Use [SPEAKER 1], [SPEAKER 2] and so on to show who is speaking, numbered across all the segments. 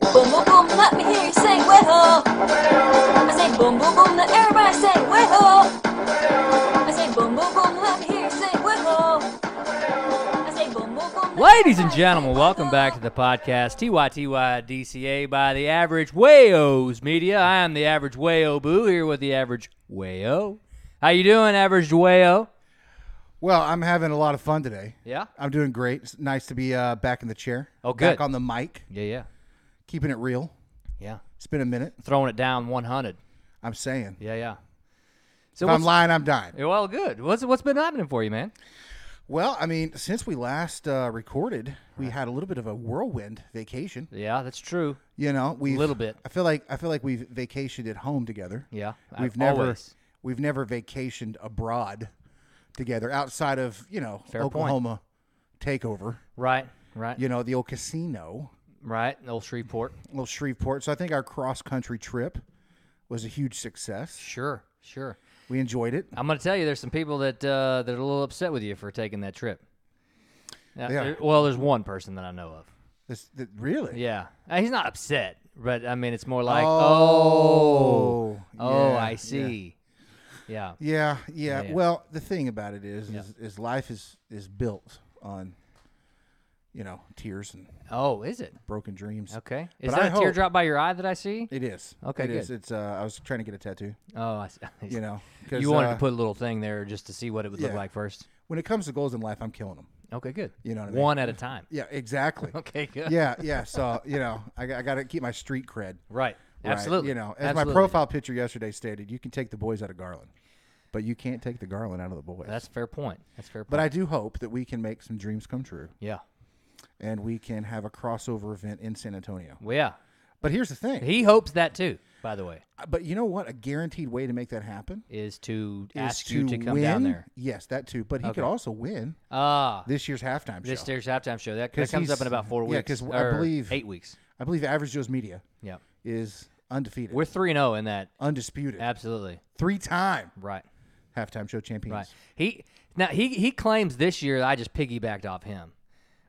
[SPEAKER 1] Boom, boom, boom, let me hear you say wee-haw. I say boom, boom, boom, let everybody say wee-haw. I say boom, boom, boom, let me hear you say wee-haw. I say boom, boom, boom. let
[SPEAKER 2] Ladies and
[SPEAKER 1] everybody say
[SPEAKER 2] gentlemen, welcome
[SPEAKER 1] wee-haw.
[SPEAKER 2] back to the podcast TYTYDCA by the Average Wayos Media. I am the Average Wayo Boo here with the Average Wayo. How you doing, Average Wayo?
[SPEAKER 3] Well, I'm having a lot of fun today.
[SPEAKER 2] Yeah?
[SPEAKER 3] I'm doing great. It's nice to be uh, back in the chair.
[SPEAKER 2] Oh,
[SPEAKER 3] Back
[SPEAKER 2] good.
[SPEAKER 3] on the mic,
[SPEAKER 2] Yeah, yeah,
[SPEAKER 3] keeping it real.
[SPEAKER 2] yeah.
[SPEAKER 3] It's been a minute.
[SPEAKER 2] Throwing it down 100.
[SPEAKER 3] I'm saying.
[SPEAKER 2] Yeah, yeah. So
[SPEAKER 3] if I'm
[SPEAKER 2] what's,
[SPEAKER 3] lying, I'm dying.
[SPEAKER 2] Yeah, well, good. What's what's been happening for you, man?
[SPEAKER 3] Well, I mean, since we last uh, recorded, we had a little bit of a whirlwind vacation.
[SPEAKER 2] Yeah, that's true.
[SPEAKER 3] You know, we
[SPEAKER 2] Little bit.
[SPEAKER 3] I feel like I feel like we've vacationed at home together.
[SPEAKER 2] Yeah, I-
[SPEAKER 3] we've never
[SPEAKER 2] always.
[SPEAKER 3] we've never vacationed abroad together outside of you know
[SPEAKER 2] Fair point.
[SPEAKER 3] Oklahoma takeover.
[SPEAKER 2] Right, right,
[SPEAKER 3] You know the old casino.
[SPEAKER 2] right. Old Shreveport.
[SPEAKER 3] little Shreveport. So I think our cross country trip was a huge success.
[SPEAKER 2] Sure, sure.
[SPEAKER 3] We enjoyed it.
[SPEAKER 2] I'm going to tell you, there's some people that uh, that are a little upset with you for taking that trip. Yeah.
[SPEAKER 3] They are.
[SPEAKER 2] there- well, there's one person that I know of.
[SPEAKER 3] This, th- really?
[SPEAKER 2] Yeah, Uh, he's not upset, but I mean, it's more like, oh,
[SPEAKER 3] Oh.
[SPEAKER 2] oh,
[SPEAKER 3] yeah,
[SPEAKER 2] I
[SPEAKER 3] yeah.
[SPEAKER 2] see. Yeah.
[SPEAKER 3] Yeah, yeah.
[SPEAKER 2] Yeah, yeah.
[SPEAKER 3] Well, the thing about it is, is, is life is is built on, you know, tears and
[SPEAKER 2] Oh, is it
[SPEAKER 3] broken dreams.
[SPEAKER 2] okay? Is
[SPEAKER 3] But I
[SPEAKER 2] that a
[SPEAKER 3] hope-
[SPEAKER 2] teardrop by your eye that I see?
[SPEAKER 3] It is.
[SPEAKER 2] Okay,
[SPEAKER 3] It is.
[SPEAKER 2] good.
[SPEAKER 3] It's. Uh, I was trying to get a tattoo.
[SPEAKER 2] Oh, I see.
[SPEAKER 3] You know, 'cause,
[SPEAKER 2] you wanted
[SPEAKER 3] uh,
[SPEAKER 2] to put a little thing there just to see what it would look
[SPEAKER 3] yeah.
[SPEAKER 2] like first.
[SPEAKER 3] when it comes to goals in life, I'm killing them.
[SPEAKER 2] Okay, good.
[SPEAKER 3] You know what I mean?
[SPEAKER 2] one at a time.
[SPEAKER 3] Yeah, exactly.
[SPEAKER 2] Okay, good.
[SPEAKER 3] yeah, yeah. So you know, I, got- I got to keep my street cred.
[SPEAKER 2] Right.
[SPEAKER 3] Right.
[SPEAKER 2] Absolutely.
[SPEAKER 3] You know, as
[SPEAKER 2] Absolutely.
[SPEAKER 3] my profile picture yesterday stated, you can take the boys out of Garland, but you can't take the Garland out of the boys.
[SPEAKER 2] That's a fair point. That's a fair. Point.
[SPEAKER 3] but I do hope that we can make some dreams come true
[SPEAKER 2] yeah.
[SPEAKER 3] and we can have a crossover event in San Antonio.
[SPEAKER 2] Well, yeah.
[SPEAKER 3] But here's the thing.
[SPEAKER 2] He hopes that too. By the way,
[SPEAKER 3] But you know what? A guaranteed way to make that happen
[SPEAKER 2] is to
[SPEAKER 3] is
[SPEAKER 2] ask
[SPEAKER 3] to
[SPEAKER 2] you to come
[SPEAKER 3] win.
[SPEAKER 2] down there.
[SPEAKER 3] Yes, that too. But he
[SPEAKER 2] Okay.
[SPEAKER 3] could also win
[SPEAKER 2] Ah,
[SPEAKER 3] this year's halftime
[SPEAKER 2] this
[SPEAKER 3] show.
[SPEAKER 2] Stairs halftime show that, that
[SPEAKER 3] 'Cause
[SPEAKER 2] comes up in
[SPEAKER 3] he's-
[SPEAKER 2] about four weeks.
[SPEAKER 3] yeah, 'cause I
[SPEAKER 2] or
[SPEAKER 3] believe-
[SPEAKER 2] eight weeks.
[SPEAKER 3] I believe Average Joe's Media
[SPEAKER 2] Yeah,
[SPEAKER 3] is undefeated,
[SPEAKER 2] we're three and zero in that.
[SPEAKER 3] undisputed,
[SPEAKER 2] Absolutely
[SPEAKER 3] three-time
[SPEAKER 2] right,
[SPEAKER 3] halftime show champions.
[SPEAKER 2] right. He now he he claims this year I just piggybacked off him,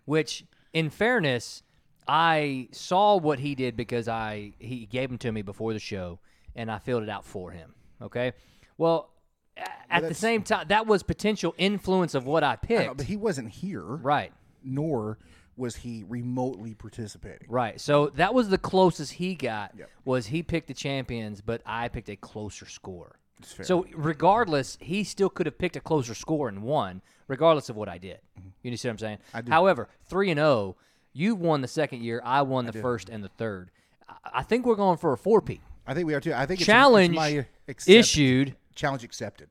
[SPEAKER 2] which in fairness, I saw what he did because I he gave them to me before the show and I filled it out for him. Okay, well. a- At the
[SPEAKER 3] that's-
[SPEAKER 2] same time, that was potential influence of what I
[SPEAKER 3] No,
[SPEAKER 2] picked.
[SPEAKER 3] but he wasn't here.
[SPEAKER 2] right.
[SPEAKER 3] nor was he remotely participating.
[SPEAKER 2] Right. So that was the closest he got was he picked the champions, but I picked a closer score. So regardless, he still could have picked a closer score and won, regardless of what I did. You see what I'm saying? Mm-hmm. I do. However, three and zero, you won the second year, I won the first and the third. I- I think we're going for a four peat
[SPEAKER 3] I think we are too. I think it's- it's
[SPEAKER 2] challenge
[SPEAKER 3] my accept-
[SPEAKER 2] issued.
[SPEAKER 3] challenge accepted.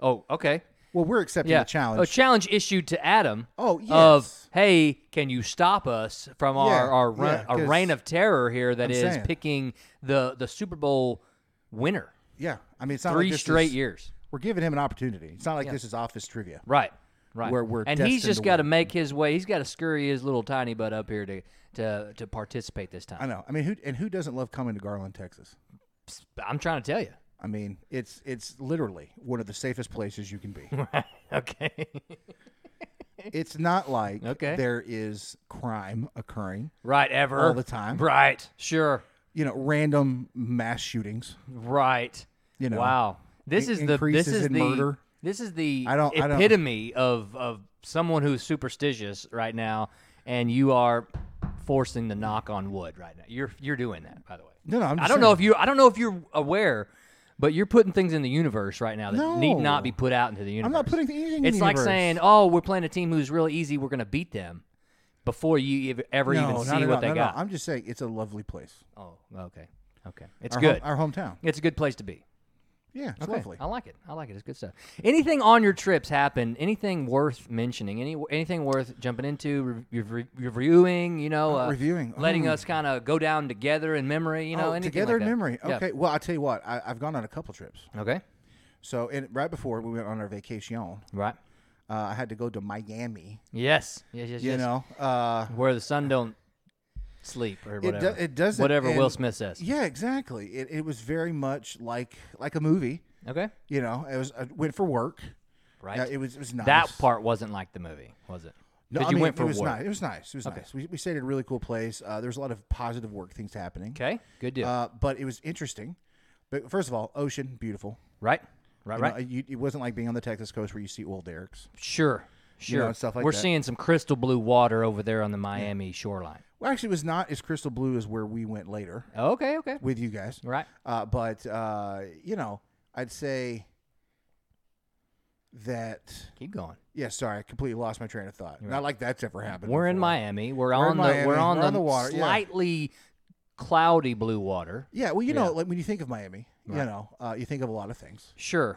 [SPEAKER 2] Oh, okay.
[SPEAKER 3] Well, we're accepting
[SPEAKER 2] Yeah, Oh,
[SPEAKER 3] the challenge.
[SPEAKER 2] A challenge issued to Adam.
[SPEAKER 3] Oh,
[SPEAKER 2] Of
[SPEAKER 3] yes.
[SPEAKER 2] hey, can you stop us from our
[SPEAKER 3] Yeah,
[SPEAKER 2] our, run,
[SPEAKER 3] yeah,
[SPEAKER 2] our
[SPEAKER 3] 'cause
[SPEAKER 2] reign of terror here that
[SPEAKER 3] I'm
[SPEAKER 2] is
[SPEAKER 3] saying.
[SPEAKER 2] picking the the Super Bowl winner
[SPEAKER 3] yeah, I mean, it's not
[SPEAKER 2] three
[SPEAKER 3] like this
[SPEAKER 2] straight
[SPEAKER 3] is-
[SPEAKER 2] years.
[SPEAKER 3] We're giving him an opportunity. It's not like this is office trivia.
[SPEAKER 2] Right, right.
[SPEAKER 3] Where we're
[SPEAKER 2] and he's
[SPEAKER 3] destined
[SPEAKER 2] just
[SPEAKER 3] to
[SPEAKER 2] got to
[SPEAKER 3] win.
[SPEAKER 2] make his way. He's got to scurry his little tiny butt up here to to to participate this
[SPEAKER 3] I
[SPEAKER 2] time.
[SPEAKER 3] know. I mean, who and who doesn't love coming to Garland, Texas?
[SPEAKER 2] I'm trying to tell you.
[SPEAKER 3] I mean, it's it's literally one of the safest places you can be.
[SPEAKER 2] okay.
[SPEAKER 3] it's not like
[SPEAKER 2] Okay.
[SPEAKER 3] there is crime occurring,
[SPEAKER 2] right. Ever
[SPEAKER 3] All the time.
[SPEAKER 2] Right. Sure.
[SPEAKER 3] you know, random mass shootings.
[SPEAKER 2] Right.
[SPEAKER 3] You know,
[SPEAKER 2] Wow. This
[SPEAKER 3] in-
[SPEAKER 2] is the this
[SPEAKER 3] increases
[SPEAKER 2] is
[SPEAKER 3] in
[SPEAKER 2] the
[SPEAKER 3] murder.
[SPEAKER 2] this is the
[SPEAKER 3] I don't- I don't-
[SPEAKER 2] epitome of of someone who's superstitious right now, and you are forcing the knock on wood right now. You're you're doing that by the way.
[SPEAKER 3] No, no, I'm
[SPEAKER 2] I
[SPEAKER 3] just
[SPEAKER 2] don't know
[SPEAKER 3] saying.
[SPEAKER 2] if you I don't know if you're aware, but you're putting things in the universe right now that need not
[SPEAKER 3] No.
[SPEAKER 2] be put out into the universe.
[SPEAKER 3] not putting anything in the
[SPEAKER 2] It's like
[SPEAKER 3] universe.
[SPEAKER 2] saying, oh, we're playing a team who's real easy. We're gonna beat them before you ev- ever
[SPEAKER 3] no,
[SPEAKER 2] even
[SPEAKER 3] not
[SPEAKER 2] see
[SPEAKER 3] at
[SPEAKER 2] what
[SPEAKER 3] all.
[SPEAKER 2] they
[SPEAKER 3] No, no.
[SPEAKER 2] got.
[SPEAKER 3] I'm just saying it's a lovely place.
[SPEAKER 2] oh, okay, okay. It's
[SPEAKER 3] Our home-
[SPEAKER 2] good.
[SPEAKER 3] our hometown.
[SPEAKER 2] it's a good place to be.
[SPEAKER 3] Yeah, it's
[SPEAKER 2] Okay.
[SPEAKER 3] lovely.
[SPEAKER 2] I like it. I like it. It's good stuff. Anything on your trips happen? Anything worth mentioning? Any anything worth jumping into? Re- re- reviewing? You know, uh,
[SPEAKER 3] reviewing.
[SPEAKER 2] letting
[SPEAKER 3] Hmm.
[SPEAKER 2] us kind of go down together in memory. You know,
[SPEAKER 3] oh,
[SPEAKER 2] anything
[SPEAKER 3] together
[SPEAKER 2] like
[SPEAKER 3] in
[SPEAKER 2] that.
[SPEAKER 3] memory.
[SPEAKER 2] Yeah.
[SPEAKER 3] Okay. Well, I'll tell you what. I, I've gone on a couple trips.
[SPEAKER 2] Okay.
[SPEAKER 3] So, and right before we went on our vacation, uh,
[SPEAKER 2] Right.
[SPEAKER 3] I had to go to Miami.
[SPEAKER 2] Yes. Yes. Yes.
[SPEAKER 3] You
[SPEAKER 2] yes.
[SPEAKER 3] know, uh,
[SPEAKER 2] where the sun don't sleep or
[SPEAKER 3] it, do,
[SPEAKER 2] whatever.
[SPEAKER 3] it doesn't.
[SPEAKER 2] Whatever
[SPEAKER 3] and-
[SPEAKER 2] Will Smith says.
[SPEAKER 3] Yeah, exactly. It, it was very much like like a movie.
[SPEAKER 2] Okay.
[SPEAKER 3] You know, it was I went for work.
[SPEAKER 2] Right.
[SPEAKER 3] Uh, it was it was nice.
[SPEAKER 2] that part wasn't like the movie, was it?
[SPEAKER 3] No,
[SPEAKER 2] 'Cause
[SPEAKER 3] I
[SPEAKER 2] you
[SPEAKER 3] mean,
[SPEAKER 2] went for
[SPEAKER 3] it was
[SPEAKER 2] work.
[SPEAKER 3] nice. It was nice. It was nice. We, we stayed at a really cool place. Uh, there was a lot of positive work things happening.
[SPEAKER 2] Okay, good deal.
[SPEAKER 3] Uh, but it was interesting. But first of all, ocean beautiful.
[SPEAKER 2] right, right,
[SPEAKER 3] You know,
[SPEAKER 2] right.
[SPEAKER 3] you- it wasn't like being on the Texas coast where you see oil derricks.
[SPEAKER 2] sure, sure.
[SPEAKER 3] and stuff like
[SPEAKER 2] We're
[SPEAKER 3] that.
[SPEAKER 2] seeing some crystal blue water over there on the Miami shoreline.
[SPEAKER 3] Well, actually, it was not as crystal blue as where we went later
[SPEAKER 2] Okay, okay.
[SPEAKER 3] with you guys.
[SPEAKER 2] Right.
[SPEAKER 3] Uh, but uh, you know, I'd say that.
[SPEAKER 2] Keep going.
[SPEAKER 3] Yeah, sorry, I completely lost my train of thought. Not like that's ever happened.
[SPEAKER 2] We're in
[SPEAKER 3] before.
[SPEAKER 2] Miami. We're,
[SPEAKER 3] in
[SPEAKER 2] on the
[SPEAKER 3] Miami.
[SPEAKER 2] we're on
[SPEAKER 3] We're
[SPEAKER 2] the,
[SPEAKER 3] on the water, yeah.
[SPEAKER 2] slightly cloudy blue water.
[SPEAKER 3] Yeah, well, you know, like when you think of Miami, you know, uh, you think of a lot of things.
[SPEAKER 2] Sure.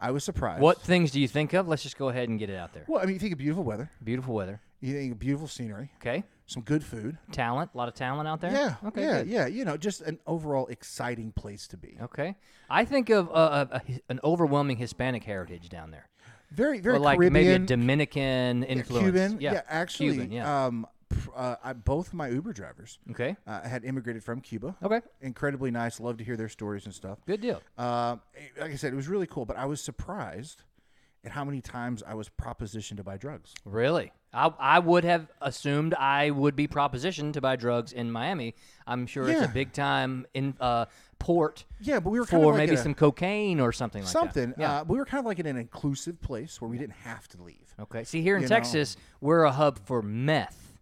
[SPEAKER 3] I was surprised.
[SPEAKER 2] What things do you think of? Let's just go ahead and get it out there.
[SPEAKER 3] Well, I mean, you think of beautiful weather.
[SPEAKER 2] Beautiful weather.
[SPEAKER 3] You think of beautiful scenery.
[SPEAKER 2] Okay.
[SPEAKER 3] Some good food.
[SPEAKER 2] Talent. A lot of talent out there.
[SPEAKER 3] Yeah.
[SPEAKER 2] Okay.
[SPEAKER 3] yeah.
[SPEAKER 2] good.
[SPEAKER 3] Yeah. You know, just an overall exciting place to be.
[SPEAKER 2] Okay. I think of uh, a, a, an overwhelming Hispanic heritage down there.
[SPEAKER 3] Very, very
[SPEAKER 2] Or like maybe a
[SPEAKER 3] Caribbean,
[SPEAKER 2] Dominican influence.
[SPEAKER 3] Cuban.
[SPEAKER 2] Yeah.
[SPEAKER 3] actually,
[SPEAKER 2] Cuban, yeah.
[SPEAKER 3] um, pr- uh, I, both of my Uber drivers
[SPEAKER 2] okay.
[SPEAKER 3] uh, had immigrated from Cuba.
[SPEAKER 2] Okay.
[SPEAKER 3] Incredibly nice. Love to hear their stories and stuff.
[SPEAKER 2] Good deal.
[SPEAKER 3] Um, it- like I said, it was really cool, but I was surprised at how many times I was propositioned to buy drugs.
[SPEAKER 2] Really? I, I would have assumed I would be propositioned to buy drugs in Miami. I'm sure it's
[SPEAKER 3] Yeah.
[SPEAKER 2] a big time in uh, port.
[SPEAKER 3] Yeah, but we were
[SPEAKER 2] for
[SPEAKER 3] kind of like
[SPEAKER 2] maybe
[SPEAKER 3] in a-
[SPEAKER 2] some cocaine or something like that.
[SPEAKER 3] Something.
[SPEAKER 2] Yeah.
[SPEAKER 3] Uh, we were kind of like in an inclusive place where we didn't have to leave.
[SPEAKER 2] okay. See, here in
[SPEAKER 3] you know.
[SPEAKER 2] Texas, we're a hub for meth.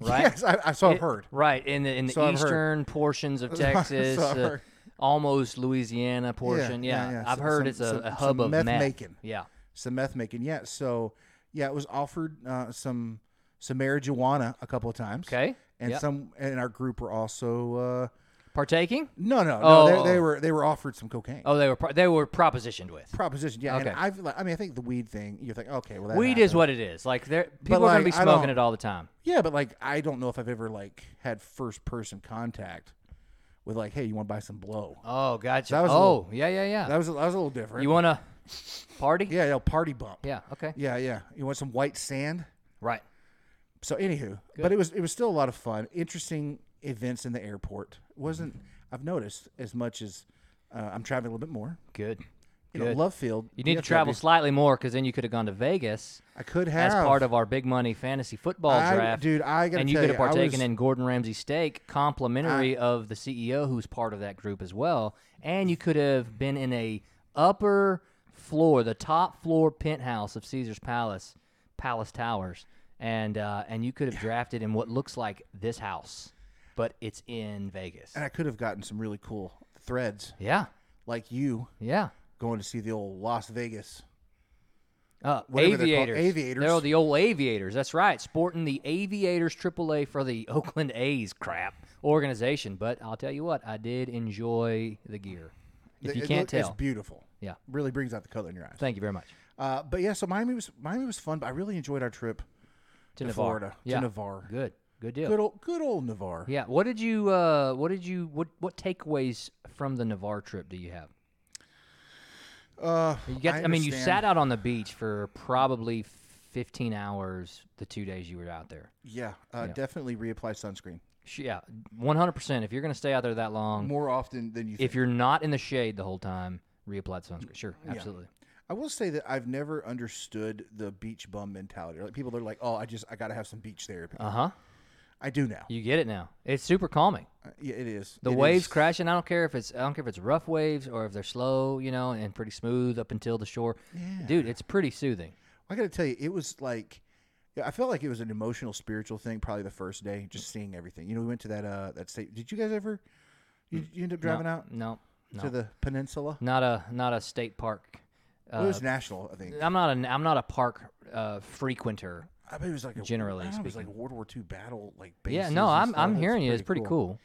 [SPEAKER 2] Right.
[SPEAKER 3] Yes, I, I so I've
[SPEAKER 2] It-
[SPEAKER 3] heard.
[SPEAKER 2] Right in the in the
[SPEAKER 3] So I've heard.
[SPEAKER 2] eastern portions of Texas,
[SPEAKER 3] I've
[SPEAKER 2] uh,
[SPEAKER 3] heard.
[SPEAKER 2] almost Louisiana portion. Yeah,
[SPEAKER 3] yeah, yeah.
[SPEAKER 2] I've
[SPEAKER 3] So-
[SPEAKER 2] heard
[SPEAKER 3] some-
[SPEAKER 2] it's a,
[SPEAKER 3] some-
[SPEAKER 2] a
[SPEAKER 3] some
[SPEAKER 2] hub of
[SPEAKER 3] meth
[SPEAKER 2] meth,
[SPEAKER 3] making.
[SPEAKER 2] Yeah,
[SPEAKER 3] Some meth making. Yeah. So yeah, it was offered uh, some some marijuana a couple of times.
[SPEAKER 2] Okay,
[SPEAKER 3] And
[SPEAKER 2] yep.
[SPEAKER 3] some in our group were also uh,
[SPEAKER 2] partaking.
[SPEAKER 3] no no no
[SPEAKER 2] Oh.
[SPEAKER 3] they, they were they were offered some cocaine.
[SPEAKER 2] Oh, they were pro- they were propositioned with.
[SPEAKER 3] Proposition. Yeah.
[SPEAKER 2] Okay.
[SPEAKER 3] And I've like, I mean I think the weed thing you think okay well that
[SPEAKER 2] Weed
[SPEAKER 3] happened.
[SPEAKER 2] is what it is. Like they're people are gonna
[SPEAKER 3] like,
[SPEAKER 2] be
[SPEAKER 3] I
[SPEAKER 2] smoking
[SPEAKER 3] don't-
[SPEAKER 2] it all the time.
[SPEAKER 3] yeah but like I don't know if I've ever like had first person contact with like hey you want to buy some blow
[SPEAKER 2] Oh, gotcha.
[SPEAKER 3] That was a
[SPEAKER 2] oh,
[SPEAKER 3] little-
[SPEAKER 2] yeah, yeah, yeah.
[SPEAKER 3] that was that was a little different.
[SPEAKER 2] you want to party?
[SPEAKER 3] yeah yeah party bump
[SPEAKER 2] Yeah, Okay.
[SPEAKER 3] yeah yeah you want some white sand.
[SPEAKER 2] Right.
[SPEAKER 3] So anywho, but it was it was still a lot of fun. Interesting events in the airport. Wasn't
[SPEAKER 2] Mm-hmm.
[SPEAKER 3] I've noticed as much as uh, I'm traveling a little bit more.
[SPEAKER 2] Good.
[SPEAKER 3] You
[SPEAKER 2] Good.
[SPEAKER 3] know, love field.
[SPEAKER 2] you need to travel slightly more because then you could have gone to Vegas
[SPEAKER 3] I could
[SPEAKER 2] as
[SPEAKER 3] have
[SPEAKER 2] part of our big money fantasy football
[SPEAKER 3] I-
[SPEAKER 2] draft,
[SPEAKER 3] dude, I gotta
[SPEAKER 2] and you
[SPEAKER 3] tell
[SPEAKER 2] could have
[SPEAKER 3] you, I
[SPEAKER 2] partaken
[SPEAKER 3] was-
[SPEAKER 2] in Gordon Ramsay steak, complimentary of the CEO who's part of that group as well, and you could have been in a upper floor, the top floor penthouse of Caesar's Palace, Palace Towers, and uh, and you could have drafted in what looks like this house, but it's in Vegas.
[SPEAKER 3] and I could have gotten some really cool threads
[SPEAKER 2] Yeah,
[SPEAKER 3] like you
[SPEAKER 2] yeah.
[SPEAKER 3] going to see the old Las Vegas.
[SPEAKER 2] Uh,
[SPEAKER 3] Whatever they're called,
[SPEAKER 2] aviators.
[SPEAKER 3] aviators.
[SPEAKER 2] They're the old aviators. That's right. Sporting the aviators AAA for the Oakland A's crap organization. But I'll tell you what, I did enjoy the gear. If
[SPEAKER 3] It-
[SPEAKER 2] you
[SPEAKER 3] it
[SPEAKER 2] can't
[SPEAKER 3] look- it's
[SPEAKER 2] tell,
[SPEAKER 3] beautiful.
[SPEAKER 2] yeah.
[SPEAKER 3] Really brings out the color in your eyes.
[SPEAKER 2] Thank you very much.
[SPEAKER 3] Uh, but yeah, so Miami was Miami was fun. But I really enjoyed our trip
[SPEAKER 2] To
[SPEAKER 3] to
[SPEAKER 2] Navarre.
[SPEAKER 3] Florida
[SPEAKER 2] Yeah.
[SPEAKER 3] to Navarre.
[SPEAKER 2] Good. Good deal.
[SPEAKER 3] Good old good old Navarre.
[SPEAKER 2] yeah. What did you? Uh, what did you? What? What takeaways from the Navarre trip do you have?
[SPEAKER 3] Uh,
[SPEAKER 2] You got. I, mean, you
[SPEAKER 3] understand.
[SPEAKER 2] sat out on the beach for probably fifteen hours the two days you were out there.
[SPEAKER 3] Yeah, uh, definitely reapply sunscreen
[SPEAKER 2] Sh- Yeah, one hundred percent. If you're going to stay out there that long,
[SPEAKER 3] more often than you. think.
[SPEAKER 2] Mm. if you're not in the shade the whole time, reapply sunscreen. Sure, absolutely.
[SPEAKER 3] I will say that I've never understood the beach bum mentality. Like people that are like, "Oh, I just I got to have some beach therapy."
[SPEAKER 2] Uh huh.
[SPEAKER 3] I do now.
[SPEAKER 2] You get it now. It's super calming.
[SPEAKER 3] Uh, Yeah, it is.
[SPEAKER 2] The
[SPEAKER 3] It
[SPEAKER 2] waves
[SPEAKER 3] is.
[SPEAKER 2] crashing. I don't care if it's I don't care if it's rough waves or if they're slow, you know, and pretty smooth up until the shore. Dude, it's pretty soothing.
[SPEAKER 3] I got to tell you, it was like yeah, I felt like it was an emotional, spiritual thing. Probably the first day, just
[SPEAKER 2] Mm.
[SPEAKER 3] seeing everything. You know, we went to that uh that state. Did you guys ever? You, you end up driving out
[SPEAKER 2] Mm. No, no,
[SPEAKER 3] to the peninsula.
[SPEAKER 2] not a not a state park. uh,
[SPEAKER 3] it was national, I think.
[SPEAKER 2] I'm not a I'm not a park uh, frequenter.
[SPEAKER 3] I mean, it was like a,
[SPEAKER 2] generally
[SPEAKER 3] I don't know, it was like World War II battle like. Bases
[SPEAKER 2] Yeah, no,
[SPEAKER 3] and
[SPEAKER 2] I'm
[SPEAKER 3] stuff.
[SPEAKER 2] I'm
[SPEAKER 3] uh, It's
[SPEAKER 2] hearing you. It's pretty cool.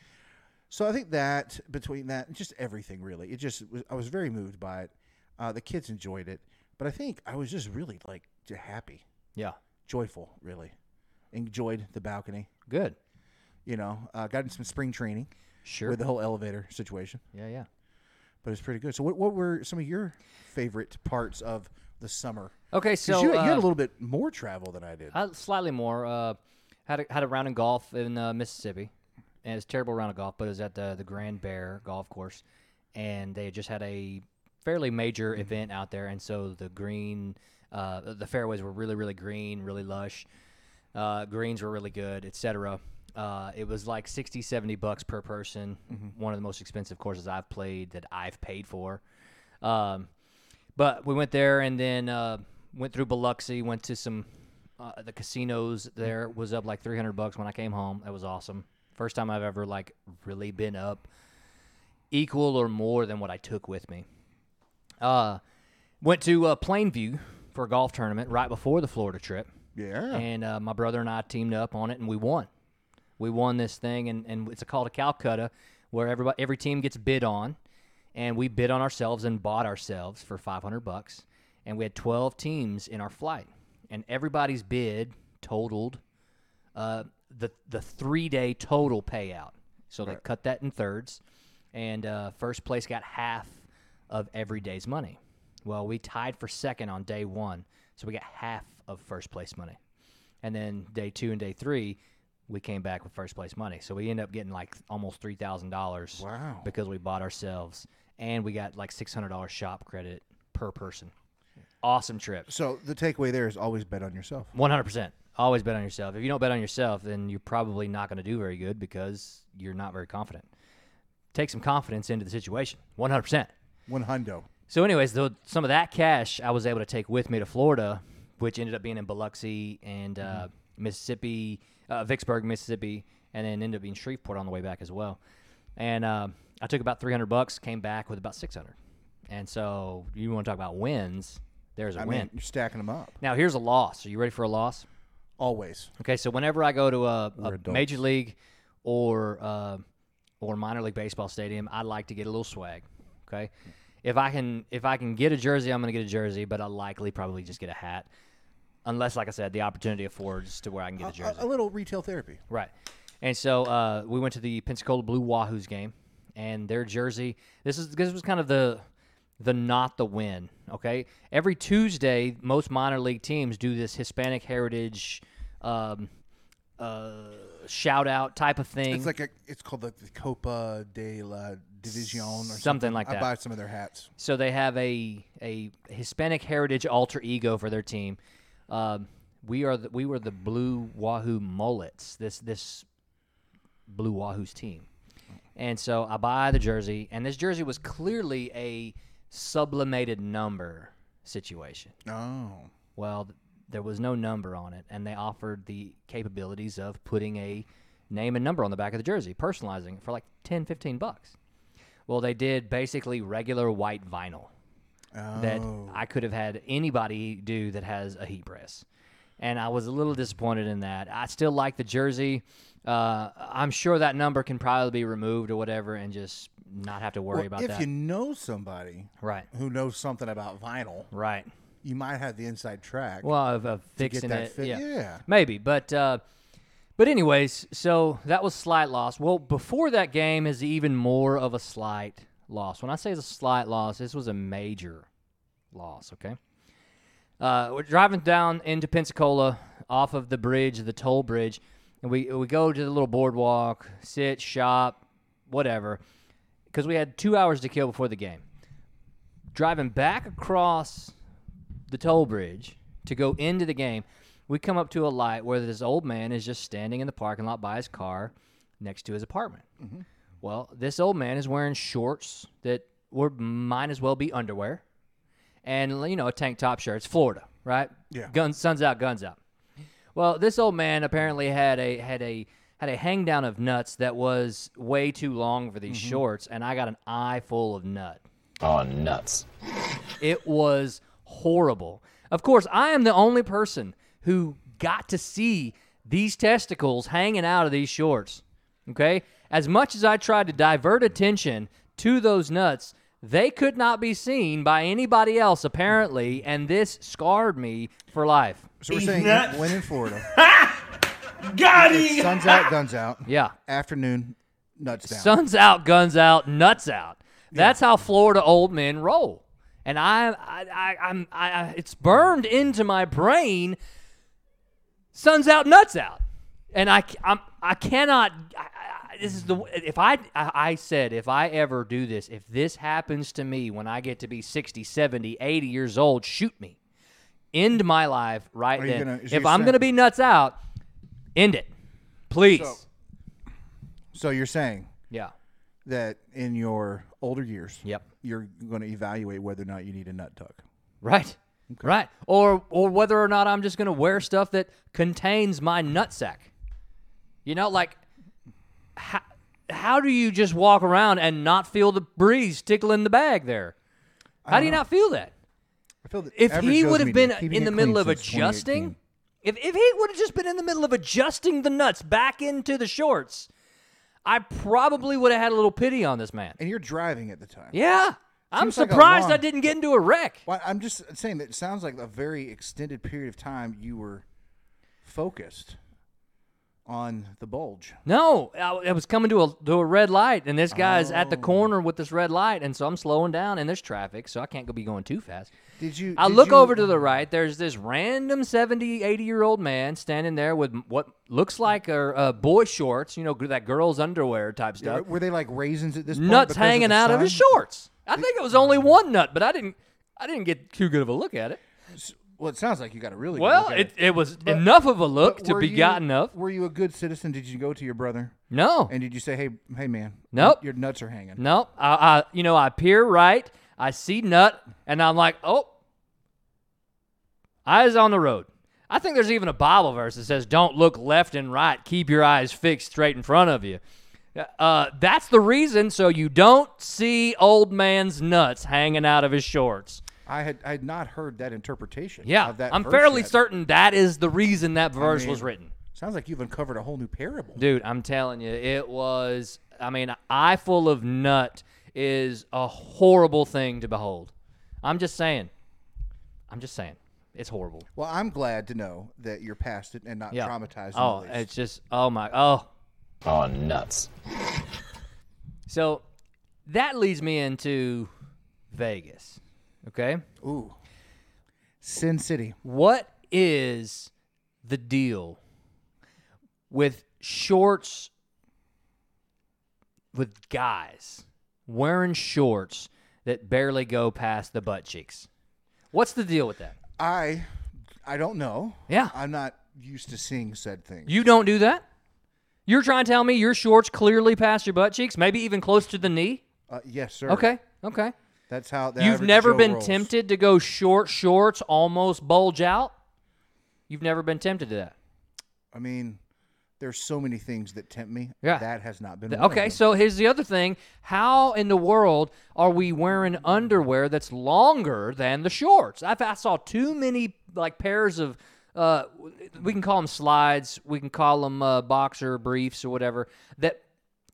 [SPEAKER 3] So I think that between that, just everything really, it just was, I was very moved by it. Uh, the kids enjoyed it, but I think I was just really like j- happy,
[SPEAKER 2] Yeah,
[SPEAKER 3] joyful, really. Enjoyed the balcony,
[SPEAKER 2] good.
[SPEAKER 3] you know. Uh, got in some spring training
[SPEAKER 2] Sure.
[SPEAKER 3] with the whole elevator situation,
[SPEAKER 2] yeah, yeah.
[SPEAKER 3] but it's pretty good. So what, what were some of your favorite parts of the summer?
[SPEAKER 2] Okay,
[SPEAKER 3] 'Cause
[SPEAKER 2] so
[SPEAKER 3] you, you had
[SPEAKER 2] uh,
[SPEAKER 3] a little bit more travel than I did.
[SPEAKER 2] Uh, slightly more. Uh, had a, had a round of golf in uh, Mississippi, and it was a terrible round of golf, but it was at the the Grand Bear Golf Course, and they had just had a fairly major event out there, and so the green, uh, the fairways were really really green, really lush. Uh, greens were really good, etc. Uh, it was like 60, 70 bucks per person. One of the most expensive courses I've played that I've paid for. Um, but we went there and then uh, went through Biloxi, went to some uh, the casinos there was up like 300 bucks when I came home. That was awesome. First time I've ever like really been up equal or more than what I took with me. Uh, went to uh, Plainview for a golf tournament right before the Florida trip
[SPEAKER 3] Yeah.
[SPEAKER 2] and uh, my brother and I teamed up on it, and we won. We won this thing, and, and it's called a Calcutta, where everybody every team gets bid on, and we bid on ourselves and bought ourselves for five hundred bucks, and we had twelve teams in our flight, and everybody's bid totaled uh, the the three day total payout. So they cut that in thirds, and uh, first place got half of every day's money. Well, we tied for second on day one, so we got half of first place money, and then day two and day three, we came back with first place money. So we ended up getting like almost three thousand dollars.
[SPEAKER 3] Wow.
[SPEAKER 2] Because we bought ourselves, and we got like six hundred dollars shop credit per person. Awesome trip.
[SPEAKER 3] So the takeaway there is always bet on yourself.
[SPEAKER 2] One hundred percent. Always bet on yourself. If you don't bet on yourself, then you're probably not going to do very good because you're not very confident. Take some confidence into the situation. One hundred percent.
[SPEAKER 3] One hundo.
[SPEAKER 2] So, anyways, though some of that cash I was able to take with me to Florida, which ended up being in Biloxi and uh,
[SPEAKER 3] Mm-hmm.
[SPEAKER 2] Mississippi, uh, Vicksburg, Mississippi, and then ended up being Shreveport on the way back as well. And uh, I took about three hundred bucks, came back with about six hundred. And so, you want to talk about wins? There's a
[SPEAKER 3] I
[SPEAKER 2] win.
[SPEAKER 3] mean, you're stacking them up.
[SPEAKER 2] now, here's a loss. Are you ready for a loss?
[SPEAKER 3] Always.
[SPEAKER 2] Okay, so whenever I go to a, a
[SPEAKER 3] adults.
[SPEAKER 2] major league or uh, or minor league baseball stadium, I like to get a little swag. Okay, if I can if I can get a jersey, I'm gonna get a jersey, but I likely probably just get a hat, unless like I said, the opportunity affords to where I can get a
[SPEAKER 3] A,
[SPEAKER 2] jersey.
[SPEAKER 3] a little retail therapy.
[SPEAKER 2] Right. And so uh, we went to the Pensacola Blue Wahoos game, and their jersey. This is this was kind of the the not the win. Okay. Every Tuesday, most minor league teams do this Hispanic heritage um, uh, shout out type of thing.
[SPEAKER 3] It's like a, it's called like the Copa de la División or something,
[SPEAKER 2] Something like that.
[SPEAKER 3] I buy some of their hats.
[SPEAKER 2] So they have a a Hispanic heritage alter ego for their team. Um, we are the, we were the Blue Wahoo Mullets. This this Blue Wahoo's team, and so I buy the jersey, and this jersey was clearly a sublimated number situation.
[SPEAKER 3] Oh,
[SPEAKER 2] Well, th- there was no number on it, and they offered the capabilities of putting a name and number on the back of the jersey, personalizing it for like 10, 15 bucks. Well, they did basically regular white vinyl that
[SPEAKER 3] Oh.
[SPEAKER 2] I could have had anybody do that has a heat press. And I was a little disappointed in that. I still like the jersey. Uh, I'm sure that number can probably be removed or whatever and just not have to worry about
[SPEAKER 3] if
[SPEAKER 2] that.
[SPEAKER 3] you know somebody
[SPEAKER 2] right.
[SPEAKER 3] who knows something about vinyl,
[SPEAKER 2] Right.
[SPEAKER 3] you might have the inside track.
[SPEAKER 2] Well, of, of fixing
[SPEAKER 3] that
[SPEAKER 2] it,
[SPEAKER 3] fit-
[SPEAKER 2] yeah.
[SPEAKER 3] yeah.
[SPEAKER 2] maybe. But uh, but anyways, so that was slight loss. Well, before that game is even more of a slight loss. When I say it's a slight loss, this was a major loss. Okay, uh, we're driving down into Pensacola off of the bridge, the toll bridge, and we we go to the little boardwalk, sit, shop, whatever, because we had two hours to kill before the game. Driving back across the toll bridge to go into the game, we come up to a light where this old man is just standing in the parking lot by his car next to his apartment. Well, this old man is wearing shorts that were might as well be underwear and you know a tank top shirt. It's Florida, right?
[SPEAKER 3] Yeah.
[SPEAKER 2] Guns, suns out, guns out. Well, this old man apparently had a had a had a hang down of nuts that was way too long for these shorts, and I got an eye full of nut.
[SPEAKER 4] Oh, nuts.
[SPEAKER 2] It was horrible. Of course, I am the only person who got to see these testicles hanging out of these shorts. Okay? As much as I tried to divert attention to those nuts, they could not be seen by anybody else, apparently, and this scarred me for life.
[SPEAKER 3] so we're saying when in Florida,
[SPEAKER 5] Got him!
[SPEAKER 3] sun's out, guns out.
[SPEAKER 2] Yeah.
[SPEAKER 3] Afternoon, nuts down.
[SPEAKER 2] Sun's out, guns out, nuts out. That's how Florida old men roll. And I, I, I, I'm, I, I, it's burned into my brain. Sun's out, nuts out, and I, c- I'm, I cannot. I, I- I, this is the if I, I, I said if I ever do this, if this happens to me when I get to be 60, 70, 80 years old, shoot me, end my life right
[SPEAKER 3] Are you
[SPEAKER 2] then.
[SPEAKER 3] gonna- is
[SPEAKER 2] if
[SPEAKER 3] you
[SPEAKER 2] I'm
[SPEAKER 3] saying-
[SPEAKER 2] gonna be nuts out, End it, please.
[SPEAKER 3] So- So you're saying
[SPEAKER 2] yeah.
[SPEAKER 3] that in your older years,
[SPEAKER 2] Yep.
[SPEAKER 3] you're going to evaluate whether or not you need a nut tuck.
[SPEAKER 2] Right. Right. Or or whether or not I'm just gonna wear stuff that contains my nutsack. You know, like how, how do you just walk around and not feel the breeze tickling the bag there? How do you not feel that?
[SPEAKER 3] I feel that
[SPEAKER 2] If
[SPEAKER 3] average
[SPEAKER 2] he
[SPEAKER 3] Joe's
[SPEAKER 2] would have been
[SPEAKER 3] media, keeping
[SPEAKER 2] in
[SPEAKER 3] it
[SPEAKER 2] the
[SPEAKER 3] clean
[SPEAKER 2] middle of
[SPEAKER 3] since 2018.
[SPEAKER 2] adjusting, if, if he would have just been in the middle of adjusting the nuts back into the shorts, I probably would have had a little pity on this man.
[SPEAKER 3] and you're driving at the time.
[SPEAKER 2] Yeah. I'm
[SPEAKER 3] Seems like a
[SPEAKER 2] surprised I
[SPEAKER 3] long-
[SPEAKER 2] didn't get into a wreck.
[SPEAKER 3] Well, I'm just saying that it sounds like a very extended period of time you were focused on the bulge.
[SPEAKER 2] No, I, I was coming to a to a red light, and this guy's at
[SPEAKER 3] Oh.
[SPEAKER 2] the corner with this red light, and so I'm slowing down, and there's traffic, so I can't go be going too fast.
[SPEAKER 3] Did you?
[SPEAKER 2] I
[SPEAKER 3] did
[SPEAKER 2] look
[SPEAKER 3] you-
[SPEAKER 2] over to the right. There's this random 70, 80 year old man standing there with m- what looks like are uh, boy shorts, you know, that girl's underwear type stuff.
[SPEAKER 3] Were they like raisins at this point?
[SPEAKER 2] Nuts
[SPEAKER 3] because of
[SPEAKER 2] hanging
[SPEAKER 3] the
[SPEAKER 2] out of his
[SPEAKER 3] sun?
[SPEAKER 2] shorts. I think it was only one nut, but I didn't I didn't get too good of a look at it.
[SPEAKER 3] Well, it sounds like you got a really.
[SPEAKER 2] Well,
[SPEAKER 3] good look at
[SPEAKER 2] it, it was enough of a look
[SPEAKER 3] But
[SPEAKER 2] to
[SPEAKER 3] were
[SPEAKER 2] be
[SPEAKER 3] you-
[SPEAKER 2] gotten of.
[SPEAKER 3] Were you a good citizen? Did you go to your brother
[SPEAKER 2] No.
[SPEAKER 3] and did you say, "Hey, hey, man,
[SPEAKER 2] Nope.
[SPEAKER 3] your nuts are hanging"?
[SPEAKER 2] No, I, I you know I peer right, I see nut, and I'm like, oh, eyes on the road. I think there's even a Bible verse that says, "Don't look left and right; keep your eyes fixed straight in front of you." Uh, that's the reason, so you don't see old man's nuts hanging out of his shorts.
[SPEAKER 3] I had I had not heard that interpretation.
[SPEAKER 2] Yeah,
[SPEAKER 3] of that
[SPEAKER 2] I'm
[SPEAKER 3] verse
[SPEAKER 2] fairly
[SPEAKER 3] yet.
[SPEAKER 2] certain that is the reason that verse was
[SPEAKER 3] mean-
[SPEAKER 2] written.
[SPEAKER 3] Sounds like you've uncovered a whole new parable.
[SPEAKER 2] Dude, I'm telling you, it was. I mean, an eye full of nut is a horrible thing to behold. I'm just saying. I'm just saying. It's horrible.
[SPEAKER 3] Well, I'm glad to know that you're past it and not
[SPEAKER 2] Yeah.
[SPEAKER 3] traumatized. in
[SPEAKER 2] Oh,
[SPEAKER 3] the least.
[SPEAKER 2] it's just. Oh my. Oh.
[SPEAKER 4] Oh, nuts.
[SPEAKER 2] So that leads me into Vegas. Okay.
[SPEAKER 3] Ooh. Sin City.
[SPEAKER 2] What is the deal with shorts with guys wearing shorts that barely go past the butt cheeks? What's the deal with that?
[SPEAKER 3] I I don't know.
[SPEAKER 2] Yeah.
[SPEAKER 3] I'm not used to seeing said things.
[SPEAKER 2] You don't do that? You're trying to tell me your shorts clearly past your butt cheeks, maybe even close to the knee?
[SPEAKER 3] Uh, yes, sir.
[SPEAKER 2] Okay. Okay.
[SPEAKER 3] That's how the
[SPEAKER 2] You've
[SPEAKER 3] average
[SPEAKER 2] never
[SPEAKER 3] Joe
[SPEAKER 2] been
[SPEAKER 3] rolls.
[SPEAKER 2] tempted to go short shorts almost bulge out? You've never been tempted to that.
[SPEAKER 3] I mean, there's so many things that tempt me.
[SPEAKER 2] Yeah.
[SPEAKER 3] That has not been.
[SPEAKER 2] Th-
[SPEAKER 3] one of
[SPEAKER 2] Okay,
[SPEAKER 3] them.
[SPEAKER 2] so here's the other thing. How in the world are we wearing underwear that's longer than the shorts? I've, I saw too many like pairs of, uh, we can call them slides, we can call them uh, boxer briefs or whatever, that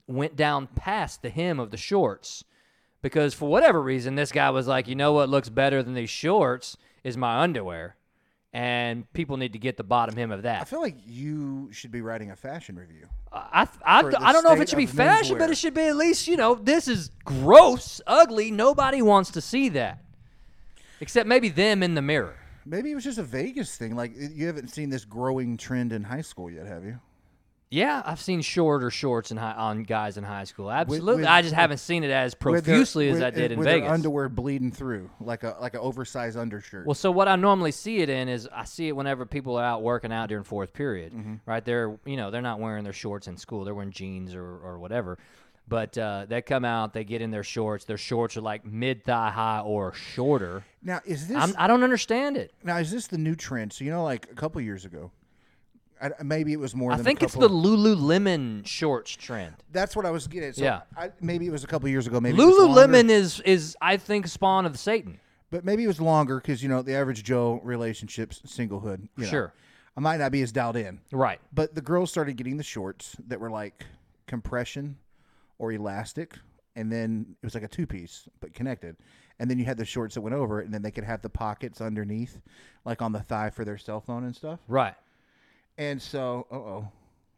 [SPEAKER 2] went down past the hem of the shorts. Because for whatever reason, this guy was like, you know what looks better than these shorts is my underwear. And people need to get the bottom hem of that.
[SPEAKER 3] I feel like you should be writing a fashion review.
[SPEAKER 2] I, I,
[SPEAKER 3] for the
[SPEAKER 2] I don't know if it should
[SPEAKER 3] state
[SPEAKER 2] be
[SPEAKER 3] of
[SPEAKER 2] fashion, but
[SPEAKER 3] menswear.
[SPEAKER 2] it should be at least, you know, this is gross, ugly. Nobody wants to see that. Except maybe them in the mirror.
[SPEAKER 3] Maybe it was just a Vegas thing. Like y- you haven't seen this growing trend in high school yet, have you?
[SPEAKER 2] Yeah, I've seen shorter shorts in high, on guys in high school. Absolutely.
[SPEAKER 3] with-
[SPEAKER 2] I just haven't seen it as
[SPEAKER 3] With their-
[SPEAKER 2] profusely as
[SPEAKER 3] with-
[SPEAKER 2] I did in
[SPEAKER 3] with their
[SPEAKER 2] Vegas.
[SPEAKER 3] underwear bleeding through like a like an oversized undershirt.
[SPEAKER 2] Well, so what I normally see it in is I see it whenever people are out working out during fourth period,
[SPEAKER 3] Mm-hmm.
[SPEAKER 2] right? They're you know they're not wearing their shorts in school; they're wearing jeans or or whatever. But uh, they come out, they get in their shorts. Their shorts are like mid thigh high or shorter.
[SPEAKER 3] now is this
[SPEAKER 2] I'm, I don't understand it.
[SPEAKER 3] now is this the new trend? So you know, like a couple years ago, I, maybe it was more.
[SPEAKER 2] I
[SPEAKER 3] than
[SPEAKER 2] think
[SPEAKER 3] a
[SPEAKER 2] it's
[SPEAKER 3] couple
[SPEAKER 2] the Lululemon shorts trend.
[SPEAKER 3] That's what I was getting. At. So
[SPEAKER 2] Yeah.
[SPEAKER 3] I, maybe it was a couple years ago. Maybe it was longer,
[SPEAKER 2] Lululemon is is I think spawn of Satan.
[SPEAKER 3] but maybe it was longer because you know the average Joe relationships singlehood. You know.
[SPEAKER 2] Sure.
[SPEAKER 3] I might not be as dialed in,
[SPEAKER 2] Right.
[SPEAKER 3] but the girls started getting the shorts that were like compression or elastic, and then it was like a two piece but connected. And then you had the shorts that went over, it, and then they could have the pockets underneath, like on the thigh for their cell phone and stuff.
[SPEAKER 2] Right.
[SPEAKER 3] And so, uh oh,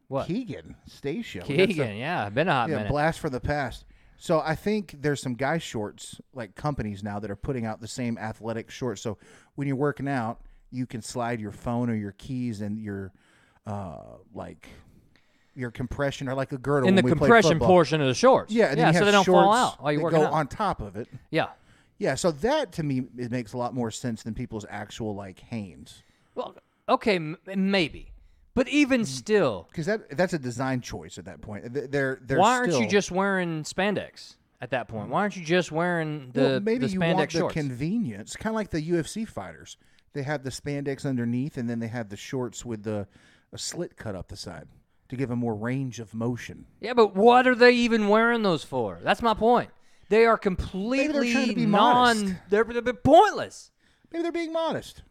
[SPEAKER 2] What?
[SPEAKER 3] Keegan Stacia we got some-
[SPEAKER 2] Keegan. Yeah, been a hot
[SPEAKER 3] yeah,
[SPEAKER 2] minute.
[SPEAKER 3] blast for the past. So I think there's some guy shorts like companies now that are putting out the same athletic shorts. So when you're working out, you can slide your phone or your keys and your uh like your compression or like a girdle
[SPEAKER 2] in the
[SPEAKER 3] when we play
[SPEAKER 2] compression
[SPEAKER 3] football.
[SPEAKER 2] portion of the shorts.
[SPEAKER 3] Yeah, and then
[SPEAKER 2] yeah.
[SPEAKER 3] you have
[SPEAKER 2] so they don't
[SPEAKER 3] shorts
[SPEAKER 2] fall out while you're
[SPEAKER 3] that
[SPEAKER 2] working
[SPEAKER 3] go
[SPEAKER 2] out.
[SPEAKER 3] on top of it.
[SPEAKER 2] yeah.
[SPEAKER 3] Yeah, so that to me it makes a lot more sense than people's actual like Hanes.
[SPEAKER 2] Well, okay, m- maybe, But
[SPEAKER 3] Mm.
[SPEAKER 2] even still,
[SPEAKER 3] because that that's a design choice at that point. Th- They're they're
[SPEAKER 2] why aren't you
[SPEAKER 3] still-
[SPEAKER 2] just wearing spandex at that point? Why aren't you just wearing the,
[SPEAKER 3] well, maybe
[SPEAKER 2] the
[SPEAKER 3] you
[SPEAKER 2] spandex
[SPEAKER 3] want
[SPEAKER 2] shorts?
[SPEAKER 3] the convenience, kind of like the UFC fighters. They have the spandex underneath, and then they have the shorts with the a slit cut up the side to give them more range of motion.
[SPEAKER 2] yeah, but what are they even wearing those for? That's my point. They are completely
[SPEAKER 3] trying to be
[SPEAKER 2] non.
[SPEAKER 3] modest.
[SPEAKER 2] They're, they're pointless.
[SPEAKER 3] Maybe they're being modest.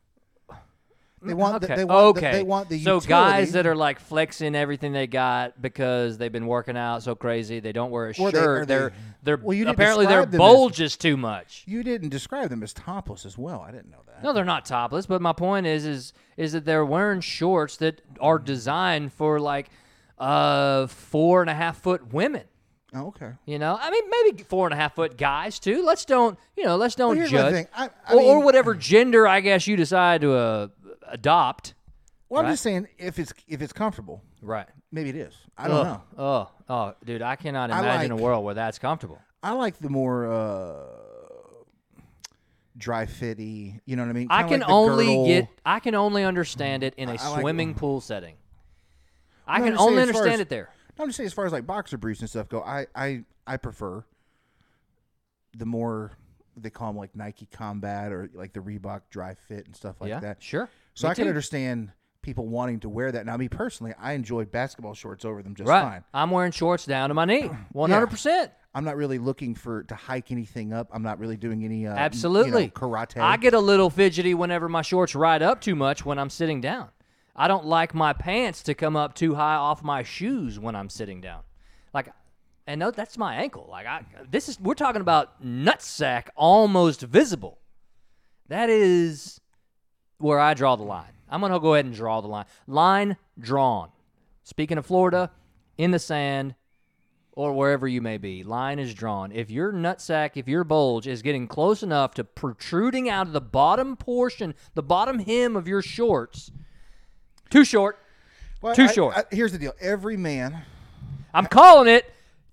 [SPEAKER 3] They want
[SPEAKER 2] Mm, okay.
[SPEAKER 3] the, they want
[SPEAKER 2] okay.
[SPEAKER 3] the, they want the
[SPEAKER 2] so guys that
[SPEAKER 3] utility,
[SPEAKER 2] are like flexing everything they got because they've been working out so crazy they don't wear a
[SPEAKER 3] Or
[SPEAKER 2] shirt.
[SPEAKER 3] they-
[SPEAKER 2] They,
[SPEAKER 3] or
[SPEAKER 2] are
[SPEAKER 3] they-
[SPEAKER 2] they're they're
[SPEAKER 3] Well, you didn't
[SPEAKER 2] apparently their
[SPEAKER 3] describe them as-
[SPEAKER 2] bulge is too much.
[SPEAKER 3] you didn't describe them as topless as well. I didn't know that.
[SPEAKER 2] No, they're not topless, but my point is is is that they're wearing shorts that are designed for like uh four and a half foot women.
[SPEAKER 3] Oh, okay.
[SPEAKER 2] You know, I mean, maybe four and a half foot guys too. Let's don't, you know, let's don't
[SPEAKER 3] here's my
[SPEAKER 2] judge,
[SPEAKER 3] thing. I- I
[SPEAKER 2] or, or
[SPEAKER 3] mean-
[SPEAKER 2] whatever gender I guess you decide to uh, adopt.
[SPEAKER 3] Well,
[SPEAKER 2] Right.
[SPEAKER 3] I'm just saying if it's if it's comfortable,
[SPEAKER 2] Right.
[SPEAKER 3] maybe it is. I don't know.
[SPEAKER 2] Oh, oh, dude, I cannot
[SPEAKER 3] I
[SPEAKER 2] imagine
[SPEAKER 3] like-
[SPEAKER 2] a world where that's comfortable.
[SPEAKER 3] I like the more uh, dry fitty. You know what I mean?
[SPEAKER 2] I
[SPEAKER 3] Kinda
[SPEAKER 2] can
[SPEAKER 3] like the
[SPEAKER 2] only
[SPEAKER 3] girdle.
[SPEAKER 2] get, I can only understand it in a
[SPEAKER 3] I like-
[SPEAKER 2] swimming pool setting. I
[SPEAKER 3] No, I'm
[SPEAKER 2] can
[SPEAKER 3] just saying
[SPEAKER 2] only
[SPEAKER 3] as far
[SPEAKER 2] understand
[SPEAKER 3] as-
[SPEAKER 2] it there.
[SPEAKER 3] I'm just saying, as far as like boxer briefs and stuff go, I I I prefer the more they call them like Nike Combat or like the Reebok Dry Fit and stuff like
[SPEAKER 2] yeah,
[SPEAKER 3] that.
[SPEAKER 2] sure.
[SPEAKER 3] So
[SPEAKER 2] Me
[SPEAKER 3] I can
[SPEAKER 2] too.
[SPEAKER 3] understand people wanting to wear that. Now, me personally, I enjoy basketball shorts over them just
[SPEAKER 2] Right,
[SPEAKER 3] fine.
[SPEAKER 2] I'm wearing shorts down to my knee, 100. percent
[SPEAKER 3] I'm not really looking for to hike anything up. I'm not really doing any uh, you know,
[SPEAKER 2] Absolutely.
[SPEAKER 3] karate.
[SPEAKER 2] I get a little fidgety whenever my shorts ride up too much when I'm sitting down. I don't like my pants to come up too high off my shoes when I'm sitting down. Like and no, that's my ankle. Like I this is we're talking about nutsack almost visible. That is where I draw the line. I'm going to go ahead and draw the line. Line drawn. Speaking of Florida, in the sand or wherever you may be, line is drawn. If your nutsack, if your bulge is getting close enough to protruding out of the bottom portion, the bottom hem of your shorts, too short.
[SPEAKER 3] Well,
[SPEAKER 2] too
[SPEAKER 3] I-
[SPEAKER 2] short.
[SPEAKER 3] I- here's the deal: every man,
[SPEAKER 2] I'm calling it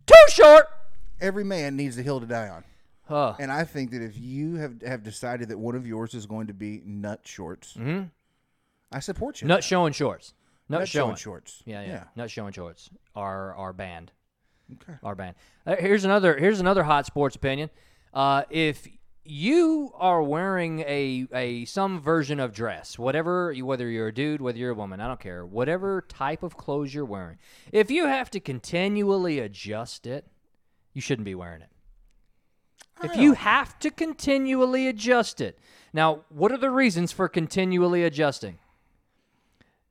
[SPEAKER 2] too short.
[SPEAKER 3] every man needs a hill to die on.
[SPEAKER 2] Huh.
[SPEAKER 3] And I think that if you have have decided that one of yours is going to be nut shorts, I support you.
[SPEAKER 2] Mm-hmm. Nut showing shorts. Nut,
[SPEAKER 3] Nut
[SPEAKER 2] showing.
[SPEAKER 3] shorts.
[SPEAKER 2] Yeah, yeah, Nut showing shorts are are banned.
[SPEAKER 3] Okay.
[SPEAKER 2] Are banned. Uh, here's another here's another hot sports opinion. Uh, if you are wearing a a some version of dress, whatever you whether you're a dude, whether you're a woman, I don't care, whatever type of clothes you're wearing, if you have to continually adjust it, you shouldn't be wearing it. If you have to continually adjust it. Now, what are the reasons for continually adjusting?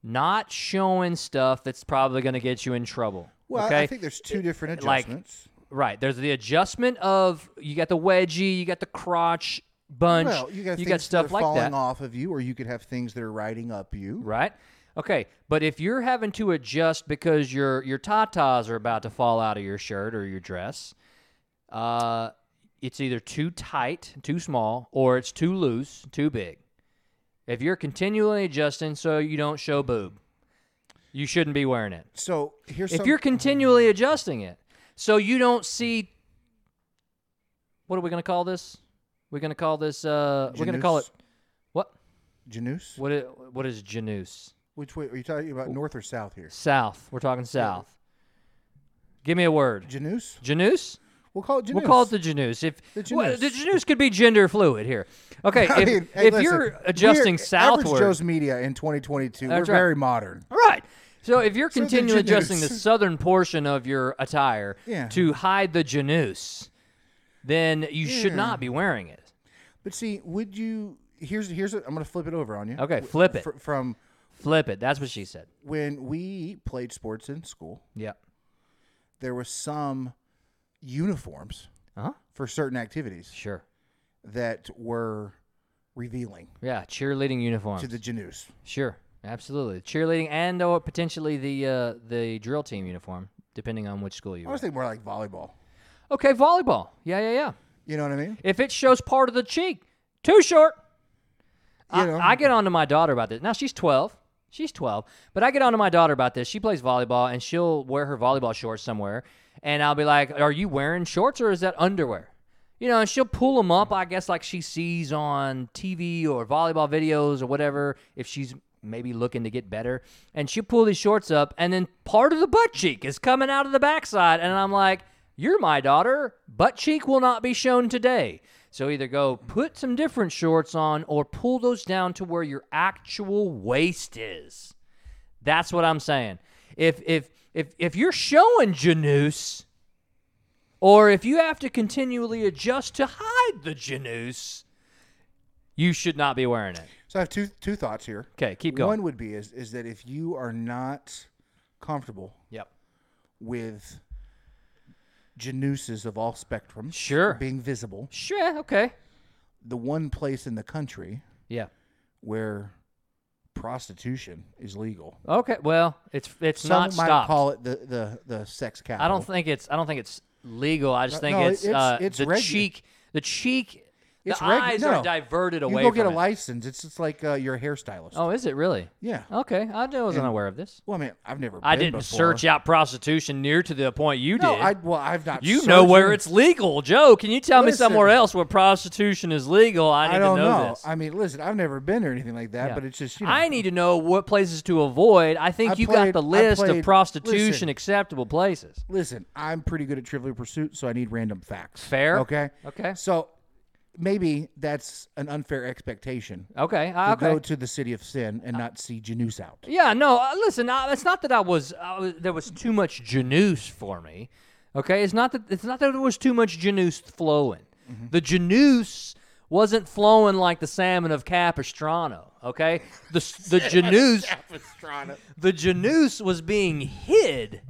[SPEAKER 2] Not showing stuff that's probably going to get you in trouble.
[SPEAKER 3] Well, I-
[SPEAKER 2] okay? Uh,
[SPEAKER 3] I think there's two different
[SPEAKER 2] like-
[SPEAKER 3] adjustments.
[SPEAKER 2] Right. There's the adjustment of you got the wedgie, you got the crotch bunch,
[SPEAKER 3] well, you got things
[SPEAKER 2] got stuff
[SPEAKER 3] that are
[SPEAKER 2] like
[SPEAKER 3] falling
[SPEAKER 2] that.
[SPEAKER 3] off of you, or you could have things that are riding up you.
[SPEAKER 2] Right? Okay, but if you're having to adjust because your your tatas are about to fall out of your shirt or your dress, uh, it's either too tight, too small, or it's too loose, too big. If you're continually adjusting so you don't show boob, you shouldn't be wearing it.
[SPEAKER 3] So here's
[SPEAKER 2] If
[SPEAKER 3] some-
[SPEAKER 2] you're continually adjusting it so you don't see, what are we gonna call this? We're gonna call this. Uh, we're gonna call it
[SPEAKER 3] Janus.
[SPEAKER 2] what?
[SPEAKER 3] Janus.
[SPEAKER 2] What? i- What is Janus?
[SPEAKER 3] Which way are you talking about? North or south here?
[SPEAKER 2] South. We're talking south. Give me a word.
[SPEAKER 3] Janus.
[SPEAKER 2] Janus?
[SPEAKER 3] We'll call it Janus.
[SPEAKER 2] We'll call it the Janus. If
[SPEAKER 3] The
[SPEAKER 2] well, the
[SPEAKER 3] Janus.
[SPEAKER 2] Janus could be gender fluid here. Okay, if,
[SPEAKER 3] I mean, hey,
[SPEAKER 2] if
[SPEAKER 3] listen,
[SPEAKER 2] you're adjusting
[SPEAKER 3] we're-
[SPEAKER 2] southward,
[SPEAKER 3] Average Joe's Media in 2022.
[SPEAKER 2] That's
[SPEAKER 3] we're
[SPEAKER 2] right.
[SPEAKER 3] very modern.
[SPEAKER 2] right? So if you're
[SPEAKER 3] the
[SPEAKER 2] continually adjusting the
[SPEAKER 3] Janus.
[SPEAKER 2] southern portion of your attire
[SPEAKER 3] Yeah.
[SPEAKER 2] to hide the Janus, then you should
[SPEAKER 3] Yeah.
[SPEAKER 2] not be wearing it.
[SPEAKER 3] But see, would you? Here's here's. A, I'm going to flip it over on you.
[SPEAKER 2] Okay,
[SPEAKER 3] W-
[SPEAKER 2] flip it.
[SPEAKER 3] fr- from
[SPEAKER 2] Flip it. That's what she said.
[SPEAKER 3] when we played sports in school,
[SPEAKER 2] Yeah.
[SPEAKER 3] there was some uniforms
[SPEAKER 2] Uh huh.
[SPEAKER 3] for certain activities
[SPEAKER 2] Sure.
[SPEAKER 3] that were revealing
[SPEAKER 2] Yeah. Cheerleading uniforms.
[SPEAKER 3] to the Janus.
[SPEAKER 2] Sure, absolutely. Cheerleading and or potentially the uh, the drill team uniform, depending on which school you
[SPEAKER 3] I
[SPEAKER 2] are.
[SPEAKER 3] was thinking more like volleyball.
[SPEAKER 2] Okay, volleyball. Yeah, yeah, yeah.
[SPEAKER 3] You know what I mean?
[SPEAKER 2] If it shows part of the cheek, too short.
[SPEAKER 3] You
[SPEAKER 2] I,
[SPEAKER 3] know.
[SPEAKER 2] I get onto my daughter about this. Now she's twelve. She's twelve, but I get onto my daughter about this. She plays volleyball and she'll wear her volleyball shorts somewhere, and I'll be like, "Are you wearing shorts or is that underwear?" You know, and she'll pull them up, I guess, like she sees on TV or volleyball videos or whatever. If she's maybe looking to get better, and she pulled his shorts up, and then part of the butt cheek is coming out of the backside, and I'm like, "You're my daughter. Butt cheek will not be shown today." So either go put some different shorts on, or pull those down to where your actual waist is. That's what I'm saying. If if if if you're showing Janus, or if you have to continually adjust to hide the Janus, you should not be wearing it.
[SPEAKER 3] So I have two two thoughts here.
[SPEAKER 2] Okay, keep going.
[SPEAKER 3] One would be is is that if you are not comfortable
[SPEAKER 2] Yep.
[SPEAKER 3] with januses of all spectrums
[SPEAKER 2] Sure.
[SPEAKER 3] being visible,
[SPEAKER 2] Sure. Okay.
[SPEAKER 3] the one place in the country
[SPEAKER 2] Yeah.
[SPEAKER 3] where prostitution is legal.
[SPEAKER 2] Okay. Well, it's it's
[SPEAKER 3] Some
[SPEAKER 2] not
[SPEAKER 3] might
[SPEAKER 2] stopped.
[SPEAKER 3] call it the, the, the sex capital.
[SPEAKER 2] I don't think it's I don't think it's legal. I just think
[SPEAKER 3] no,
[SPEAKER 2] it's,
[SPEAKER 3] it's-
[SPEAKER 2] uh,
[SPEAKER 3] it's
[SPEAKER 2] the
[SPEAKER 3] regu-
[SPEAKER 2] cheek. The cheek.
[SPEAKER 3] It's
[SPEAKER 2] the
[SPEAKER 3] regu-
[SPEAKER 2] eyes
[SPEAKER 3] no,
[SPEAKER 2] are
[SPEAKER 3] no.
[SPEAKER 2] diverted
[SPEAKER 3] you
[SPEAKER 2] away.
[SPEAKER 3] go get
[SPEAKER 2] from
[SPEAKER 3] a
[SPEAKER 2] it.
[SPEAKER 3] license. It's it's like uh, you're a hairstylist.
[SPEAKER 2] Oh, is it really?
[SPEAKER 3] yeah.
[SPEAKER 2] Okay, I wasn't aware of this.
[SPEAKER 3] Well, I mean, I've never.
[SPEAKER 2] I
[SPEAKER 3] been
[SPEAKER 2] didn't
[SPEAKER 3] before.
[SPEAKER 2] search out prostitution near to the point you
[SPEAKER 3] No,
[SPEAKER 2] did.
[SPEAKER 3] I well, I've not.
[SPEAKER 2] you know where it's
[SPEAKER 3] searched-
[SPEAKER 2] legal, Joe. Can you tell
[SPEAKER 3] Listen.
[SPEAKER 2] me somewhere else where prostitution is legal? I need
[SPEAKER 3] I don't
[SPEAKER 2] to know,
[SPEAKER 3] know.
[SPEAKER 2] this.
[SPEAKER 3] I mean, listen, I've never been or anything like that,
[SPEAKER 2] Yeah.
[SPEAKER 3] but it's just you know.
[SPEAKER 2] I need to know what places to avoid. I think
[SPEAKER 3] I
[SPEAKER 2] you
[SPEAKER 3] played-
[SPEAKER 2] got the
[SPEAKER 3] I
[SPEAKER 2] list
[SPEAKER 3] played-
[SPEAKER 2] of prostitution
[SPEAKER 3] listen.
[SPEAKER 2] acceptable places.
[SPEAKER 3] Listen, I'm pretty good at Trivial Pursuit, so I need random facts.
[SPEAKER 2] Fair.
[SPEAKER 3] Okay.
[SPEAKER 2] Okay.
[SPEAKER 3] So maybe that's an unfair expectation.
[SPEAKER 2] Okay.
[SPEAKER 3] To
[SPEAKER 2] I Ah, okay. Ah.
[SPEAKER 3] go to the city of sin and not see Janus out.
[SPEAKER 2] Yeah, no. Uh, listen, I, it's not that I was, I was there was too much Janus for me. Okay, it's not that it's not that there was too much Janus flowing. The Janus wasn't flowing like the salmon of Capistrano. Okay, the s- the Janus the Janus was being hid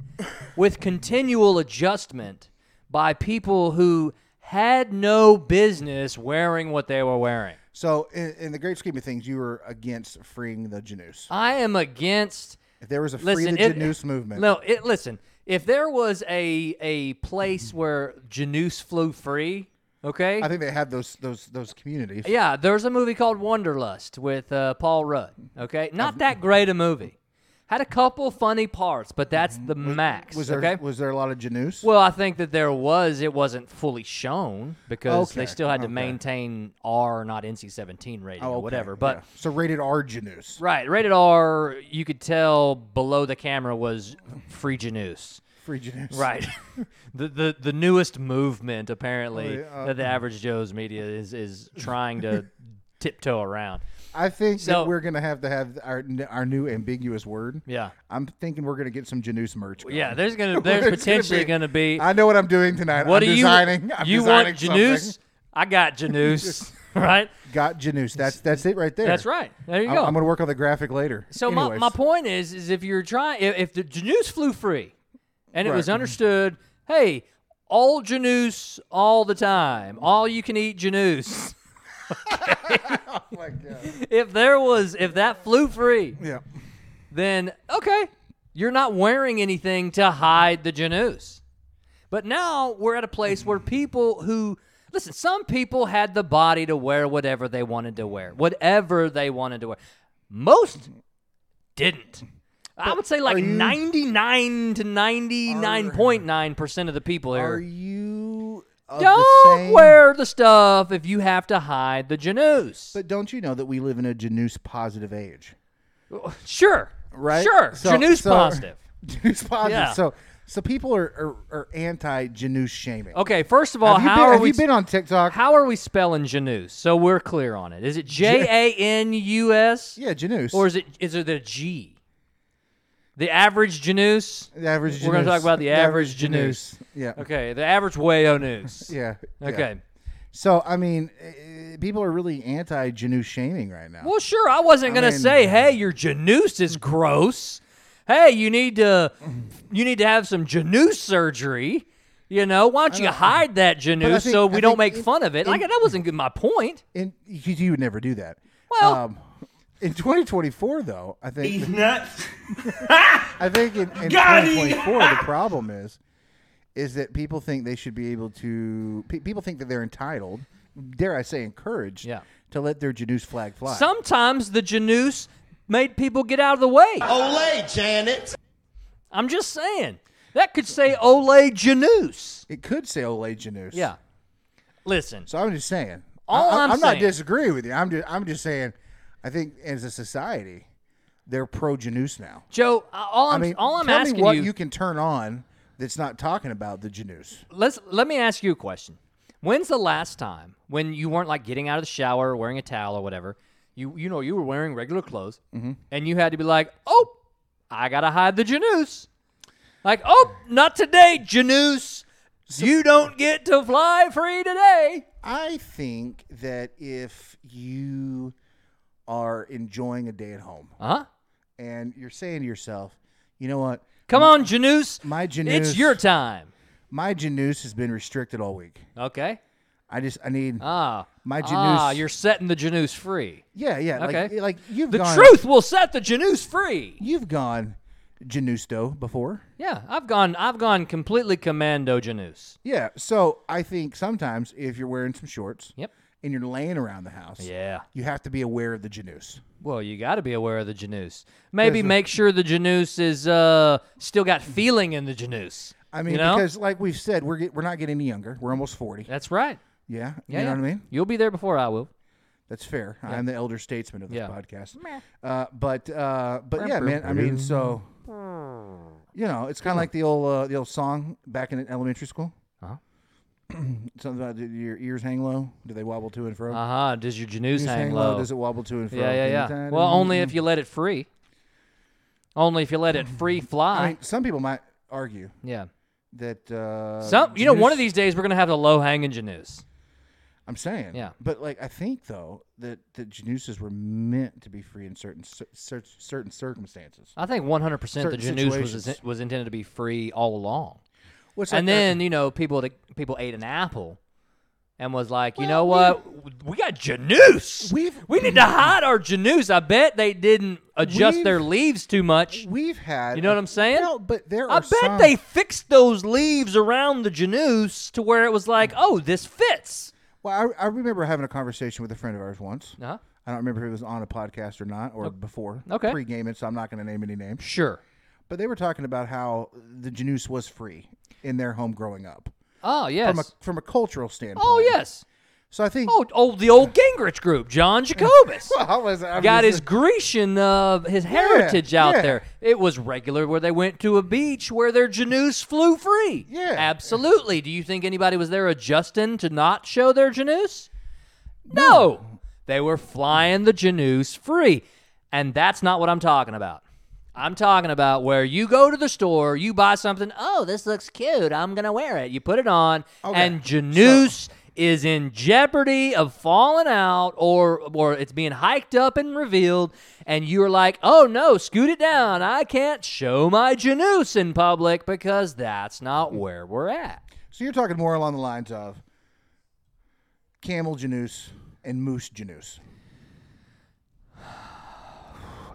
[SPEAKER 2] with continual adjustment by people who had no business wearing what they were wearing.
[SPEAKER 3] So in, in the great scheme of things, you were against freeing the Janus.
[SPEAKER 2] I am against.
[SPEAKER 3] If there was a free
[SPEAKER 2] Listen,
[SPEAKER 3] the
[SPEAKER 2] it-
[SPEAKER 3] Janus movement,
[SPEAKER 2] No, it, listen. If there was a a place where Janus flew free, okay,
[SPEAKER 3] I think they had those those those communities.
[SPEAKER 2] yeah, there's a movie called Wonderlust with uh, Paul Rudd. Okay, not that great a movie. Had a couple funny parts, but that's the max.
[SPEAKER 3] Mm-hmm. Was there
[SPEAKER 2] okay.
[SPEAKER 3] was there a lot of Janus?
[SPEAKER 2] well, I think that there was. It wasn't fully shown because they
[SPEAKER 3] Okay,
[SPEAKER 2] still had to
[SPEAKER 3] okay.
[SPEAKER 2] maintain R, not NC-17 rating or
[SPEAKER 3] Oh, okay,
[SPEAKER 2] whatever. But
[SPEAKER 3] yeah. so rated R Janus.
[SPEAKER 2] right, rated R. You could tell below the camera was free Janus.
[SPEAKER 3] Free Janus.
[SPEAKER 2] Right. the, the the newest movement apparently
[SPEAKER 3] Oh, yeah, uh,
[SPEAKER 2] that the average Joe's media is is trying to tiptoe around.
[SPEAKER 3] I think
[SPEAKER 2] So-
[SPEAKER 3] that we're gonna have to have our our new ambiguous word.
[SPEAKER 2] Yeah.
[SPEAKER 3] I'm thinking we're gonna get some Janus merch. Going.
[SPEAKER 2] Yeah, there's gonna there's
[SPEAKER 3] Uh, It's gonna
[SPEAKER 2] potentially
[SPEAKER 3] be-
[SPEAKER 2] gonna be,
[SPEAKER 3] I know what I'm doing tonight.
[SPEAKER 2] what
[SPEAKER 3] I'm
[SPEAKER 2] do
[SPEAKER 3] designing,
[SPEAKER 2] you
[SPEAKER 3] I'm
[SPEAKER 2] you
[SPEAKER 3] designing
[SPEAKER 2] want Janus?
[SPEAKER 3] something.
[SPEAKER 2] I got Janus. right?
[SPEAKER 3] Got Janus. That's that's it right there.
[SPEAKER 2] That's right. There you
[SPEAKER 3] I'm,
[SPEAKER 2] go.
[SPEAKER 3] I'm gonna work on the graphic later.
[SPEAKER 2] so my,
[SPEAKER 3] Anyways,
[SPEAKER 2] my point is is if you're trying if, if the Janus flew free and it was
[SPEAKER 3] Right.
[SPEAKER 2] understood, hey, all Janus all the time. All you can eat Janus.
[SPEAKER 3] Oh my God.
[SPEAKER 2] if there was if that flew free,
[SPEAKER 3] Yeah.
[SPEAKER 2] then okay, you're not wearing anything to hide the Janus. But now we're at a place where people who listen, some people had the body to wear whatever they wanted to wear, whatever they wanted to wear. Most didn't. I would say like
[SPEAKER 3] are you-
[SPEAKER 2] 99 to 99.9% of the people
[SPEAKER 3] Are
[SPEAKER 2] here
[SPEAKER 3] you of the
[SPEAKER 2] don't
[SPEAKER 3] same-
[SPEAKER 2] wear the stuff if you have to hide the Janus.
[SPEAKER 3] But don't you know that we live in a Janus positive age?
[SPEAKER 2] sure.
[SPEAKER 3] Right?
[SPEAKER 2] Sure.
[SPEAKER 3] So-
[SPEAKER 2] Janus
[SPEAKER 3] so-
[SPEAKER 2] positive.
[SPEAKER 3] Janus positive.
[SPEAKER 2] Yeah.
[SPEAKER 3] So so people are are, are anti Janus shaming.
[SPEAKER 2] Okay, first of all,
[SPEAKER 3] have you,
[SPEAKER 2] how
[SPEAKER 3] been,
[SPEAKER 2] are
[SPEAKER 3] have
[SPEAKER 2] we
[SPEAKER 3] you been on TikTok?
[SPEAKER 2] How are we spelling Janus? So we're clear on it. Is it J A N U S?
[SPEAKER 3] yeah, Janus.
[SPEAKER 2] Or is it is it a G? The average Janus?
[SPEAKER 3] the average Janus.
[SPEAKER 2] We're gonna talk about the average
[SPEAKER 3] Janus. Yeah.
[SPEAKER 2] Okay, the average Wayo news.
[SPEAKER 3] Yeah. yeah.
[SPEAKER 2] Okay.
[SPEAKER 3] So I mean, uh, people are really anti Janus shaming right now.
[SPEAKER 2] Well, sure. I wasn't gonna
[SPEAKER 3] mean-
[SPEAKER 2] say, hey, your Janus is gross. Hey, you need to you need to have some Janus surgery. You know, why don't you hide that
[SPEAKER 3] But I
[SPEAKER 2] Janus
[SPEAKER 3] think-
[SPEAKER 2] so we
[SPEAKER 3] I
[SPEAKER 2] don't
[SPEAKER 3] think
[SPEAKER 2] make
[SPEAKER 3] it-
[SPEAKER 2] fun of it?
[SPEAKER 3] it-
[SPEAKER 2] like that wasn't good. My point.
[SPEAKER 3] And you, you would never do that.
[SPEAKER 2] Well-
[SPEAKER 3] um, in 2024, though, I
[SPEAKER 5] He's
[SPEAKER 3] think
[SPEAKER 5] nuts.
[SPEAKER 3] I think in, in
[SPEAKER 5] Got it.
[SPEAKER 3] 2024 the problem is is that people think they should be able to. Pe- people think that they're entitled, dare I say, encouraged,
[SPEAKER 2] Yeah.
[SPEAKER 3] to let their Janus flag fly.
[SPEAKER 2] Sometimes the Janus made people get out of the way.
[SPEAKER 4] Olay, Janet.
[SPEAKER 2] I'm just saying. That could say Ole Janus.
[SPEAKER 3] it could say Olay Janus.
[SPEAKER 2] Yeah. Listen,
[SPEAKER 3] So I'm just saying.
[SPEAKER 2] All
[SPEAKER 3] I,
[SPEAKER 2] I'm
[SPEAKER 3] I'm, not
[SPEAKER 2] saying-
[SPEAKER 3] disagreeing with you. I'm just I'm just saying. I think as a society, they're pro Janus now.
[SPEAKER 2] Joe, uh, all
[SPEAKER 3] I
[SPEAKER 2] I'm
[SPEAKER 3] mean,
[SPEAKER 2] all I'm
[SPEAKER 3] tell
[SPEAKER 2] asking
[SPEAKER 3] me what
[SPEAKER 2] you,
[SPEAKER 3] you, can turn on that's not talking about the Janus.
[SPEAKER 2] let's let me ask you a question. When's the last time when you weren't like getting out of the shower, wearing a towel or whatever? You you know you were wearing regular clothes,
[SPEAKER 3] Mm-hmm.
[SPEAKER 2] and you had to be like, oh, I gotta hide the Janus. Like, oh, not today, Janus. you don't get to fly free today.
[SPEAKER 3] I think that if you are enjoying a day at home
[SPEAKER 2] Uh huh.
[SPEAKER 3] and you're saying to yourself, you know what,
[SPEAKER 2] Come on, Janus.
[SPEAKER 3] my Janus-
[SPEAKER 2] It's your time.
[SPEAKER 3] my Janus has been restricted all week.
[SPEAKER 2] Okay.
[SPEAKER 3] I just I need
[SPEAKER 2] Ah.
[SPEAKER 3] My
[SPEAKER 2] Ah,
[SPEAKER 3] Janus-
[SPEAKER 2] you're setting the Janus free.
[SPEAKER 3] yeah yeah
[SPEAKER 2] okay.
[SPEAKER 3] like like you've
[SPEAKER 2] The
[SPEAKER 3] gone
[SPEAKER 2] truth will set the Janus free.
[SPEAKER 3] you've gone Janusto before.
[SPEAKER 2] Yeah, I've gone. I've gone completely commando Janus.
[SPEAKER 3] Yeah, so I think sometimes if you're wearing some shorts
[SPEAKER 2] Yep.
[SPEAKER 3] and you're laying around the house,
[SPEAKER 2] Yeah.
[SPEAKER 3] you have to be aware of the Janus.
[SPEAKER 2] Well, you got to be aware of the Janus. Maybe make sure the Janus is uh still got feeling in the Janus.
[SPEAKER 3] I mean,
[SPEAKER 2] you know?
[SPEAKER 3] because like we've said, we're get, we're not getting any younger. We're almost forty.
[SPEAKER 2] that's right.
[SPEAKER 3] Yeah,
[SPEAKER 2] Yeah,
[SPEAKER 3] you know
[SPEAKER 2] yeah.
[SPEAKER 3] what I mean.
[SPEAKER 2] You'll be there before I will.
[SPEAKER 3] That's fair. I'm the elder statesman of this
[SPEAKER 2] Yeah.
[SPEAKER 3] podcast. Uh, but uh, but yeah, man. I mean, so you know, it's kind of like the old uh, the old song back in elementary school.
[SPEAKER 2] Uh-huh.
[SPEAKER 3] Something about do your ears hang low. Do they wobble to and fro?
[SPEAKER 2] Uh huh. Does your Janus
[SPEAKER 3] Ears
[SPEAKER 2] hang, low?
[SPEAKER 3] Does it wobble to and fro?
[SPEAKER 2] yeah, yeah, yeah. Well, only
[SPEAKER 3] Mm-hmm.
[SPEAKER 2] if you let it free. Only if you let it free fly.
[SPEAKER 3] I mean, some people might argue
[SPEAKER 2] yeah.
[SPEAKER 3] that uh,
[SPEAKER 2] Some, you know, one of
[SPEAKER 3] Janus-
[SPEAKER 2] these days we're gonna have the low hanging Janus.
[SPEAKER 3] I'm saying.
[SPEAKER 2] Yeah.
[SPEAKER 3] But like, I think though that that Januses were meant to be free in certain cer- cer- certain circumstances.
[SPEAKER 2] I think 100% the
[SPEAKER 3] Certain
[SPEAKER 2] Janus was
[SPEAKER 3] situations.
[SPEAKER 2] was intended to be free all along.
[SPEAKER 3] What's
[SPEAKER 2] and then you know people that people ate an apple and was like you know what we got janus
[SPEAKER 3] We've-
[SPEAKER 2] we need to hide our janus i bet they didn't adjust their
[SPEAKER 3] We've-
[SPEAKER 2] leaves too much
[SPEAKER 3] we've had.
[SPEAKER 2] You know what I'm saying?
[SPEAKER 3] No, but there.
[SPEAKER 2] i
[SPEAKER 3] are
[SPEAKER 2] bet
[SPEAKER 3] some-
[SPEAKER 2] they fixed those leaves around the janus to where it was
[SPEAKER 3] Mm.
[SPEAKER 2] like oh this fits
[SPEAKER 3] Well, I, I remember having a conversation with a friend of ours once.
[SPEAKER 2] uh-huh.
[SPEAKER 3] I don't remember if it was on a podcast or not, or before.
[SPEAKER 2] Okay.
[SPEAKER 3] Pre-game it, so I'm not going to name any names.
[SPEAKER 2] sure
[SPEAKER 3] But they were talking about how the Janus was free in their home growing up,
[SPEAKER 2] oh yes
[SPEAKER 3] from a from a cultural standpoint.
[SPEAKER 2] oh yes
[SPEAKER 3] So I think.
[SPEAKER 2] oh, oh the old gingrich group john jacobus
[SPEAKER 3] I was, I
[SPEAKER 2] got
[SPEAKER 3] was-
[SPEAKER 2] his Grecian, uh, his heritage out
[SPEAKER 3] yeah.
[SPEAKER 2] there. It was regular where they went to a beach where their Janus flew free.
[SPEAKER 3] Yeah.
[SPEAKER 2] absolutely. Do you think anybody was there adjusting to not show their Janus? No, they were flying the Janus free, and that's not what I'm talking about. I'm talking about where you go to the store, you buy something. Oh, this looks cute. I'm gonna wear it. You put it on,
[SPEAKER 3] Okay.
[SPEAKER 2] and Janus is in jeopardy of falling out, or or it's being hiked up and revealed, and you're like, oh no, scoot it down. I can't show my Janus in public because that's not where we're at.
[SPEAKER 3] So you're talking more along the lines of camel Janus and moose Janus.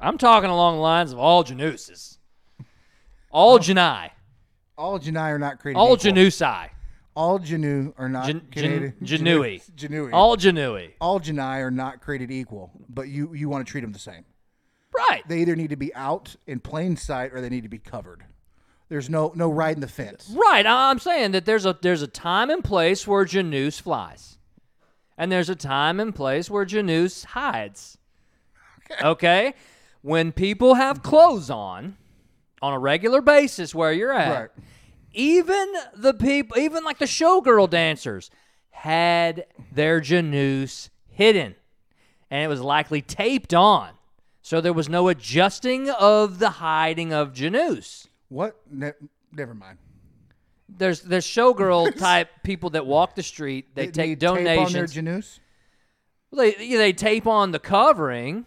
[SPEAKER 2] I'm talking along the lines of all Januses, all Janai,
[SPEAKER 3] All Janai are not created
[SPEAKER 2] all
[SPEAKER 3] equal.
[SPEAKER 2] Janusi,
[SPEAKER 3] All Janu are not
[SPEAKER 2] Jan-
[SPEAKER 3] created.
[SPEAKER 2] Jan- Janui.
[SPEAKER 3] Janui. All
[SPEAKER 2] all Janui.
[SPEAKER 3] all Janai are not created equal, but you you want to treat them the same.
[SPEAKER 2] Right.
[SPEAKER 3] They either need to be out in plain sight or they need to be covered. There's no no riding the fence.
[SPEAKER 2] Right. I- I'm saying that there's a there's a time and place where Janus flies, and there's a time and place where Janus hides. Okay. When people have clothes on, on a regular basis, where you're at,
[SPEAKER 3] Right.
[SPEAKER 2] even the people, even like the showgirl dancers, had their Janus hidden, and it was likely taped on. So there was no adjusting of the hiding of Janus
[SPEAKER 3] What? Ne- never mind.
[SPEAKER 2] there's there's showgirl type people that walk the street. They, take
[SPEAKER 3] need tape on their
[SPEAKER 2] donations.
[SPEAKER 3] Janus.
[SPEAKER 2] they yeah, they tape on the covering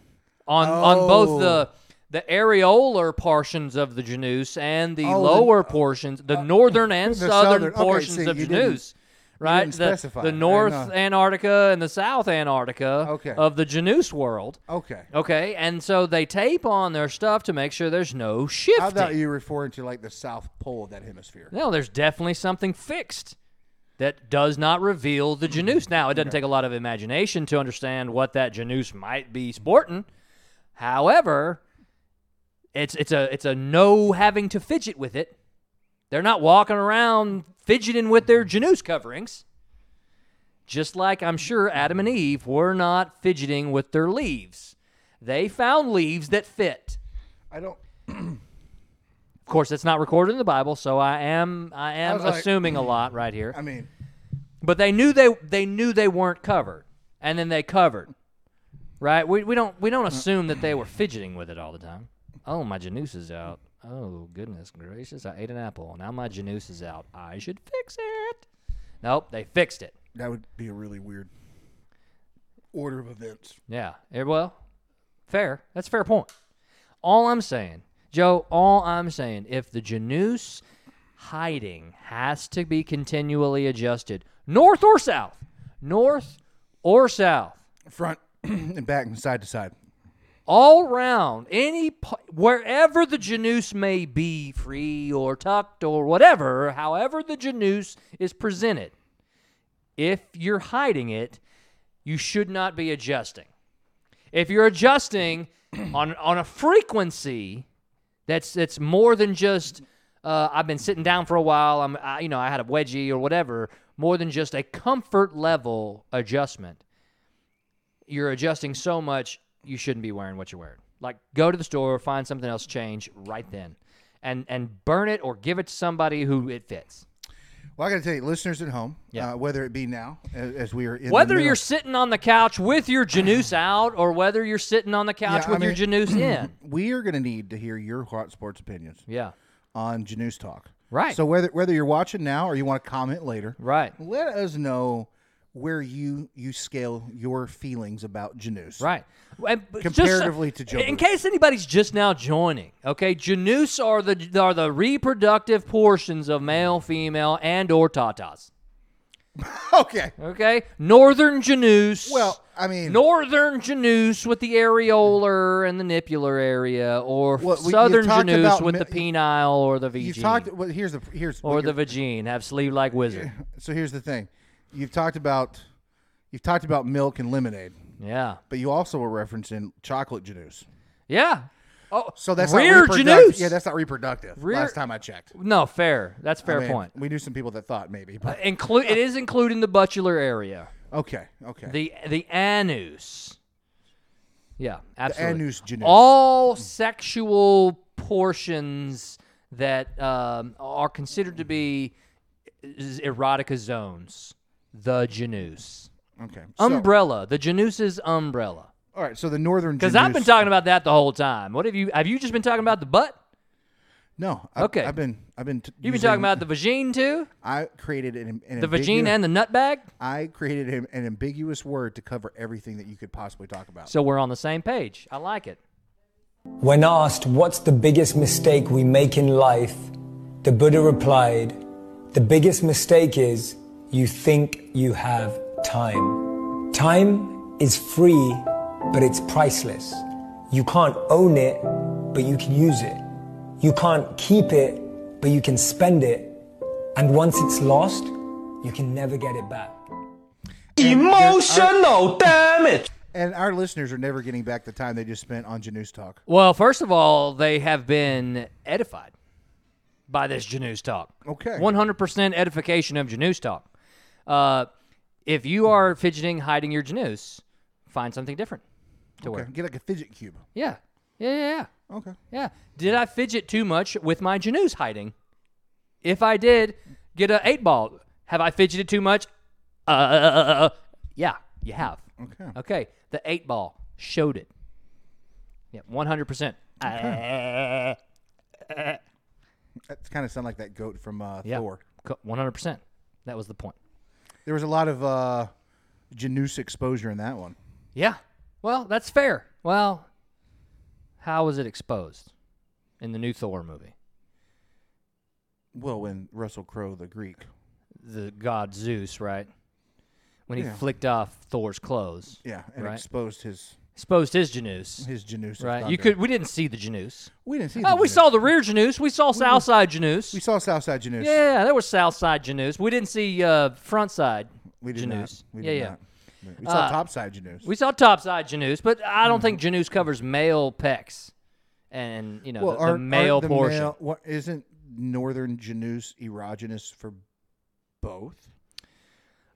[SPEAKER 2] on on both
[SPEAKER 3] Oh.
[SPEAKER 2] the the areolar portions of the Janus and the
[SPEAKER 3] Oh, the- uh,
[SPEAKER 2] lower portions, the northern and
[SPEAKER 3] the
[SPEAKER 2] southern,
[SPEAKER 3] southern- okay,
[SPEAKER 2] portions
[SPEAKER 3] see,
[SPEAKER 2] of
[SPEAKER 3] you didn't-
[SPEAKER 2] Janus. Right,
[SPEAKER 3] didn't
[SPEAKER 2] the,
[SPEAKER 3] specify.
[SPEAKER 2] the
[SPEAKER 3] I
[SPEAKER 2] North
[SPEAKER 3] know.
[SPEAKER 2] Antarctica and the South Antarctica
[SPEAKER 3] Okay.
[SPEAKER 2] of the Janus world.
[SPEAKER 3] Okay.
[SPEAKER 2] Okay, and so they tape on their stuff to make sure there's no shifting.
[SPEAKER 3] I thought you were referring to like the south pole of that hemisphere.
[SPEAKER 2] No, there's definitely something fixed that does not reveal the Janus. Now, it doesn't take a lot of imagination to understand what that Janus might be sporting. However, it's it's a it's a no having to fidget with it. They're not walking around fidgeting with their Janus coverings. Just like I'm sure Adam and Eve were not fidgeting with their leaves. They found leaves that fit.
[SPEAKER 3] I don't.
[SPEAKER 2] Of course, it's not recorded in the Bible, so I am I am
[SPEAKER 3] was like-
[SPEAKER 2] assuming a lot right here.
[SPEAKER 3] I mean,
[SPEAKER 2] But they knew they they knew they weren't covered, and then they covered. Right? We, we don't we don't assume that they were fidgeting with it all the time. Oh, my Janus is out. Oh goodness gracious! I ate an apple. Now my Janus is out. I should fix it. Nope, they fixed it.
[SPEAKER 3] that would be a really weird order of events.
[SPEAKER 2] Yeah. eh, Well, fair. That's a fair point. All I'm saying, Joe, all I'm saying, if the Janus hiding has to be continually adjusted, north or south, north or south,
[SPEAKER 3] Front and back and side to side.
[SPEAKER 2] all round, any p- wherever the Janus may be, free or tucked or whatever, however the Janus is presented, if you're hiding it, you should not be adjusting. If you're adjusting on on a frequency that's that's more than just uh, I've been sitting down for a while, I'm I, you know I had a wedgie or whatever, more than just a comfort level adjustment you're adjusting so much, you shouldn't be wearing what you're wearing. Like, go to the store, find something else, change right then, and and burn it or give it to somebody who it fits.
[SPEAKER 3] Well, I got to tell you, listeners at home,
[SPEAKER 2] Yeah.
[SPEAKER 3] uh, whether it be now as, as we are in the
[SPEAKER 2] Whether
[SPEAKER 3] middle-
[SPEAKER 2] you're sitting on the couch with your Janus out, or whether you're sitting on the couch
[SPEAKER 3] Yeah, I
[SPEAKER 2] with your
[SPEAKER 3] mean-
[SPEAKER 2] Janus in,
[SPEAKER 3] we are going to need to hear your hot sports opinions
[SPEAKER 2] yeah,
[SPEAKER 3] on Janus Talk.
[SPEAKER 2] Right.
[SPEAKER 3] So whether whether you're watching now or you want to comment later,
[SPEAKER 2] right,
[SPEAKER 3] let us know where you you scale your feelings about Janus.
[SPEAKER 2] right. And b- just-
[SPEAKER 3] Comparatively to Joe
[SPEAKER 2] in
[SPEAKER 3] Burrow.
[SPEAKER 2] case anybody's just now joining, okay, Janus are the are the reproductive portions of male, female, and or tatas.
[SPEAKER 3] Okay.
[SPEAKER 2] Okay, northern Janus.
[SPEAKER 3] Well, I mean,
[SPEAKER 2] northern Janus with the areolar and the nipular area, or
[SPEAKER 3] Well, we- you've
[SPEAKER 2] southern
[SPEAKER 3] talked
[SPEAKER 2] Janus
[SPEAKER 3] about
[SPEAKER 2] with
[SPEAKER 3] mi-
[SPEAKER 2] the penile or the
[SPEAKER 3] you've
[SPEAKER 2] vagine,
[SPEAKER 3] talked. Well, here's the here's
[SPEAKER 2] E or
[SPEAKER 3] what
[SPEAKER 2] the
[SPEAKER 3] you're-
[SPEAKER 2] vagine have sleeve like wizard.
[SPEAKER 3] so here's the thing. You've talked about you've talked about milk and lemonade,
[SPEAKER 2] Yeah,
[SPEAKER 3] but you also were referencing chocolate Janus.
[SPEAKER 2] yeah. Oh,
[SPEAKER 3] So that's
[SPEAKER 2] rear
[SPEAKER 3] not reproduct-
[SPEAKER 2] Janus.
[SPEAKER 3] Yeah, that's not reproductive.
[SPEAKER 2] Rear-
[SPEAKER 3] Last time I checked.
[SPEAKER 2] no fair. That's fair
[SPEAKER 3] I mean,
[SPEAKER 2] point.
[SPEAKER 3] We knew some people that thought maybe, but
[SPEAKER 2] Include it is including the butchular area,
[SPEAKER 3] okay, okay.
[SPEAKER 2] the the anus. Yeah, absolutely.
[SPEAKER 3] anus Janus.
[SPEAKER 2] all sexual portions that um, are considered to be z- erotica zones. The Janus.
[SPEAKER 3] okay. So,
[SPEAKER 2] Umbrella. The Janus's umbrella.
[SPEAKER 3] all right. So the northern
[SPEAKER 2] Because I've been
[SPEAKER 3] Janus-
[SPEAKER 2] talking about that the whole time. What have you have you just been talking about the butt?
[SPEAKER 3] No. I've,
[SPEAKER 2] Okay.
[SPEAKER 3] I've been. I've been. T-
[SPEAKER 2] You've been
[SPEAKER 3] using-
[SPEAKER 2] talking about the vagine too?
[SPEAKER 3] I created an, an
[SPEAKER 2] The
[SPEAKER 3] ambiguous-
[SPEAKER 2] vagine and the nutbag?
[SPEAKER 3] I created an, an ambiguous word to cover everything that you could possibly talk about.
[SPEAKER 2] So we're on the same page. I like it.
[SPEAKER 4] When asked what's the biggest mistake we make in life, the Buddha replied, The biggest mistake is you think you have time. Time is free, but it's priceless. You can't own it, but you can use it. You can't keep it, but you can spend it. And once it's lost, you can never get it back.
[SPEAKER 5] Emotional damage.
[SPEAKER 3] And our listeners are never getting back the time they just spent on Janus talk.
[SPEAKER 2] Well, first of all, they have been edified by this Janus talk.
[SPEAKER 3] Okay.
[SPEAKER 2] 100% edification of Janus talk. Uh, if you are fidgeting, hiding your Janus, find something different to
[SPEAKER 3] Okay.
[SPEAKER 2] wear.
[SPEAKER 3] Get like a fidget cube.
[SPEAKER 2] Yeah. Yeah, yeah, yeah.
[SPEAKER 3] Okay.
[SPEAKER 2] Yeah. Did I fidget too much with my Janus hiding? If I did, get an eight ball. Have I fidgeted too much? Uh, yeah, you have.
[SPEAKER 3] Okay.
[SPEAKER 2] Okay. The eight ball showed it. Yeah, one hundred percent. Uh,
[SPEAKER 3] That kind of sound like that goat from uh,
[SPEAKER 2] Yeah,
[SPEAKER 3] Thor.
[SPEAKER 2] one hundred percent. That was the point.
[SPEAKER 3] There was a lot of uh, Janus exposure in that one.
[SPEAKER 2] Yeah. Well, that's fair. Well, how was it exposed in the new Thor movie?
[SPEAKER 3] Well, when Russell Crowe, the Greek.
[SPEAKER 2] The god Zeus, right? When he
[SPEAKER 3] Yeah.
[SPEAKER 2] flicked off Thor's clothes,
[SPEAKER 3] Yeah, and
[SPEAKER 2] Right.
[SPEAKER 3] exposed his
[SPEAKER 2] exposed his Janus.
[SPEAKER 3] his Janus. of
[SPEAKER 2] Right. You
[SPEAKER 3] thunder.
[SPEAKER 2] could. We didn't see the Janus.
[SPEAKER 3] We didn't see.
[SPEAKER 2] Oh,
[SPEAKER 3] the
[SPEAKER 2] we
[SPEAKER 3] Janus.
[SPEAKER 2] saw the rear Janus. We saw south side Janus.
[SPEAKER 3] We saw Southside Janus.
[SPEAKER 2] yeah, there was south side Janus. We didn't see uh, front side
[SPEAKER 3] we did
[SPEAKER 2] Janus.
[SPEAKER 3] Not. We
[SPEAKER 2] yeah,
[SPEAKER 3] did
[SPEAKER 2] yeah.
[SPEAKER 3] Not. We saw Topside Janus.
[SPEAKER 2] We saw top side Janus, but I don't think
[SPEAKER 3] Mm-hmm.
[SPEAKER 2] Janus covers male pecs, and you know the, the
[SPEAKER 3] aren't-
[SPEAKER 2] male
[SPEAKER 3] aren't the
[SPEAKER 2] portion.
[SPEAKER 3] male- what isn't northern Janus erogenous for both?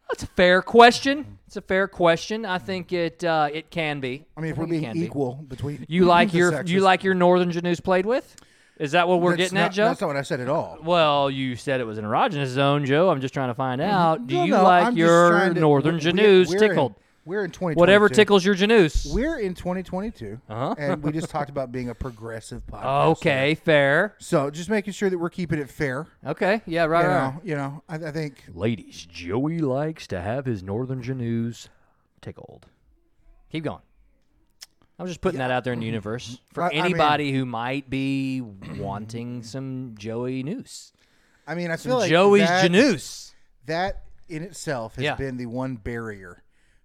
[SPEAKER 2] That's a fair
[SPEAKER 3] Mm-hmm.
[SPEAKER 2] question. It's a fair question. I think it uh, it can be.
[SPEAKER 3] I mean,
[SPEAKER 2] think
[SPEAKER 3] if we're
[SPEAKER 2] it
[SPEAKER 3] being
[SPEAKER 2] can be.
[SPEAKER 3] equal between
[SPEAKER 2] you like
[SPEAKER 3] the
[SPEAKER 2] your
[SPEAKER 3] sexes.
[SPEAKER 2] you like your northern Janus played with. Is that what we're
[SPEAKER 3] That's
[SPEAKER 2] getting
[SPEAKER 3] not,
[SPEAKER 2] at, Joe?
[SPEAKER 3] That's not what I said at all.
[SPEAKER 2] well, you said it was an erogenous zone, Joe. I'm just trying to find out. Do
[SPEAKER 3] Mm-hmm. No,
[SPEAKER 2] you
[SPEAKER 3] no,
[SPEAKER 2] like
[SPEAKER 3] I'm just
[SPEAKER 2] your
[SPEAKER 3] trying to-
[SPEAKER 2] northern
[SPEAKER 3] we-
[SPEAKER 2] Janus
[SPEAKER 3] we're in-
[SPEAKER 2] tickled?
[SPEAKER 3] we're in 2022.
[SPEAKER 2] Whatever tickles your Janus.
[SPEAKER 3] We're in 2022,
[SPEAKER 2] Uh-huh.
[SPEAKER 3] and we just talked about being a progressive podcast.
[SPEAKER 2] Okay, fair.
[SPEAKER 3] So just making sure that we're keeping it fair.
[SPEAKER 2] Okay, yeah, right,
[SPEAKER 3] You
[SPEAKER 2] right.
[SPEAKER 3] know, you know, I, I think
[SPEAKER 2] Ladies, Joey likes to have his northern Janus tickled. Keep going. I'm just putting that out there in the universe for
[SPEAKER 3] I- I mean-
[SPEAKER 2] anybody who might be wanting some Joey news.
[SPEAKER 3] I mean, I feel like
[SPEAKER 2] Joey's
[SPEAKER 3] that,
[SPEAKER 2] Janus.
[SPEAKER 3] That in itself has
[SPEAKER 2] Yeah.
[SPEAKER 3] been the one barrier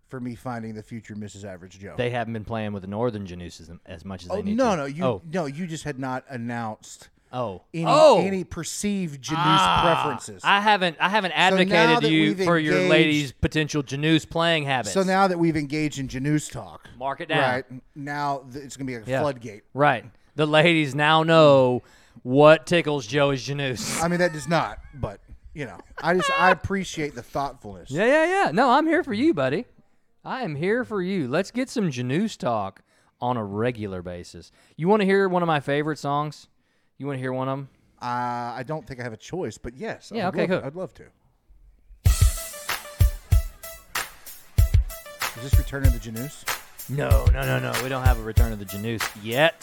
[SPEAKER 3] for me finding the future Mrs. Average Joe.
[SPEAKER 2] They haven't been playing with the northern Janus as, as much as
[SPEAKER 3] oh
[SPEAKER 2] they need
[SPEAKER 3] no,
[SPEAKER 2] to.
[SPEAKER 3] no, you
[SPEAKER 2] Oh,
[SPEAKER 3] no, you just had not announced
[SPEAKER 2] oh,
[SPEAKER 3] any
[SPEAKER 2] oh.
[SPEAKER 3] any perceived Janus
[SPEAKER 2] Ah,
[SPEAKER 3] preferences.
[SPEAKER 2] I haven't, I haven't advocated
[SPEAKER 3] that
[SPEAKER 2] you
[SPEAKER 3] we've
[SPEAKER 2] for your
[SPEAKER 3] engaged-
[SPEAKER 2] ladies' potential Janus playing habits.
[SPEAKER 3] so now that we've engaged in Janus talk,
[SPEAKER 2] Mark it down.
[SPEAKER 3] Right now, th- it's gonna be a
[SPEAKER 2] Yeah.
[SPEAKER 3] floodgate.
[SPEAKER 2] Right. The ladies now know what tickles Joey's Janus.
[SPEAKER 3] I mean, that does not, but you know, I just I appreciate the thoughtfulness.
[SPEAKER 2] Yeah, yeah, yeah. No, I'm here for you, buddy. I am here for you. Let's get some Janus talk on a regular basis. You want to hear one of my favorite songs? You want to hear one of them?
[SPEAKER 3] Uh, I don't think I have a choice, but yes.
[SPEAKER 2] Yeah,
[SPEAKER 3] I'd
[SPEAKER 2] okay,
[SPEAKER 3] love,
[SPEAKER 2] cool.
[SPEAKER 3] I'd love to. Is this Return of the Janus?
[SPEAKER 2] No, no, no, no. We don't have a return of the Janus yet.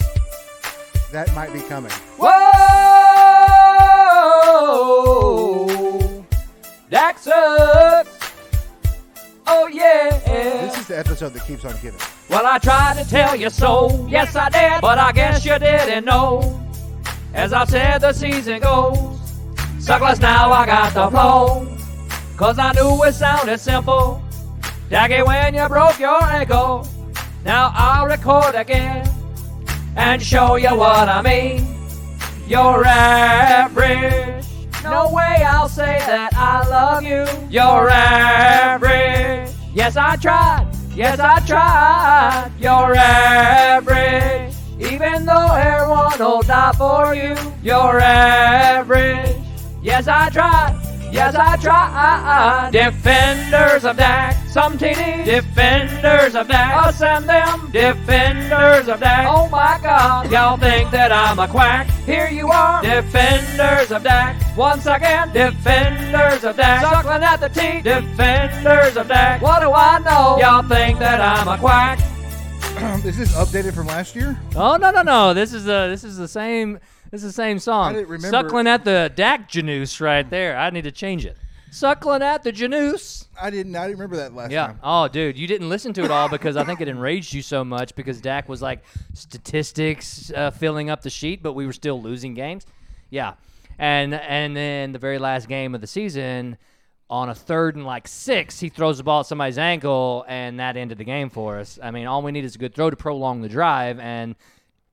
[SPEAKER 3] That might be coming.
[SPEAKER 2] Whoa! That sucks. Oh, yeah.
[SPEAKER 3] This is the episode that keeps on giving.
[SPEAKER 2] Well, I tried to tell you so, yes I did, but I guess you didn't know. As I said, the season goes. Suckless, now I got the flow. Cause I knew it sounded simple. Daggy, when you broke your ankle. Now I'll record again and show you what I mean. You're average. No way I'll say that I love you. You're average. Yes, I tried. Yes, I tried. You're average. Even though everyone will die for you, you're average. Yes, I tried. Yes, I tried. Defenders of Dak. Some TD. Defenders of Dak. Us and them. Defenders of Dak. Oh my God. Y'all think that I'm a quack. Here you are. Defenders of Dak. Once again. Defenders of Dak. Suckling at the teeth. Defenders of Dak. What do I know? Y'all think that I'm a quack.
[SPEAKER 3] is this updated from last year?
[SPEAKER 2] Oh no no no! This is the this is the same this is the same song.
[SPEAKER 3] I didn't remember-
[SPEAKER 2] Suckling at the Dak Janus right there. I need to change it. Suckling at the Janus.
[SPEAKER 3] I didn't. I didn't remember that last
[SPEAKER 2] Yeah.
[SPEAKER 3] time.
[SPEAKER 2] Oh dude, you didn't listen to it all because I think it enraged you so much because Dak was like statistics uh, filling up the sheet, but we were still losing games. Yeah. And and then the very last game of the season. On a third and like six, he throws the ball at somebody's ankle, and that ended the game for us. I mean, all we need is a good throw to prolong the drive, and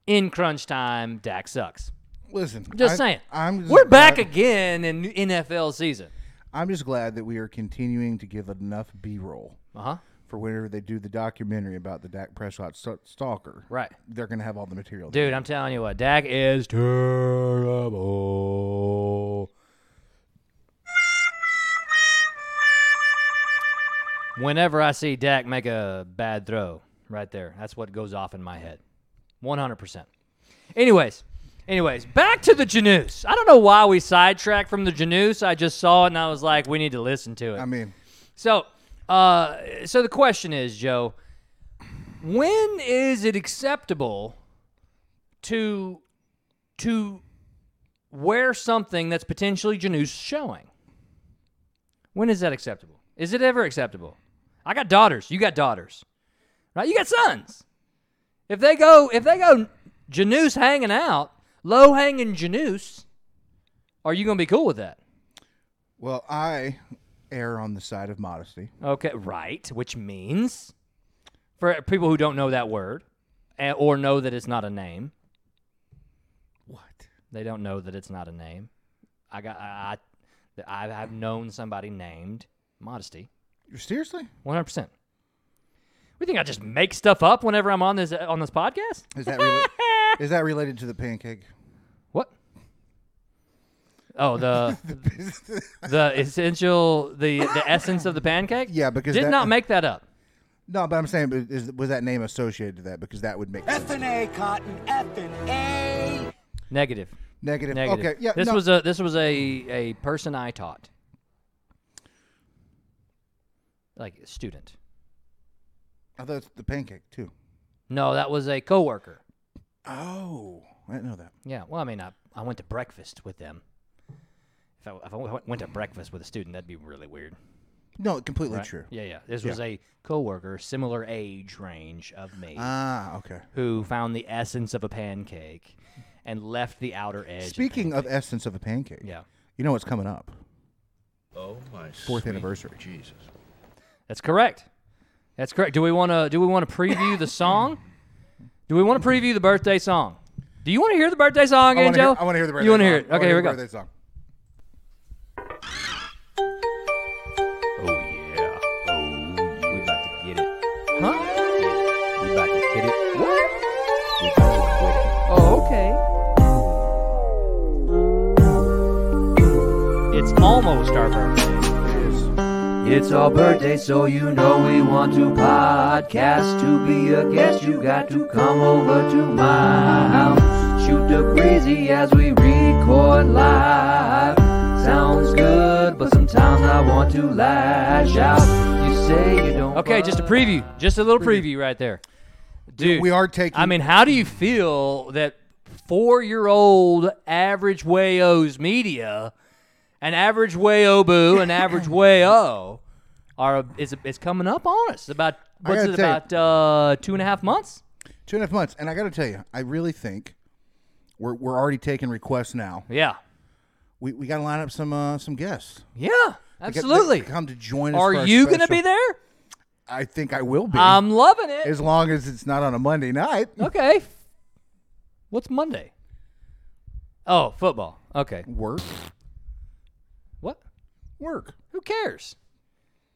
[SPEAKER 2] in crunch time, Dak sucks.
[SPEAKER 3] Listen,
[SPEAKER 2] Just
[SPEAKER 3] I-
[SPEAKER 2] saying.
[SPEAKER 3] I'm. just
[SPEAKER 2] We're back
[SPEAKER 3] glad-
[SPEAKER 2] again in NFL season.
[SPEAKER 3] I'm just glad that we are continuing to give enough B-roll
[SPEAKER 2] Uh huh.
[SPEAKER 3] for whenever they do the documentary about the Dak Prescott st- stalker.
[SPEAKER 2] Right.
[SPEAKER 3] They're gonna have all the material. there.
[SPEAKER 2] Dude, I'm telling you what, Dak is terrible. Whenever I see Dak make a bad throw, right there, that's what goes off in my head. 100%. Anyways, anyways, back to the Janus. I don't know why we sidetracked from the Janus. I just saw it and I was like, we need to listen to it.
[SPEAKER 3] I mean,
[SPEAKER 2] So, uh, so the question is, Joe, when is it acceptable to to wear something that's potentially Janus showing? When is that acceptable? Is it ever acceptable? I got daughters. You got daughters, right? You got sons. If they go, if they go, Janus hanging out, low hanging Janus, are you gonna be cool with that?
[SPEAKER 3] well, I err on the side of modesty.
[SPEAKER 2] Okay, right, which means for people who don't know that word eh, or know that it's not a name,
[SPEAKER 3] What?
[SPEAKER 2] they don't know that it's not a name. I got I I, I have known somebody named modesty.
[SPEAKER 3] Seriously?
[SPEAKER 2] 100%. We think I just make stuff up whenever I'm on this eh, on this podcast?
[SPEAKER 3] Is that rela- is that related to the pancake?
[SPEAKER 2] What? Oh, the the essential the the essence of the pancake.
[SPEAKER 3] Yeah, because
[SPEAKER 2] did
[SPEAKER 3] that-
[SPEAKER 2] not make that up.
[SPEAKER 3] No, but I'm saying, but is, was that name associated to that? Because that would make sense.
[SPEAKER 2] Negative.
[SPEAKER 3] Negative.
[SPEAKER 2] Negative.
[SPEAKER 3] Okay. Yeah.
[SPEAKER 2] This
[SPEAKER 3] no,
[SPEAKER 2] was a this was a a person I taught, like a student.
[SPEAKER 3] I thought it's the pancake too.
[SPEAKER 2] No, that was a coworker.
[SPEAKER 3] Oh, I didn't know that.
[SPEAKER 2] Yeah. Well, I mean, I, I went to breakfast with them. If I, if I went went to breakfast with a student, that'd be really weird.
[SPEAKER 3] No, completely true.
[SPEAKER 2] Yeah, yeah. This was a coworker, similar age range of me,
[SPEAKER 3] Ah, okay.
[SPEAKER 2] who found the essence of a pancake and left the outer edge. of
[SPEAKER 3] Speaking of
[SPEAKER 2] pancake.
[SPEAKER 3] essence of a pancake,
[SPEAKER 2] yeah,
[SPEAKER 3] you know what's coming up?
[SPEAKER 6] Oh my
[SPEAKER 3] Fourth anniversary.
[SPEAKER 6] Jesus.
[SPEAKER 2] that's correct. That's correct. Do we want to do we want to preview the song? Do we want to preview the birthday song? Do you want to hear the birthday song,
[SPEAKER 3] I want to
[SPEAKER 2] Angel?
[SPEAKER 3] hear, I wanna hear the birthday
[SPEAKER 2] You want to
[SPEAKER 3] song.
[SPEAKER 2] hear it?
[SPEAKER 3] I wanna
[SPEAKER 2] Okay, here we
[SPEAKER 3] hear
[SPEAKER 2] go.
[SPEAKER 3] the birthday song.
[SPEAKER 6] Oh yeah. Oh, we about to get it. We about to
[SPEAKER 2] Huh?
[SPEAKER 6] hit it. What? We about to quit it.
[SPEAKER 2] Oh, okay. It's almost our birthday. It's our birthday, so you know we want to podcast. To be a guest, you got to come over to my house. Shoot the breezy as we record live. Sounds good, but sometimes I want to lash out. You say you don't. Okay, just a preview, just a little preview right there, dude.
[SPEAKER 3] We are taking.
[SPEAKER 2] I mean, how do you feel that four-year-old average wayos media, an average wayo boo, an average wayo, are is is coming up on us about what's
[SPEAKER 3] gotta
[SPEAKER 2] it
[SPEAKER 3] tell you-
[SPEAKER 2] about uh, two and a half months?
[SPEAKER 3] two and a half months, and I got to tell you, I really think we're we're already taking requests now.
[SPEAKER 2] Yeah,
[SPEAKER 3] We we got to line up some uh, some guests.
[SPEAKER 2] yeah,
[SPEAKER 3] They got-
[SPEAKER 2] absolutely.
[SPEAKER 3] they come to join us. for
[SPEAKER 2] Are
[SPEAKER 3] our
[SPEAKER 2] you gonna
[SPEAKER 3] special-
[SPEAKER 2] be there? Um,
[SPEAKER 3] I think I will be.
[SPEAKER 2] I'm loving it.
[SPEAKER 3] as long as it's not on a Monday night.
[SPEAKER 2] Okay, what's Monday? Oh, football. Okay,
[SPEAKER 3] Work,
[SPEAKER 2] what?
[SPEAKER 3] work.
[SPEAKER 2] Who cares?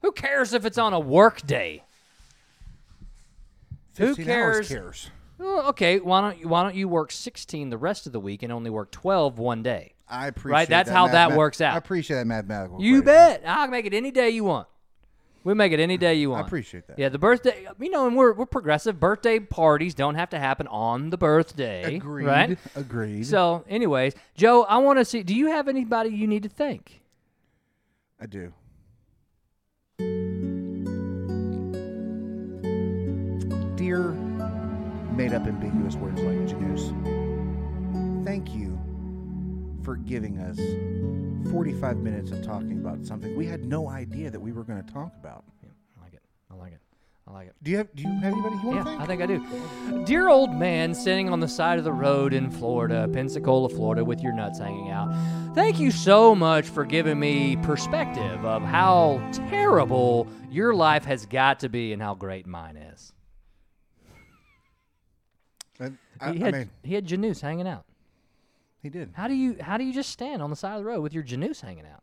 [SPEAKER 2] Who cares if it's on a work day? Who
[SPEAKER 3] 15
[SPEAKER 2] cares?
[SPEAKER 3] hours cares?
[SPEAKER 2] Well, Oh, okay, why don't you why don't you work 16 the rest of the week and only work 12 one day?
[SPEAKER 3] I appreciate
[SPEAKER 2] that's
[SPEAKER 3] that
[SPEAKER 2] how that
[SPEAKER 3] mathemat-
[SPEAKER 2] works out.
[SPEAKER 3] I appreciate that mathematical.
[SPEAKER 2] You
[SPEAKER 3] equation.
[SPEAKER 2] bet. I'll make it any day you want. We make it any day you want.
[SPEAKER 3] appreciate that.
[SPEAKER 2] Yeah, the birthday, you know, and we're, we're progressive. Birthday parties don't have to happen on the birthday.
[SPEAKER 3] Agreed.
[SPEAKER 2] Right?
[SPEAKER 3] Agreed.
[SPEAKER 2] So, anyways, Joe, I want to see do you have anybody you need to thank?
[SPEAKER 3] I do. Dear made up ambiguous words language news, thank you for giving us 45 minutes of talking about something we had no idea that we were going to talk about.
[SPEAKER 2] I like it. I like it. I like it.
[SPEAKER 3] Do you have Do you have anybody you want
[SPEAKER 2] Yeah,
[SPEAKER 3] to thank?
[SPEAKER 2] I think I do. Dear old man sitting on the side of the road in Florida, Pensacola, Florida, with your nuts hanging out, thank you so much for giving me perspective of how terrible your life has got to be and how great mine is.
[SPEAKER 3] And I,
[SPEAKER 2] he
[SPEAKER 3] I
[SPEAKER 2] had
[SPEAKER 3] mean,
[SPEAKER 2] he had Janus hanging out.
[SPEAKER 3] he did.
[SPEAKER 2] How do you how do you just stand on the side of the road with your Janus hanging out?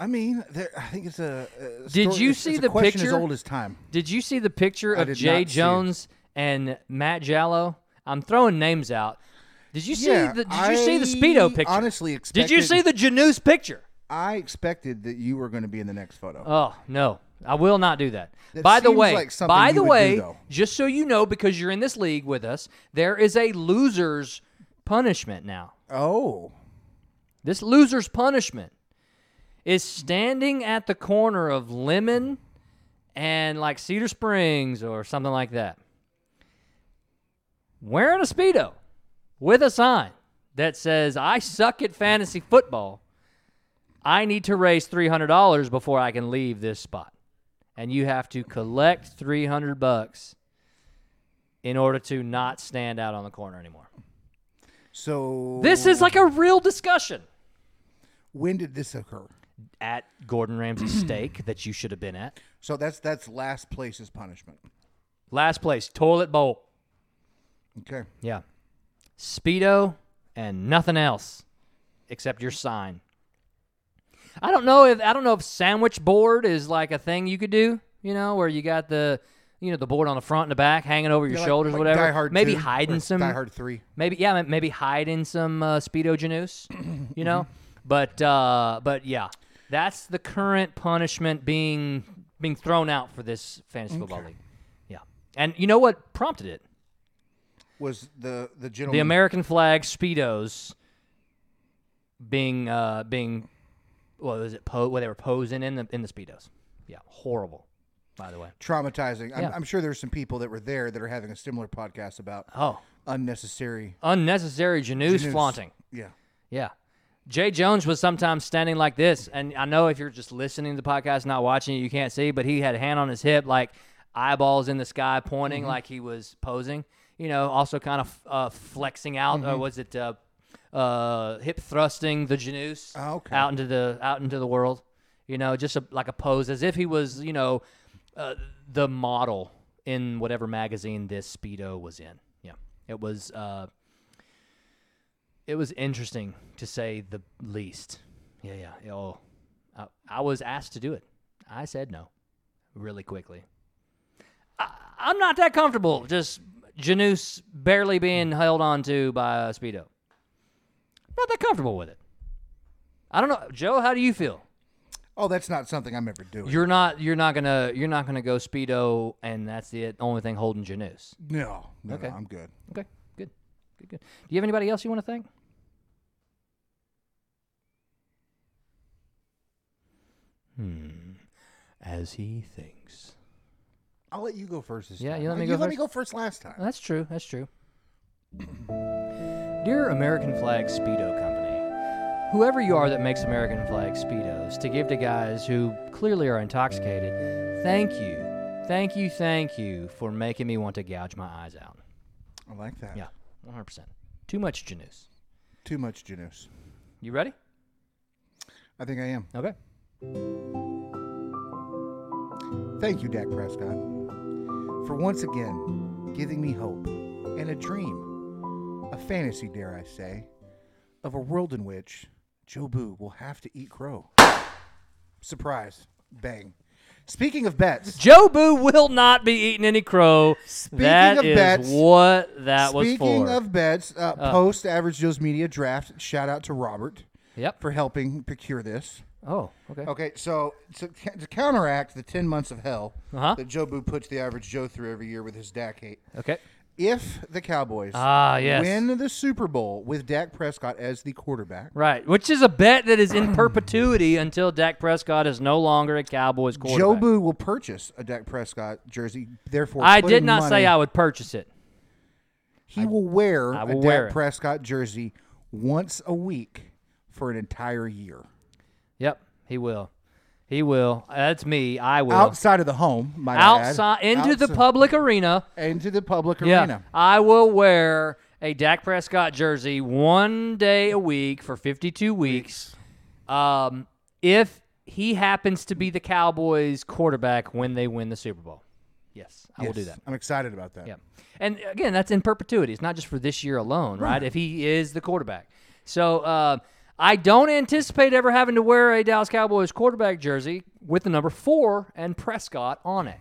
[SPEAKER 3] I mean, there, I think it's a. a
[SPEAKER 2] Did
[SPEAKER 3] story-
[SPEAKER 2] you
[SPEAKER 3] it's-
[SPEAKER 2] see
[SPEAKER 3] it's a
[SPEAKER 2] the
[SPEAKER 3] question as
[SPEAKER 2] picture?
[SPEAKER 3] old as time?
[SPEAKER 2] Did you see the picture
[SPEAKER 3] I
[SPEAKER 2] of
[SPEAKER 3] did
[SPEAKER 2] Jay
[SPEAKER 3] not see it.
[SPEAKER 2] Jones and Matt Jallo? I'm throwing names out. Did you see
[SPEAKER 3] Yeah,
[SPEAKER 2] the Did you see the
[SPEAKER 3] I
[SPEAKER 2] speedo picture?
[SPEAKER 3] honestly
[SPEAKER 2] Did you
[SPEAKER 3] expected-
[SPEAKER 2] see the Janus picture?
[SPEAKER 3] I expected that you were going to be in the next photo.
[SPEAKER 2] Oh no, I will not do that.
[SPEAKER 3] That
[SPEAKER 2] by the
[SPEAKER 3] seems
[SPEAKER 2] way,
[SPEAKER 3] like something
[SPEAKER 2] by
[SPEAKER 3] you
[SPEAKER 2] the
[SPEAKER 3] would do,
[SPEAKER 2] way,
[SPEAKER 3] though.
[SPEAKER 2] just so you know, because you're in this league with us, there is a losers punishment now.
[SPEAKER 3] oh,
[SPEAKER 2] This loser's punishment is standing at the corner of Lemon and like Cedar Springs or something like that, wearing a Speedo with a sign that says, I suck at fantasy football. I need to raise $300 before I can leave this spot. And you have to collect 300 bucks in order to not stand out on the corner anymore.
[SPEAKER 3] so
[SPEAKER 2] This is like a real discussion.
[SPEAKER 3] when did this occur?
[SPEAKER 2] at Gordon Ramsay's steak that you should have been at.
[SPEAKER 3] So that's that's last place's punishment.
[SPEAKER 2] Last place, toilet bowl.
[SPEAKER 3] Okay,
[SPEAKER 2] Yeah. Speedo and nothing else except your sign. I don't know if I don't know if sandwich board is like a thing you could do, you know, where you got the you know, the board on the front and the back, hanging over your
[SPEAKER 3] Yeah, like-
[SPEAKER 2] shoulders,
[SPEAKER 3] like
[SPEAKER 2] whatever.
[SPEAKER 3] Die Hard
[SPEAKER 2] maybe
[SPEAKER 3] 2 or
[SPEAKER 2] hiding some.
[SPEAKER 3] Die Hard 3.
[SPEAKER 2] Maybe yeah, ma- maybe hiding some uh, speedo janus, you know. But uh, but yeah, that's the current punishment being being thrown out for this fantasy football league. Yeah, and you know what prompted it?
[SPEAKER 3] was the the gentleman.
[SPEAKER 2] The American flag speedos being uh, being what was it? Po- what they were posing in the in the speedos. Yeah, horrible. By the way.
[SPEAKER 3] traumatizing. I'm,
[SPEAKER 2] Yeah.
[SPEAKER 3] I'm sure there's some people that were there that are having a similar podcast about
[SPEAKER 2] Oh,
[SPEAKER 3] unnecessary
[SPEAKER 2] unnecessary janus
[SPEAKER 3] news.
[SPEAKER 2] flaunting.
[SPEAKER 3] Yeah,
[SPEAKER 2] Yeah. Jay Jones was sometimes standing like this, and I know if you're just listening to the podcast, not watching it, you can't see, but he had a hand on his hip, like eyeballs in the sky, pointing
[SPEAKER 3] Mm-hmm.
[SPEAKER 2] like he was posing. You know, also kind of uh, flexing out,
[SPEAKER 3] Mm-hmm.
[SPEAKER 2] or was it uh, uh, hip thrusting the Janus
[SPEAKER 3] Ah, okay.
[SPEAKER 2] out into the out into the world? You know, just a, like a pose, as if he was, you know, uh, the model in whatever magazine this speedo was in. Yeah, it was. Uh, it was interesting to say the least. Yeah, yeah. yeah, Oh, I, I was asked to do it. I said no, really quickly. I, I'm not that comfortable. Just Janus barely being held onto by a speedo. Not that comfortable with it. I don't know, Joe. How do you feel?
[SPEAKER 3] Oh, that's not something I'm ever doing.
[SPEAKER 2] You're not. You're not gonna. You're not gonna go speedo, and that's the only thing holding Janus.
[SPEAKER 3] no, no,
[SPEAKER 2] Okay.
[SPEAKER 3] no, I'm good.
[SPEAKER 2] Okay. Good. Good. Good. Do you have anybody else you want to thank? Hmm. As he thinks.
[SPEAKER 3] I'll let you go first. This
[SPEAKER 2] Yeah,
[SPEAKER 3] time. Uh,
[SPEAKER 2] you let me
[SPEAKER 3] you
[SPEAKER 2] go
[SPEAKER 3] let me
[SPEAKER 2] first?
[SPEAKER 3] go first last time.
[SPEAKER 2] That's true. That's true. Dear American Flag Speedo Company, whoever you are that makes American Flag Speedos to give to guys who clearly are intoxicated, thank you. Thank you, thank you for making me want to gouge my eyes out.
[SPEAKER 3] I like that.
[SPEAKER 2] Yeah, 100%. Too much Janus.
[SPEAKER 3] Too much Janus.
[SPEAKER 2] You ready?
[SPEAKER 3] I think I am.
[SPEAKER 2] Okay.
[SPEAKER 3] Thank you, Dak Prescott, for once again giving me hope and a dream, a fantasy, dare I say, of a world in which Joe Boo will have to eat crow. Surprise. Bang. Speaking of bets,
[SPEAKER 2] Joe Boo will not be eating any crow.
[SPEAKER 3] Speaking
[SPEAKER 2] That
[SPEAKER 3] of
[SPEAKER 2] is
[SPEAKER 3] bets-
[SPEAKER 2] what that was
[SPEAKER 3] speaking
[SPEAKER 2] for.
[SPEAKER 3] of bets, uh, post Average Joe's Media draft, shout out to Robert
[SPEAKER 2] yep.
[SPEAKER 3] for helping procure this.
[SPEAKER 2] Oh, okay.
[SPEAKER 3] Okay, so to, to counteract the 10 months of hell
[SPEAKER 2] Uh-huh.
[SPEAKER 3] that Joe Boo puts the average Joe through every year with his Dak hate,
[SPEAKER 2] Okay.
[SPEAKER 3] if the Cowboys
[SPEAKER 2] Ah, yes.
[SPEAKER 3] win the Super Bowl with Dak Prescott as the quarterback,
[SPEAKER 2] Right, which is a bet that is in perpetuity until Dak Prescott is no longer a Cowboys
[SPEAKER 3] Joe
[SPEAKER 2] quarterback.
[SPEAKER 3] Boo will purchase a Dak Prescott jersey. Therefore,
[SPEAKER 2] I
[SPEAKER 3] putting
[SPEAKER 2] did not
[SPEAKER 3] money-
[SPEAKER 2] say I would purchase it.
[SPEAKER 3] He will wear
[SPEAKER 2] I
[SPEAKER 3] a
[SPEAKER 2] will
[SPEAKER 3] Dak
[SPEAKER 2] wear it.
[SPEAKER 3] Prescott jersey once a week for an entire year.
[SPEAKER 2] Yep, he will. He will. That's me. I will.
[SPEAKER 3] Outside of the home, might I add.
[SPEAKER 2] Outside into the
[SPEAKER 3] Outside-
[SPEAKER 2] public arena.
[SPEAKER 3] into the public
[SPEAKER 2] Yeah,
[SPEAKER 3] arena.
[SPEAKER 2] I will wear a Dak Prescott jersey one day a week for 52 weeks. Um, if he happens to be the Cowboys quarterback when they win the Super Bowl. Yes, I will do
[SPEAKER 3] Yes,
[SPEAKER 2] that.
[SPEAKER 3] I'm excited about that.
[SPEAKER 2] Yeah. And uh, again, that's in perpetuity. It's not just for this year alone, right? If he is the quarterback. So uh, I don't anticipate ever having to wear a Dallas Cowboys quarterback jersey with the number four and Prescott on it.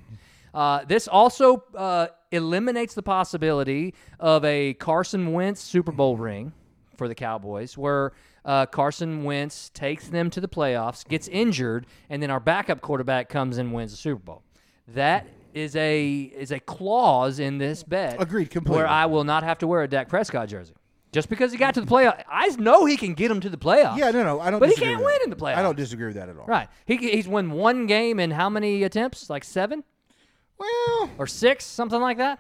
[SPEAKER 2] Uh, this also uh, eliminates the possibility of a Carson Wentz Super Bowl ring for the Cowboys, where uh, Carson Wentz takes them to the playoffs, gets injured, and then our backup quarterback comes and wins the Super Bowl. That is a is a clause in this bet.
[SPEAKER 3] Agreed, completely.
[SPEAKER 2] Where I will not have to wear a Dak Prescott jersey just because he got to the playoff. I know he can get him to the playoffs.
[SPEAKER 3] Yeah, no, no, I don't.
[SPEAKER 2] But he
[SPEAKER 3] disagree
[SPEAKER 2] can't
[SPEAKER 3] with
[SPEAKER 2] win
[SPEAKER 3] that.
[SPEAKER 2] in the playoffs.
[SPEAKER 3] I don't disagree with that at all.
[SPEAKER 2] Right. He, he's won one game in how many attempts? Like seven
[SPEAKER 3] Well,
[SPEAKER 2] or six, something like that.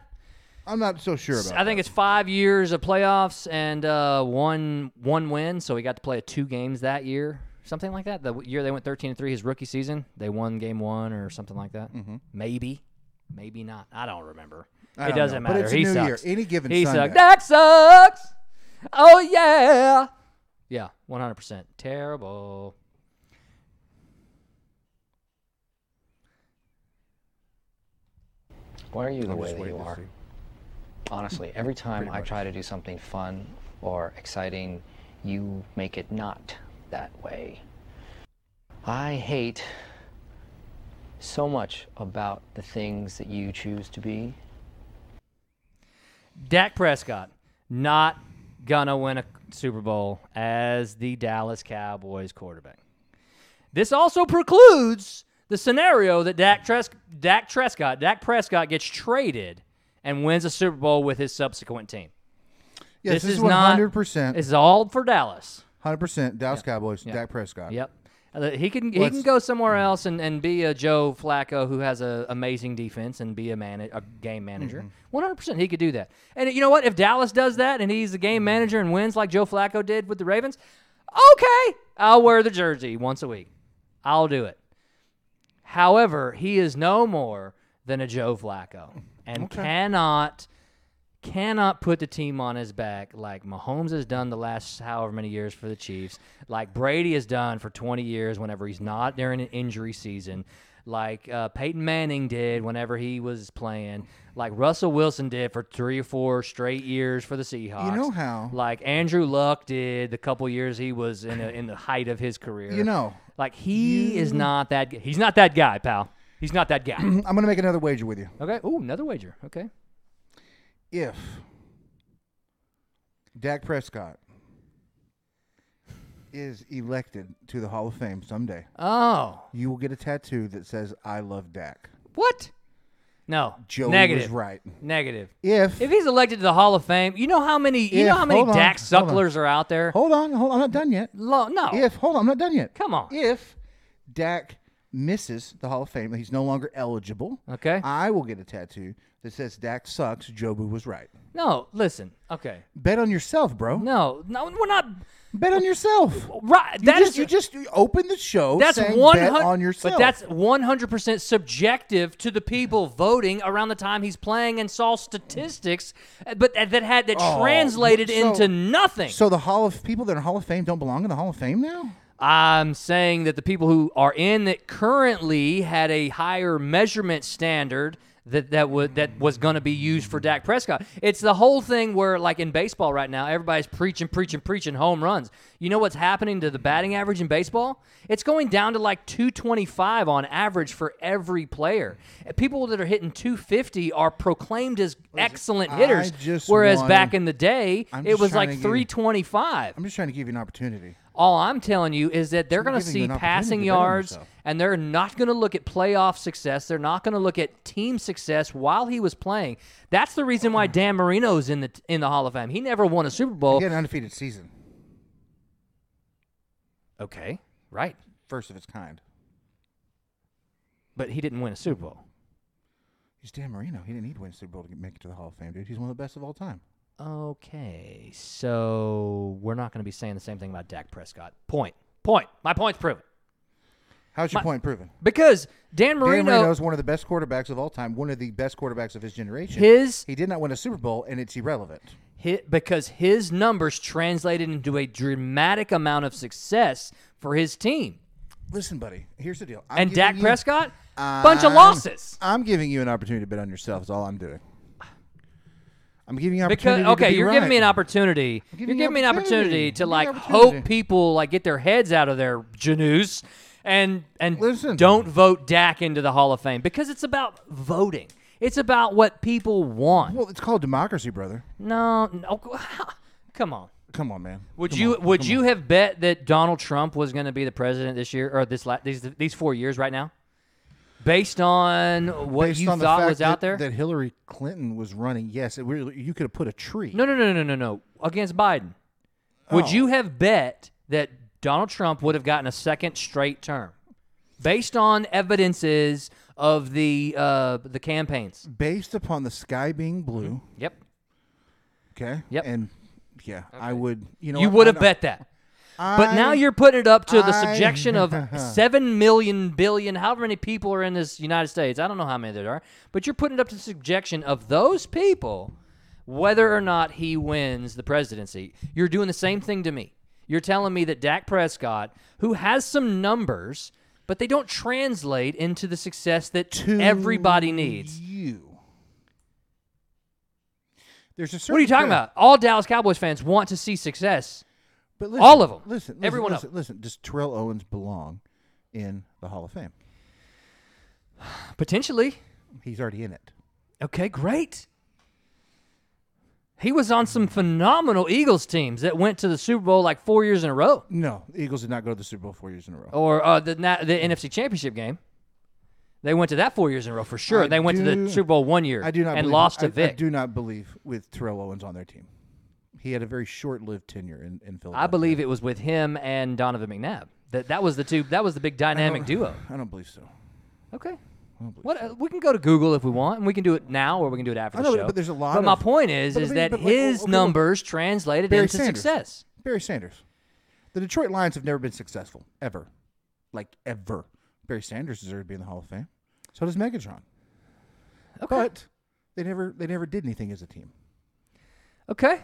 [SPEAKER 3] I'm not so sure about.
[SPEAKER 2] I think it's five years of playoffs and uh, one one win. So he got to play two games that year, something like that. The w- year they went thirteen and three, his rookie season, they won game one or something like that.
[SPEAKER 3] Mm-hmm.
[SPEAKER 2] Maybe, maybe not. I don't remember. it
[SPEAKER 3] don't
[SPEAKER 2] doesn't
[SPEAKER 3] know, but
[SPEAKER 2] matter.
[SPEAKER 3] it's a
[SPEAKER 2] he
[SPEAKER 3] new
[SPEAKER 2] sucks.
[SPEAKER 3] year. Any given
[SPEAKER 2] he sucks.
[SPEAKER 3] Sunday.
[SPEAKER 2] That sucks. Oh yeah, yeah, one hundred percent. Terrible.
[SPEAKER 7] Why are you the
[SPEAKER 3] I'm
[SPEAKER 7] way
[SPEAKER 3] just
[SPEAKER 7] that you
[SPEAKER 3] waiting to
[SPEAKER 7] are?
[SPEAKER 3] see.
[SPEAKER 7] Honestly, every time I try to do something fun or exciting, you make it not that way. I hate so much about the things that you choose to be.
[SPEAKER 2] Dak Prescott not gonna win a Super Bowl as the Dallas Cowboys quarterback. This also precludes the scenario that Dak, Tres- Dak Prescott, Dak Prescott gets traded and wins a Super Bowl with his subsequent team.
[SPEAKER 3] Yes, this, is
[SPEAKER 2] is not-
[SPEAKER 3] 100%.
[SPEAKER 2] It's all for Dallas.
[SPEAKER 3] 100% Dallas Cowboys, Dak Prescott.
[SPEAKER 2] Yep. Uh, He can he can go somewhere else and, and be a Joe Flacco who has a amazing defense and be a man a game manager.
[SPEAKER 3] Mm-hmm.
[SPEAKER 2] One hundred percent, he could do that. And you know what? If Dallas does that and he's the game manager and wins like Joe Flacco did with the Ravens, okay, I'll wear the jersey once a week. I'll do it. However, he is no more than a Joe Flacco and cannot cannot put the team on his back like Mahomes has done the last however many years for the Chiefs, like Brady has done for 20 years whenever he's not during an injury season, like uh, Peyton Manning did whenever he was playing, like Russell Wilson did for three or four straight years for the Seahawks.
[SPEAKER 3] You know how-
[SPEAKER 2] Like Andrew Luck did the couple years he was in, a, in the height of his career.
[SPEAKER 3] You know,
[SPEAKER 2] Like he is not that. g- He's not that guy, pal. He's not that guy.
[SPEAKER 3] I'm going to make another wager with you.
[SPEAKER 2] okay. Ooh, another wager. Okay.
[SPEAKER 3] If Dak Prescott is elected to the Hall of Fame someday,
[SPEAKER 2] Oh,
[SPEAKER 3] you will get a tattoo that says "I love Dak."
[SPEAKER 2] what? No.
[SPEAKER 3] Joey
[SPEAKER 2] Negative.
[SPEAKER 3] was right.
[SPEAKER 2] Negative.
[SPEAKER 3] If,
[SPEAKER 2] If he's elected to the Hall of Fame, you know how many you
[SPEAKER 3] If-
[SPEAKER 2] know how many
[SPEAKER 3] hold on,
[SPEAKER 2] Dak
[SPEAKER 3] hold on.
[SPEAKER 2] sucklers are out there.
[SPEAKER 3] hold on, hold on, I'm not done yet.
[SPEAKER 2] Lo- no.
[SPEAKER 3] If hold on, I'm not done yet.
[SPEAKER 2] Come on.
[SPEAKER 3] If Dak misses the Hall of Fame, he's no longer eligible.
[SPEAKER 2] Okay.
[SPEAKER 3] I will get a tattoo that says "Dak sucks." Jobu was right.
[SPEAKER 2] no. Listen. Okay.
[SPEAKER 3] Bet on yourself, bro.
[SPEAKER 2] No. No. We're not.
[SPEAKER 3] Bet on yourself.
[SPEAKER 2] Right.
[SPEAKER 3] You
[SPEAKER 2] that
[SPEAKER 3] just
[SPEAKER 2] is-
[SPEAKER 3] you just open the show.
[SPEAKER 2] That's
[SPEAKER 3] saying
[SPEAKER 2] one
[SPEAKER 3] bet
[SPEAKER 2] hundred
[SPEAKER 3] on yourself.
[SPEAKER 2] But that's one hundred percent subjective to the people voting around the time he's playing and saw statistics, uh, but that that had that translated
[SPEAKER 3] Oh, so-
[SPEAKER 2] into nothing.
[SPEAKER 3] so the Hall of people that are Hall of Fame don't belong in the Hall of Fame now.
[SPEAKER 2] I'm saying that the people who are in that currently had a higher measurement standard that that would that was going to be used for Dak Prescott. It's the whole thing where like in baseball right now, everybody's preaching, preaching, preaching home runs. You know what's happening to the batting average in baseball? It's going down to like 225 on average for every player. People that are hitting 250 are proclaimed as excellent hitters,
[SPEAKER 3] just
[SPEAKER 2] whereas
[SPEAKER 3] wanna-
[SPEAKER 2] back in the day
[SPEAKER 3] I'm
[SPEAKER 2] it
[SPEAKER 3] just
[SPEAKER 2] was like
[SPEAKER 3] trying to get-
[SPEAKER 2] 325.
[SPEAKER 3] I'm just trying to give you an opportunity.
[SPEAKER 2] All I'm telling you is that they're going to
[SPEAKER 3] giving
[SPEAKER 2] see
[SPEAKER 3] you an opportunity
[SPEAKER 2] passing
[SPEAKER 3] to better
[SPEAKER 2] yards,
[SPEAKER 3] yourself.
[SPEAKER 2] and they're not going to look at playoff success. They're not going to look at team success while he was playing. That's the reason why Dan Marino's in the in the Hall of Fame. He never won a Super Bowl.
[SPEAKER 3] Get an undefeated season,
[SPEAKER 2] Okay, right,
[SPEAKER 3] first of its kind.
[SPEAKER 2] but he didn't win a Super Bowl.
[SPEAKER 3] He's Dan Marino. He didn't need to win a Super Bowl to get- make it to the Hall of Fame, dude. He's one of the best of all time.
[SPEAKER 2] Okay, so we're not going to be saying the same thing about Dak Prescott. Point. Point. My point's proven
[SPEAKER 3] How's your
[SPEAKER 2] My-
[SPEAKER 3] point proven?
[SPEAKER 2] because Dan Marino.
[SPEAKER 3] Dan Marino is one of the best quarterbacks of all time, one of the best quarterbacks of his generation.
[SPEAKER 2] His-
[SPEAKER 3] he did not win a Super Bowl, and it's irrelevant.
[SPEAKER 2] hit because his numbers translated into a dramatic amount of success for his team.
[SPEAKER 3] Listen, buddy, here's the deal. I'm
[SPEAKER 2] And
[SPEAKER 3] giving
[SPEAKER 2] Dak
[SPEAKER 3] you-
[SPEAKER 2] Prescott, bunch of
[SPEAKER 3] I'm-
[SPEAKER 2] losses.
[SPEAKER 3] I'm giving you an opportunity to bet on yourself. Is all I'm doing. I'm giving you an
[SPEAKER 2] Because
[SPEAKER 3] opportunity. to
[SPEAKER 2] okay,
[SPEAKER 3] be
[SPEAKER 2] you're giving
[SPEAKER 3] right.
[SPEAKER 2] me an opportunity. You're
[SPEAKER 3] giving you
[SPEAKER 2] giving me an opportunity
[SPEAKER 3] opportunity.
[SPEAKER 2] to
[SPEAKER 3] Give me
[SPEAKER 2] like
[SPEAKER 3] an opportunity.
[SPEAKER 2] hope people like get their heads out of their janoos and and
[SPEAKER 3] Listen.
[SPEAKER 2] don't vote Dak into the Hall of Fame because it's about voting. It's about what people want.
[SPEAKER 3] Well, it's called democracy, brother.
[SPEAKER 2] no, no, come on.
[SPEAKER 3] Come on, man.
[SPEAKER 2] Would you would you have bet that Donald Trump was going to be the president this year or this la- these these four years right now, based on what
[SPEAKER 3] Based
[SPEAKER 2] you
[SPEAKER 3] on the
[SPEAKER 2] thought
[SPEAKER 3] fact
[SPEAKER 2] was
[SPEAKER 3] that,
[SPEAKER 2] out there?
[SPEAKER 3] that Hillary Clinton was running, yes, it really, you could have put a tree.
[SPEAKER 2] no, no, no, no, no, no. Against Biden,
[SPEAKER 3] Oh.
[SPEAKER 2] would you have bet that Donald Trump would have gotten a second straight term, based on evidences of the uh, the campaigns?
[SPEAKER 3] Based upon the sky being blue,
[SPEAKER 2] Yep,
[SPEAKER 3] okay.
[SPEAKER 2] Mm-hmm. Yep.
[SPEAKER 3] And yeah, I would. You know,
[SPEAKER 2] you
[SPEAKER 3] what,
[SPEAKER 2] would
[SPEAKER 3] I
[SPEAKER 2] have
[SPEAKER 3] know-
[SPEAKER 2] bet that. But now
[SPEAKER 3] I-
[SPEAKER 2] you're putting it up to the
[SPEAKER 3] I-
[SPEAKER 2] subjection of seven million billion, however many people are in this United States. I don't know how many there are, but you're putting it up to the subjection of those people, whether or not he wins the presidency. You're doing the same thing to me. You're telling me that Dak Prescott, who has some numbers, but they don't translate into the success that
[SPEAKER 3] To
[SPEAKER 2] everybody needs.
[SPEAKER 3] you. There's a certain.
[SPEAKER 2] What are you talking
[SPEAKER 3] thing-
[SPEAKER 2] about? All Dallas Cowboys fans want to see success.
[SPEAKER 3] But
[SPEAKER 2] All of 'em.
[SPEAKER 3] Listen, listen
[SPEAKER 2] Every one of
[SPEAKER 3] listen, listen. Does Terrell Owens belong in the Hall of Fame?
[SPEAKER 2] Potentially.
[SPEAKER 3] He's already in it.
[SPEAKER 2] Okay, great. He was on some phenomenal Eagles teams that went to the Super Bowl like four years in a row,
[SPEAKER 3] No, the Eagles did not go to the Super Bowl four years in a row.
[SPEAKER 2] or uh, the na- the NFC Championship game. They went to that four years in a row for sure.
[SPEAKER 3] I
[SPEAKER 2] they went to
[SPEAKER 3] do-
[SPEAKER 2] the Super Bowl one year
[SPEAKER 3] I do not
[SPEAKER 2] and
[SPEAKER 3] believe,
[SPEAKER 2] lost to
[SPEAKER 3] I,
[SPEAKER 2] Vic.
[SPEAKER 3] I do not believe with Terrell Owens on their team. He had a very short-lived tenure in, in Philadelphia.
[SPEAKER 2] I believe it was with him and Donovan McNabb. That that was the two. That was the big dynamic duo.
[SPEAKER 3] I don't believe so.
[SPEAKER 2] Okay. What uh, we can go to Google if we want, and we can do it now, or we can do it after
[SPEAKER 3] I
[SPEAKER 2] the
[SPEAKER 3] know,
[SPEAKER 2] show.
[SPEAKER 3] but there's a lot
[SPEAKER 2] But my
[SPEAKER 3] of-
[SPEAKER 2] point is,
[SPEAKER 3] but I
[SPEAKER 2] is
[SPEAKER 3] mean,
[SPEAKER 2] that
[SPEAKER 3] but like,
[SPEAKER 2] his
[SPEAKER 3] okay, well,
[SPEAKER 2] numbers translated
[SPEAKER 3] Barry
[SPEAKER 2] into
[SPEAKER 3] Sanders.
[SPEAKER 2] success.
[SPEAKER 3] Barry Sanders. The Detroit Lions have never been successful ever, like ever. Barry Sanders deserved to be in the Hall of Fame. So does Megatron.
[SPEAKER 2] Okay.
[SPEAKER 3] But they never they never did anything as a team.
[SPEAKER 2] Okay.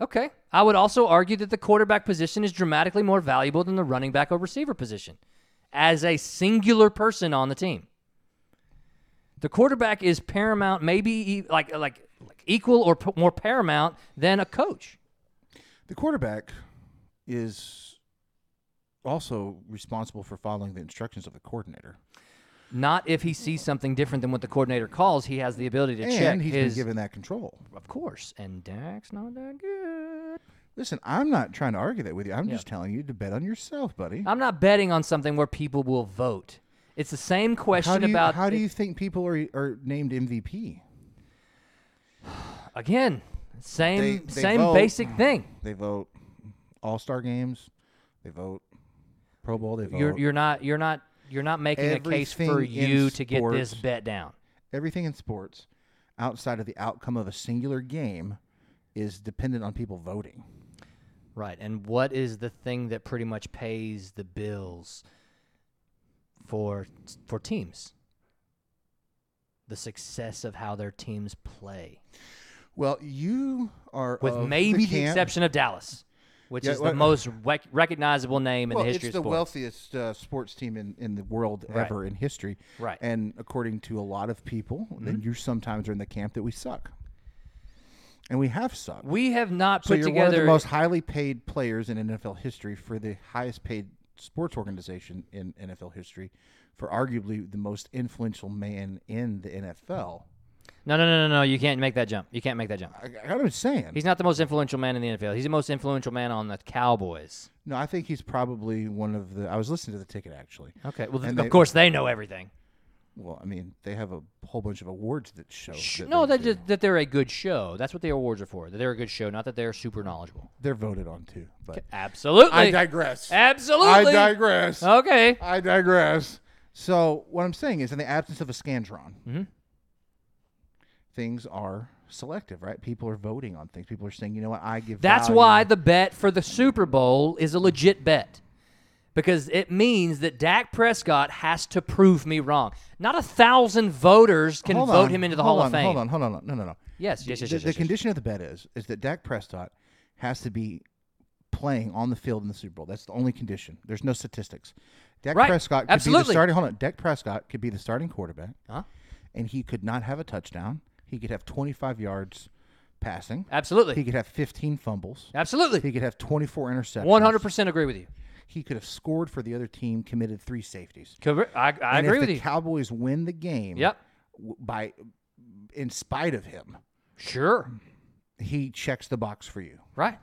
[SPEAKER 2] Okay. I would also argue that the quarterback position is dramatically more valuable than the running back or receiver position as a singular person on the team. The quarterback is paramount, maybe e- like like, like equal or p- more paramount than a coach.
[SPEAKER 3] The quarterback is also responsible for following the instructions of the coordinator.
[SPEAKER 2] Not if he sees something different than what the coordinator calls, he has the ability to check
[SPEAKER 3] and he's
[SPEAKER 2] his
[SPEAKER 3] been given that control.
[SPEAKER 2] of course. And Dak's not that good.
[SPEAKER 3] Listen, I'm not trying to argue that with you. I'm just telling you to bet on yourself, buddy.
[SPEAKER 2] I'm not betting on something where people will vote. It's the same question
[SPEAKER 3] how do you,
[SPEAKER 2] about
[SPEAKER 3] how do you think people are, are named MVP?
[SPEAKER 2] again same
[SPEAKER 3] They- they
[SPEAKER 2] same
[SPEAKER 3] vote.
[SPEAKER 2] basic thing
[SPEAKER 3] They vote All Star games. They vote Pro Bowl. They vote
[SPEAKER 2] you're you're not you're not you're not making a case for
[SPEAKER 3] Everything in
[SPEAKER 2] you to get this
[SPEAKER 3] sports-
[SPEAKER 2] bet down
[SPEAKER 3] everything in sports outside of the outcome of a singular game is dependent on people voting.
[SPEAKER 2] right and what is the thing that pretty much pays the bills for for teams the success of how their teams play
[SPEAKER 3] Well, you are
[SPEAKER 2] with
[SPEAKER 3] of
[SPEAKER 2] maybe the,
[SPEAKER 3] camp-
[SPEAKER 2] exception of Dallas which
[SPEAKER 3] Yeah,
[SPEAKER 2] is
[SPEAKER 3] well-
[SPEAKER 2] the most rec- recognizable name in
[SPEAKER 3] Well,
[SPEAKER 2] the
[SPEAKER 3] it's
[SPEAKER 2] history
[SPEAKER 3] the
[SPEAKER 2] of sports
[SPEAKER 3] wealthiest uh, sports team in, in the world
[SPEAKER 2] Right.
[SPEAKER 3] ever in history.
[SPEAKER 2] Right. Mm-hmm.
[SPEAKER 3] And according to a lot of people, then you sometimes are in the camp that we suck. And we have sucked.
[SPEAKER 2] we have not
[SPEAKER 3] so
[SPEAKER 2] put
[SPEAKER 3] you're
[SPEAKER 2] together
[SPEAKER 3] one of the most highly paid players in NFL history for the highest paid sports organization in NFL history for arguably the most influential man in the NFL.
[SPEAKER 2] no no no no no you can't make that jump you can't make that jump
[SPEAKER 3] I, I'm just saying.
[SPEAKER 2] He's not the most influential man in the NFL. He's the most influential man on the Cowboys.
[SPEAKER 3] no, I think he's probably one of the. I was listening to the ticket actually.
[SPEAKER 2] Okay. Well,
[SPEAKER 3] And
[SPEAKER 2] of
[SPEAKER 3] they-
[SPEAKER 2] course they know everything.
[SPEAKER 3] Well, I mean, they have a whole bunch of awards that show. that
[SPEAKER 2] no,
[SPEAKER 3] they
[SPEAKER 2] that
[SPEAKER 3] do.
[SPEAKER 2] just, that they're a good show. That's what the awards are for. That they're a good show, not that they're super knowledgeable.
[SPEAKER 3] they're voted on too. But
[SPEAKER 2] Absolutely.
[SPEAKER 3] I digress.
[SPEAKER 2] Absolutely. Oh.
[SPEAKER 3] I digress.
[SPEAKER 2] Okay.
[SPEAKER 3] I digress. So what I'm saying is, in the absence of a scantron,
[SPEAKER 2] Mm-hmm.
[SPEAKER 3] things are selective, right? People are voting on things. People are saying, you know what, I give.
[SPEAKER 2] That's
[SPEAKER 3] value.
[SPEAKER 2] why the bet for the Super Bowl is a legit bet. Because it means that Dak Prescott has to prove me wrong. Not a thousand voters can
[SPEAKER 3] Hold
[SPEAKER 2] vote
[SPEAKER 3] on,
[SPEAKER 2] him into the
[SPEAKER 3] hold
[SPEAKER 2] Hall
[SPEAKER 3] on,
[SPEAKER 2] of Fame.
[SPEAKER 3] Hold on, hold on, no, no, no.
[SPEAKER 2] Yes, yes,
[SPEAKER 3] The-
[SPEAKER 2] yes,
[SPEAKER 3] the,
[SPEAKER 2] yes,
[SPEAKER 3] the
[SPEAKER 2] yes, yes.
[SPEAKER 3] condition of the bet is is that Dak Prescott has to be playing on the field in the Super Bowl. That's the only condition. There's no statistics. Dak
[SPEAKER 2] Right,
[SPEAKER 3] Prescott could be
[SPEAKER 2] absolutely.
[SPEAKER 3] the starting. Hold on, Dak Prescott could be the starting quarterback,
[SPEAKER 2] Huh?
[SPEAKER 3] and he could not have a touchdown. He could have 25 yards passing.
[SPEAKER 2] Absolutely.
[SPEAKER 3] He could have 15 fumbles. He
[SPEAKER 2] Absolutely.
[SPEAKER 3] could have 24 interceptions.
[SPEAKER 2] 100% agree with you.
[SPEAKER 3] He could have scored for the other team, committed three safeties.
[SPEAKER 2] Correct. I, I
[SPEAKER 3] and
[SPEAKER 2] agree
[SPEAKER 3] if
[SPEAKER 2] with
[SPEAKER 3] the
[SPEAKER 2] you.
[SPEAKER 3] Cowboys win the game.
[SPEAKER 2] Yep.
[SPEAKER 3] w- By, in spite of him,
[SPEAKER 2] Sure.
[SPEAKER 3] Mm-hmm. he checks the box for you.
[SPEAKER 2] Right.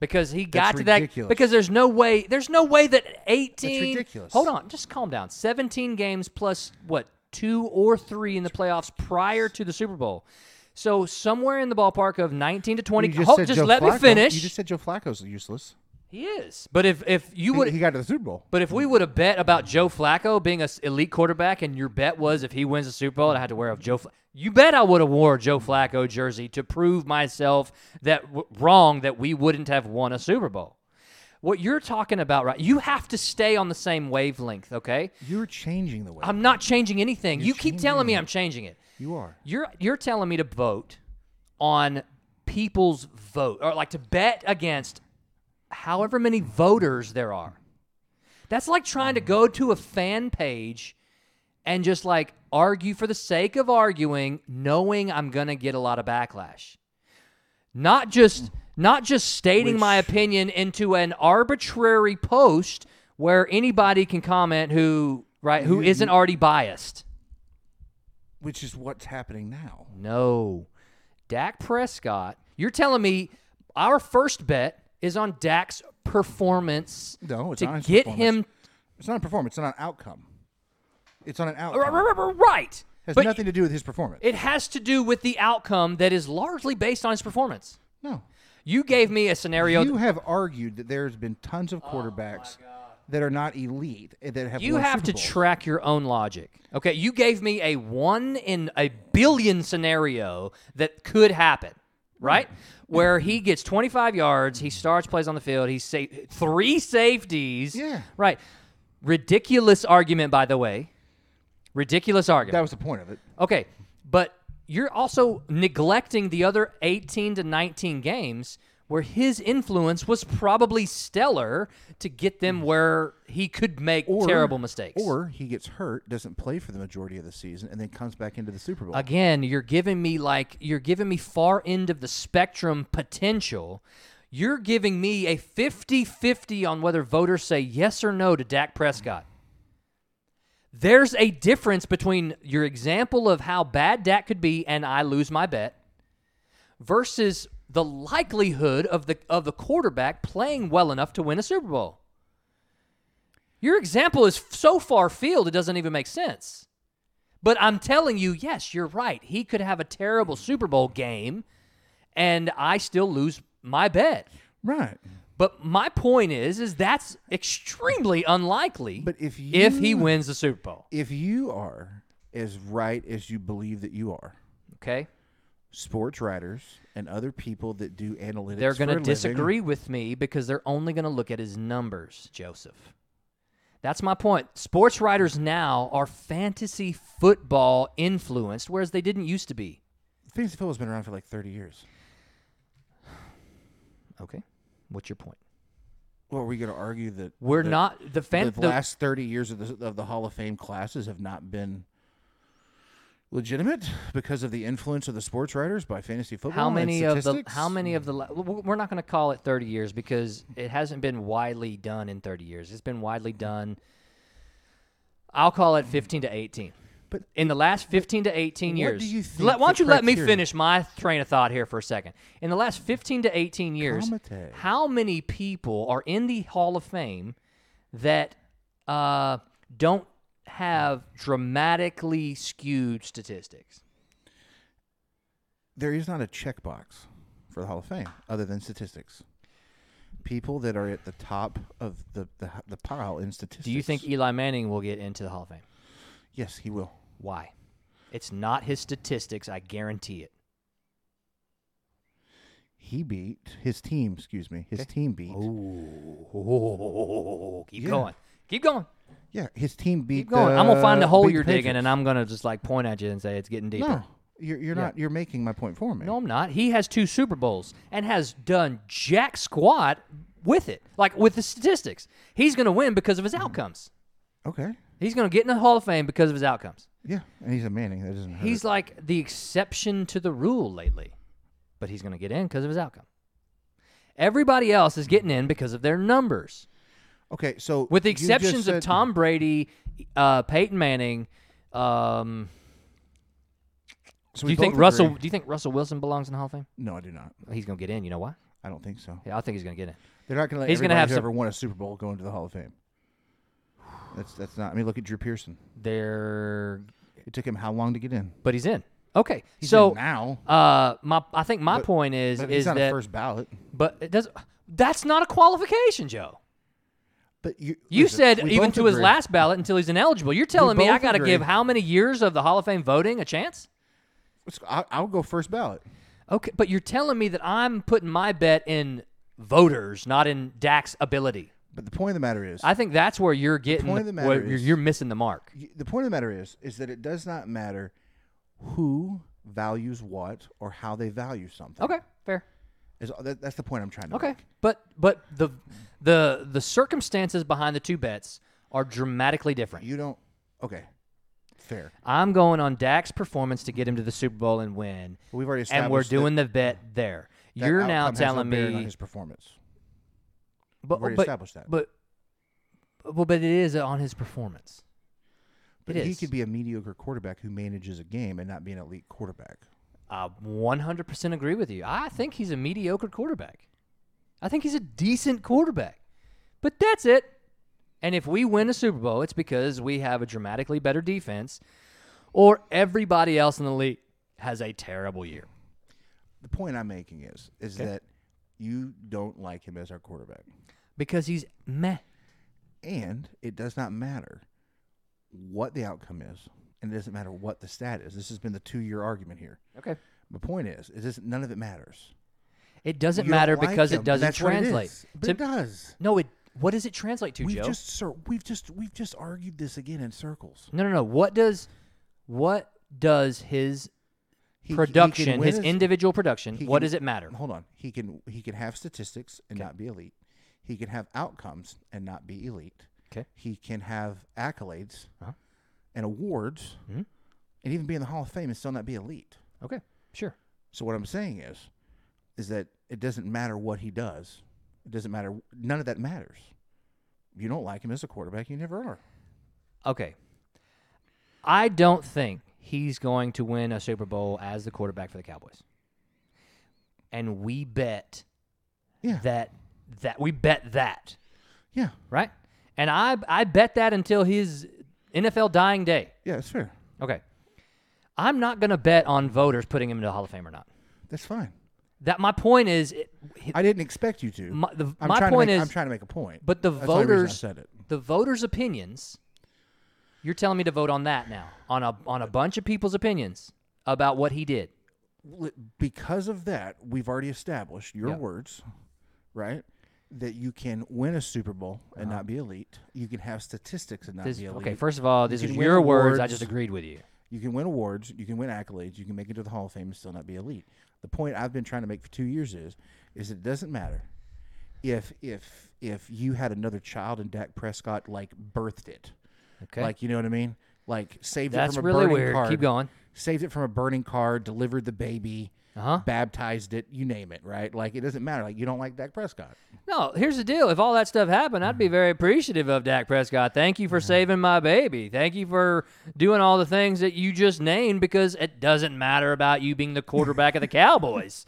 [SPEAKER 2] Because he got
[SPEAKER 3] That's
[SPEAKER 2] to
[SPEAKER 3] ridiculous.
[SPEAKER 2] that because there's no way there's no way that 18
[SPEAKER 3] ridiculous.
[SPEAKER 2] Hold on, just calm down. 17 games plus what? 2 or 3 in the playoffs prior to the Super Bowl. So somewhere in the ballpark of 19 to 20
[SPEAKER 3] You just
[SPEAKER 2] Hold-
[SPEAKER 3] said
[SPEAKER 2] just
[SPEAKER 3] Joe
[SPEAKER 2] let me
[SPEAKER 3] Flacco-
[SPEAKER 2] finish.
[SPEAKER 3] You just said Joe Flacco's useless.
[SPEAKER 2] he is. But if if you
[SPEAKER 3] He,
[SPEAKER 2] would
[SPEAKER 3] he got to the Super Bowl.
[SPEAKER 2] but if we would have bet about Joe Flacco being an elite quarterback, and your bet was if he wins the Super Bowl, I had to wear a Joe. Fla- you bet I would have wore a Joe Flacco jersey to prove myself that w- wrong that we wouldn't have won a Super Bowl. What you're talking about, right? You have to stay on the same wavelength, okay?
[SPEAKER 3] You're changing the way
[SPEAKER 2] I'm not changing anything. you keep telling me
[SPEAKER 3] changing it.
[SPEAKER 2] I'm changing it.
[SPEAKER 3] you are.
[SPEAKER 2] You're you're telling me to vote on people's vote or like to bet against however many voters there are. That's like trying to go to a fan page and just like argue for the sake of arguing, knowing I'm going to get a lot of backlash. Not just not just stating my opinion into an arbitrary post where anybody can comment who right? Who isn't already biased?
[SPEAKER 3] which is what's happening now.
[SPEAKER 2] No. Dak Prescott, you're telling me our first bet is on Dak's performance
[SPEAKER 3] No, it's
[SPEAKER 2] to
[SPEAKER 3] not his
[SPEAKER 2] get
[SPEAKER 3] performance.
[SPEAKER 2] him
[SPEAKER 3] It's not a performance. It's not an outcome. It's on an
[SPEAKER 2] R-
[SPEAKER 3] outcome.
[SPEAKER 2] r- r- r- right.
[SPEAKER 3] has
[SPEAKER 2] but
[SPEAKER 3] nothing to do with his performance.
[SPEAKER 2] it has to do with the outcome that is largely based on his performance.
[SPEAKER 3] no.
[SPEAKER 2] You gave me a scenario.
[SPEAKER 3] You have argued that there's been tons of quarterbacks that are not elite eh, that have
[SPEAKER 2] Oh You
[SPEAKER 3] won
[SPEAKER 2] have
[SPEAKER 3] Super
[SPEAKER 2] to
[SPEAKER 3] Bowls.
[SPEAKER 2] track your own logic. Okay, you gave me a one in a billion scenario that could happen, right? Where he gets 25 yards, he starts, plays on the field, he's sa- three safeties.
[SPEAKER 3] Yeah.
[SPEAKER 2] Right. Ridiculous argument, by the way. Ridiculous argument.
[SPEAKER 3] That was the point of it.
[SPEAKER 2] Okay, but you're also neglecting the other 18 to 19 games where his influence was probably stellar to get them where he could make terrible mistakes.
[SPEAKER 3] Mm. Or he gets hurt, doesn't play for the majority of the season, and then comes back into the Super Bowl.
[SPEAKER 2] again, you're giving me like you're giving me far end of the spectrum potential. You're giving me a 50-50 on whether voters say yes or no to Dak Prescott. There's a difference between your example of how bad Dak could be and I lose my bet versus the likelihood of the of the quarterback playing well enough to win a Super Bowl. Your example is f- so far field it doesn't even make sense. But I'm telling you, yes, you're right. He could have a terrible Super Bowl game, and I still lose my bet.
[SPEAKER 3] right.
[SPEAKER 2] But my point is, is that's extremely unlikely.
[SPEAKER 3] But if
[SPEAKER 2] if he
[SPEAKER 3] you-
[SPEAKER 2] wins the Super Bowl,
[SPEAKER 3] If you are as right as you believe that you are,
[SPEAKER 2] okay,
[SPEAKER 3] sports writers and other people that do analytics,
[SPEAKER 2] they're going
[SPEAKER 3] going
[SPEAKER 2] to disagree with me because they're only going to look at his numbers, Joseph. That's my point. Sports writers now are fantasy football influenced, whereas they didn't used to be.
[SPEAKER 3] Fantasy football's been around for like thirty years.
[SPEAKER 2] Okay, what's your point?
[SPEAKER 3] Well, are we going to argue that
[SPEAKER 2] We're
[SPEAKER 3] that
[SPEAKER 2] not the fan.
[SPEAKER 3] the,
[SPEAKER 2] the-
[SPEAKER 3] last thirty years of the of the Hall of Fame classes have not been legitimate because of the influence of the sports writers by fantasy football?
[SPEAKER 2] how
[SPEAKER 3] and
[SPEAKER 2] many of the
[SPEAKER 3] statistics?
[SPEAKER 2] how many of the la- w- w- we're not going to call it 30 years because it hasn't been widely done in 30 years it's been widely done i'll call it 15 to 18
[SPEAKER 3] But-
[SPEAKER 2] in the last 15 to 18
[SPEAKER 3] What
[SPEAKER 2] years
[SPEAKER 3] do you think
[SPEAKER 2] let- why don't
[SPEAKER 3] the
[SPEAKER 2] you let me
[SPEAKER 3] criteria-
[SPEAKER 2] finish my train of thought here for a second in the last 15 to 18 years
[SPEAKER 3] Comite.
[SPEAKER 2] how many people are in the hall of fame that uh, don't have dramatically skewed statistics
[SPEAKER 3] There is not a checkbox for the Hall of Fame other than statistics. People that are at the top of the the, the pile in statistics.
[SPEAKER 2] do you think e- eli manning will get into the hall of fame
[SPEAKER 3] Yes, he will.
[SPEAKER 2] Why? It's not his statistics, I guarantee it.
[SPEAKER 3] He beat his team. Excuse me. His team beat.
[SPEAKER 2] Oh. Ooh. Keep
[SPEAKER 3] Yeah.
[SPEAKER 2] going. Keep going.
[SPEAKER 3] Yeah, his team beat.
[SPEAKER 2] Keep going. I'm gonna find the
[SPEAKER 3] uh,
[SPEAKER 2] hole
[SPEAKER 3] beat
[SPEAKER 2] you're digging
[SPEAKER 3] Patriots.
[SPEAKER 2] and I'm gonna just like point at you and say it's getting deeper.
[SPEAKER 3] No, you're, you're not. You're making my point for me.
[SPEAKER 2] No, I'm not. He has two Super Bowls and has done jack squat with it. Like with the statistics. He's gonna win because of his outcomes.
[SPEAKER 3] Okay.
[SPEAKER 2] He's gonna get in the Hall of Fame because of his outcomes.
[SPEAKER 3] Yeah, and he's a Manning. That doesn't. Hurt.
[SPEAKER 2] He's like the exception to the rule lately, but he's going to get in because of his outcome. Everybody else is getting in because of their numbers,
[SPEAKER 3] okay. So
[SPEAKER 2] with the
[SPEAKER 3] you just
[SPEAKER 2] exceptions of
[SPEAKER 3] said-
[SPEAKER 2] Tom Brady, uh, Peyton Manning. Um,
[SPEAKER 3] so
[SPEAKER 2] do
[SPEAKER 3] we
[SPEAKER 2] you think
[SPEAKER 3] both
[SPEAKER 2] Russell?
[SPEAKER 3] agree-
[SPEAKER 2] Do you think Russell Wilson belongs in the Hall of Fame?
[SPEAKER 3] No, I do not.
[SPEAKER 2] He's going to get in. You know why?
[SPEAKER 3] I don't think so.
[SPEAKER 2] Yeah, I think he's going to get in.
[SPEAKER 3] They're not going to let
[SPEAKER 2] He's
[SPEAKER 3] going
[SPEAKER 2] gonna
[SPEAKER 3] to
[SPEAKER 2] have
[SPEAKER 3] who
[SPEAKER 2] some-
[SPEAKER 3] ever won a Super Bowl go into the Hall of Fame. That's that's not. I mean, look at Drew Pearson.
[SPEAKER 2] There,
[SPEAKER 3] It took him how long to get in?
[SPEAKER 2] but he's in. Okay,
[SPEAKER 3] He's
[SPEAKER 2] so
[SPEAKER 3] in now,
[SPEAKER 2] uh, my I think my point is
[SPEAKER 3] but
[SPEAKER 2] is
[SPEAKER 3] he's not
[SPEAKER 2] that
[SPEAKER 3] a first ballot.
[SPEAKER 2] but it does that's not a qualification, Joe.
[SPEAKER 3] But you
[SPEAKER 2] You
[SPEAKER 3] listen,
[SPEAKER 2] said
[SPEAKER 3] we
[SPEAKER 2] even
[SPEAKER 3] both
[SPEAKER 2] to his
[SPEAKER 3] agree.
[SPEAKER 2] last ballot until he's ineligible. You're telling me I
[SPEAKER 3] both
[SPEAKER 2] got to
[SPEAKER 3] agree.
[SPEAKER 2] give how many years of the Hall of Fame voting a chance?
[SPEAKER 3] Let's- I- I'll go first ballot.
[SPEAKER 2] Okay, but you're telling me that I'm putting my bet in voters, not in Dak's ability.
[SPEAKER 3] But the point of the matter is,
[SPEAKER 2] I think that's where you're getting
[SPEAKER 3] point of the matter
[SPEAKER 2] where you're,
[SPEAKER 3] is-
[SPEAKER 2] you're missing the mark.
[SPEAKER 3] y- the point of the matter is is that it does not matter who values what or how they value something.
[SPEAKER 2] Okay, fair.
[SPEAKER 3] Is, uh, that, that's the point I'm trying to
[SPEAKER 2] Okay,
[SPEAKER 3] make.
[SPEAKER 2] but but the the the circumstances behind the two bets are dramatically different.
[SPEAKER 3] You don't. Okay. Fair.
[SPEAKER 2] I'm going on Dak's performance to get him to the Super Bowl and win.
[SPEAKER 3] Well, we've already
[SPEAKER 2] and we're
[SPEAKER 3] established that-
[SPEAKER 2] doing the bet there.
[SPEAKER 3] That
[SPEAKER 2] You're now
[SPEAKER 3] outcome has no
[SPEAKER 2] telling
[SPEAKER 3] bearing on
[SPEAKER 2] me
[SPEAKER 3] his performance.
[SPEAKER 2] But,
[SPEAKER 3] already
[SPEAKER 2] but-
[SPEAKER 3] established that.
[SPEAKER 2] But well, but it is on his performance.
[SPEAKER 3] But
[SPEAKER 2] It
[SPEAKER 3] he
[SPEAKER 2] is.
[SPEAKER 3] could be a mediocre quarterback who manages a game and not be an elite quarterback.
[SPEAKER 2] I 100% agree with you. I think he's a mediocre quarterback. I think he's a decent quarterback. But that's it. And if we win a Super Bowl, it's because we have a dramatically better defense or everybody else in the league has a terrible year.
[SPEAKER 3] The point I'm making is is that you don't like him as our quarterback.
[SPEAKER 2] Because he's meh.
[SPEAKER 3] And it does not matter what the outcome is. And it doesn't matter what the stat is. This has been the two year argument here.
[SPEAKER 2] Okay.
[SPEAKER 3] My point is, is this none of it matters.
[SPEAKER 2] It doesn't
[SPEAKER 3] You don't
[SPEAKER 2] matter
[SPEAKER 3] like
[SPEAKER 2] because
[SPEAKER 3] him,
[SPEAKER 2] it
[SPEAKER 3] but
[SPEAKER 2] doesn't
[SPEAKER 3] that's what it
[SPEAKER 2] translate.
[SPEAKER 3] is. But
[SPEAKER 2] To-
[SPEAKER 3] it does.
[SPEAKER 2] No, it what does it translate to,
[SPEAKER 3] We've
[SPEAKER 2] Joe?
[SPEAKER 3] just sir, we've just we've just argued this again in circles.
[SPEAKER 2] No, no, no. What does what does his
[SPEAKER 3] He- he can
[SPEAKER 2] production,
[SPEAKER 3] win
[SPEAKER 2] his individual production,
[SPEAKER 3] he
[SPEAKER 2] what
[SPEAKER 3] can-
[SPEAKER 2] does it matter?
[SPEAKER 3] Hold on. He can he can have statistics and not be elite. He can have outcomes and not be elite.
[SPEAKER 2] 'Kay.
[SPEAKER 3] He can have accolades
[SPEAKER 2] Uh-huh. Mm-hmm.
[SPEAKER 3] and awards and even be in the Hall of Fame and still not be elite.
[SPEAKER 2] Okay. Sure.
[SPEAKER 3] So what I'm saying is is that it doesn't matter what he does. It doesn't matter none of that matters. You don't like him as a quarterback, you never are.
[SPEAKER 2] Okay. I don't think he's going to win a Super Bowl as the quarterback for the Cowboys. And we bet
[SPEAKER 3] Yeah.
[SPEAKER 2] that that we bet that,
[SPEAKER 3] yeah.
[SPEAKER 2] right? And I I bet that until his NFL dying day.
[SPEAKER 3] Yeah, that's fair.
[SPEAKER 2] Okay. I'm not going to bet on voters putting him into the Hall of Fame or not.
[SPEAKER 3] That's fine.
[SPEAKER 2] That my point is it,
[SPEAKER 3] I didn't expect you to.
[SPEAKER 2] My- the-
[SPEAKER 3] I'm
[SPEAKER 2] my
[SPEAKER 3] trying
[SPEAKER 2] point
[SPEAKER 3] to make,
[SPEAKER 2] is-
[SPEAKER 3] I'm trying to make a point.
[SPEAKER 2] but the
[SPEAKER 3] That's the only reason I
[SPEAKER 2] voters
[SPEAKER 3] said it.
[SPEAKER 2] the voters opinions you're telling me to vote on that now on a on a bunch of people's opinions about what he did.
[SPEAKER 3] li- because of that, we've already established your
[SPEAKER 2] Yeah.
[SPEAKER 3] words, right? That you can win a Super Bowl and not be elite. You can have statistics and not
[SPEAKER 2] Uh-huh. This-
[SPEAKER 3] be elite.
[SPEAKER 2] okay, first of all, these are
[SPEAKER 3] You can win
[SPEAKER 2] your words. I
[SPEAKER 3] awards.
[SPEAKER 2] just agreed with you.
[SPEAKER 3] you can win awards. You can win accolades. You can make it to the Hall of Fame and still not be elite. The point I've been trying to make for two years is, is it doesn't matter if if if you had another child and Dak Prescott like birthed it,
[SPEAKER 2] Okay,
[SPEAKER 3] like you know what I mean, like saved
[SPEAKER 2] that's
[SPEAKER 3] it from a
[SPEAKER 2] really
[SPEAKER 3] burning
[SPEAKER 2] weird.
[SPEAKER 3] card
[SPEAKER 2] Keep going.
[SPEAKER 3] saved it from a burning car, delivered the baby,
[SPEAKER 2] Uh-huh.
[SPEAKER 3] baptized it, you name it, right? Like it doesn't matter. Like you don't like Dak Prescott.
[SPEAKER 2] No, here's the deal. If all that stuff happened, I'd be very appreciative of Dak Prescott. Thank you for saving my baby. Thank you for doing all the things that you just named because it doesn't matter about you being the quarterback of the Cowboys.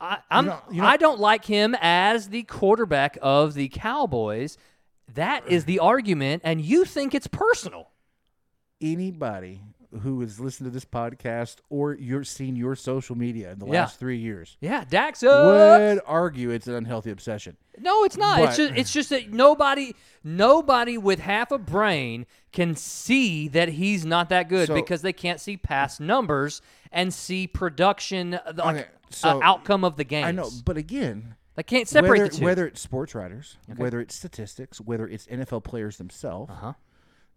[SPEAKER 2] I, I'm,
[SPEAKER 3] know- you know-
[SPEAKER 2] I don't like him as the quarterback of the Cowboys. That is the argument, and you think it's personal.
[SPEAKER 3] Anybody who has listened to this podcast or you're seen your social media in the
[SPEAKER 2] Yeah.
[SPEAKER 3] last three years
[SPEAKER 2] Yeah, Dak's up.
[SPEAKER 3] would argue it's an unhealthy obsession.
[SPEAKER 2] No, it's not. it's
[SPEAKER 3] But-
[SPEAKER 2] just it's just that nobody nobody with half a brain can see that he's not that good
[SPEAKER 3] So-
[SPEAKER 2] because they can't see past numbers and see production, uh, the- like
[SPEAKER 3] Okay,
[SPEAKER 2] uh,
[SPEAKER 3] so-
[SPEAKER 2] outcome of the game.
[SPEAKER 3] I know, but again,
[SPEAKER 2] they can't separate
[SPEAKER 3] whether,
[SPEAKER 2] the two.
[SPEAKER 3] whether it's sports writers, whether it's statistics, whether it's NFL players themselves
[SPEAKER 2] Uh-huh.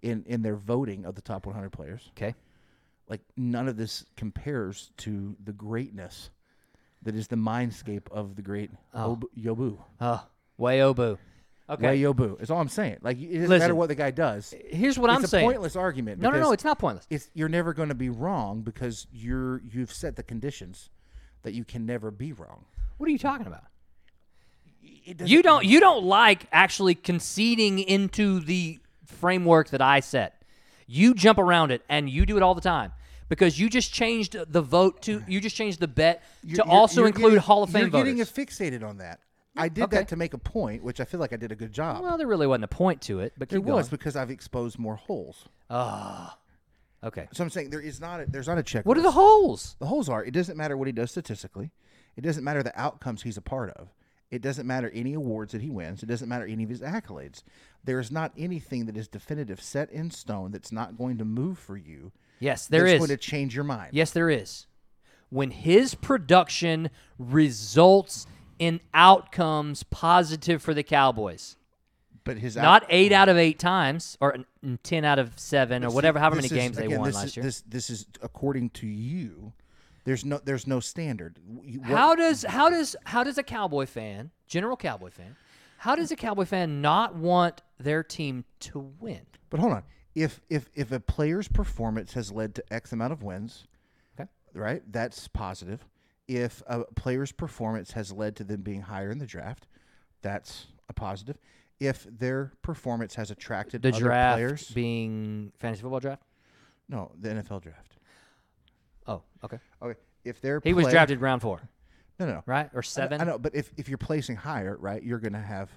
[SPEAKER 3] in, in their voting of the top 100 players,
[SPEAKER 2] okay,
[SPEAKER 3] like none of this compares to the greatness that is the mindscape of the great Ob- Yobu.
[SPEAKER 2] Oh. uh, Wayobu. Okay,
[SPEAKER 3] Way Yobu. It's all I'm saying. Like it doesn't matter
[SPEAKER 2] Listen.
[SPEAKER 3] what the guy does. It's
[SPEAKER 2] here's what I'm
[SPEAKER 3] a
[SPEAKER 2] saying.
[SPEAKER 3] pointless argument.
[SPEAKER 2] no, no, no,
[SPEAKER 3] because
[SPEAKER 2] it's not pointless.
[SPEAKER 3] It's you're never going to be wrong because you're you've set the conditions that you can never be wrong.
[SPEAKER 2] What are you talking about?
[SPEAKER 3] It doesn't-
[SPEAKER 2] You don't you don't like actually conceding into the framework that I set. You jump around it and you do it all the time because you just changed the vote to you just changed the bet
[SPEAKER 3] you're-
[SPEAKER 2] to
[SPEAKER 3] you're-
[SPEAKER 2] also
[SPEAKER 3] you're
[SPEAKER 2] include
[SPEAKER 3] getting-
[SPEAKER 2] Hall of Fame
[SPEAKER 3] You're
[SPEAKER 2] voters.
[SPEAKER 3] getting affixated on that. I did
[SPEAKER 2] Okay.
[SPEAKER 3] that to make a point, which I feel like I did a good job.
[SPEAKER 2] well, there really wasn't a point to it, but
[SPEAKER 3] there
[SPEAKER 2] keep
[SPEAKER 3] was
[SPEAKER 2] going.
[SPEAKER 3] because I've exposed more holes.
[SPEAKER 2] Okay.
[SPEAKER 3] So I'm saying there is not a, there's not a check.
[SPEAKER 2] What are the holes?
[SPEAKER 3] The holes are it doesn't matter what he does statistically. It doesn't matter the outcomes he's a part of. It doesn't matter any awards that he wins. It doesn't matter any of his accolades. There is not anything that is definitive set in stone that's not going to move for you.
[SPEAKER 2] Yes, there
[SPEAKER 3] that's
[SPEAKER 2] is.
[SPEAKER 3] going to change your mind.
[SPEAKER 2] Yes, there is. When his production results in outcomes positive for the Cowboys.
[SPEAKER 3] But his
[SPEAKER 2] Not
[SPEAKER 3] out-
[SPEAKER 2] 8 out of 8 times or n- 10 out of 7 or
[SPEAKER 3] See,
[SPEAKER 2] whatever how many
[SPEAKER 3] this is-
[SPEAKER 2] games they
[SPEAKER 3] again,
[SPEAKER 2] won
[SPEAKER 3] this
[SPEAKER 2] last
[SPEAKER 3] is,
[SPEAKER 2] year.
[SPEAKER 3] This this is according to you. There's no there's no standard. You- what-
[SPEAKER 2] How does how does how does a cowboy fan, general cowboy fan, how does a cowboy fan not want their team to win?
[SPEAKER 3] But hold on. If if if a player's performance has led to X amount of wins,
[SPEAKER 2] Okay.
[SPEAKER 3] right? That's positive. If a player's performance has led to them being higher in the draft, that's a positive. if their performance has attracted
[SPEAKER 2] The
[SPEAKER 3] other
[SPEAKER 2] draft
[SPEAKER 3] players.
[SPEAKER 2] being fantasy football draft.
[SPEAKER 3] no, the NFL draft.
[SPEAKER 2] Oh, okay.
[SPEAKER 3] Okay, if their
[SPEAKER 2] He was
[SPEAKER 3] player-
[SPEAKER 2] drafted round four,
[SPEAKER 3] No, no, no.
[SPEAKER 2] right, or
[SPEAKER 3] I know-
[SPEAKER 2] seven?
[SPEAKER 3] I know, but if if you're placing higher, right, you're gonna have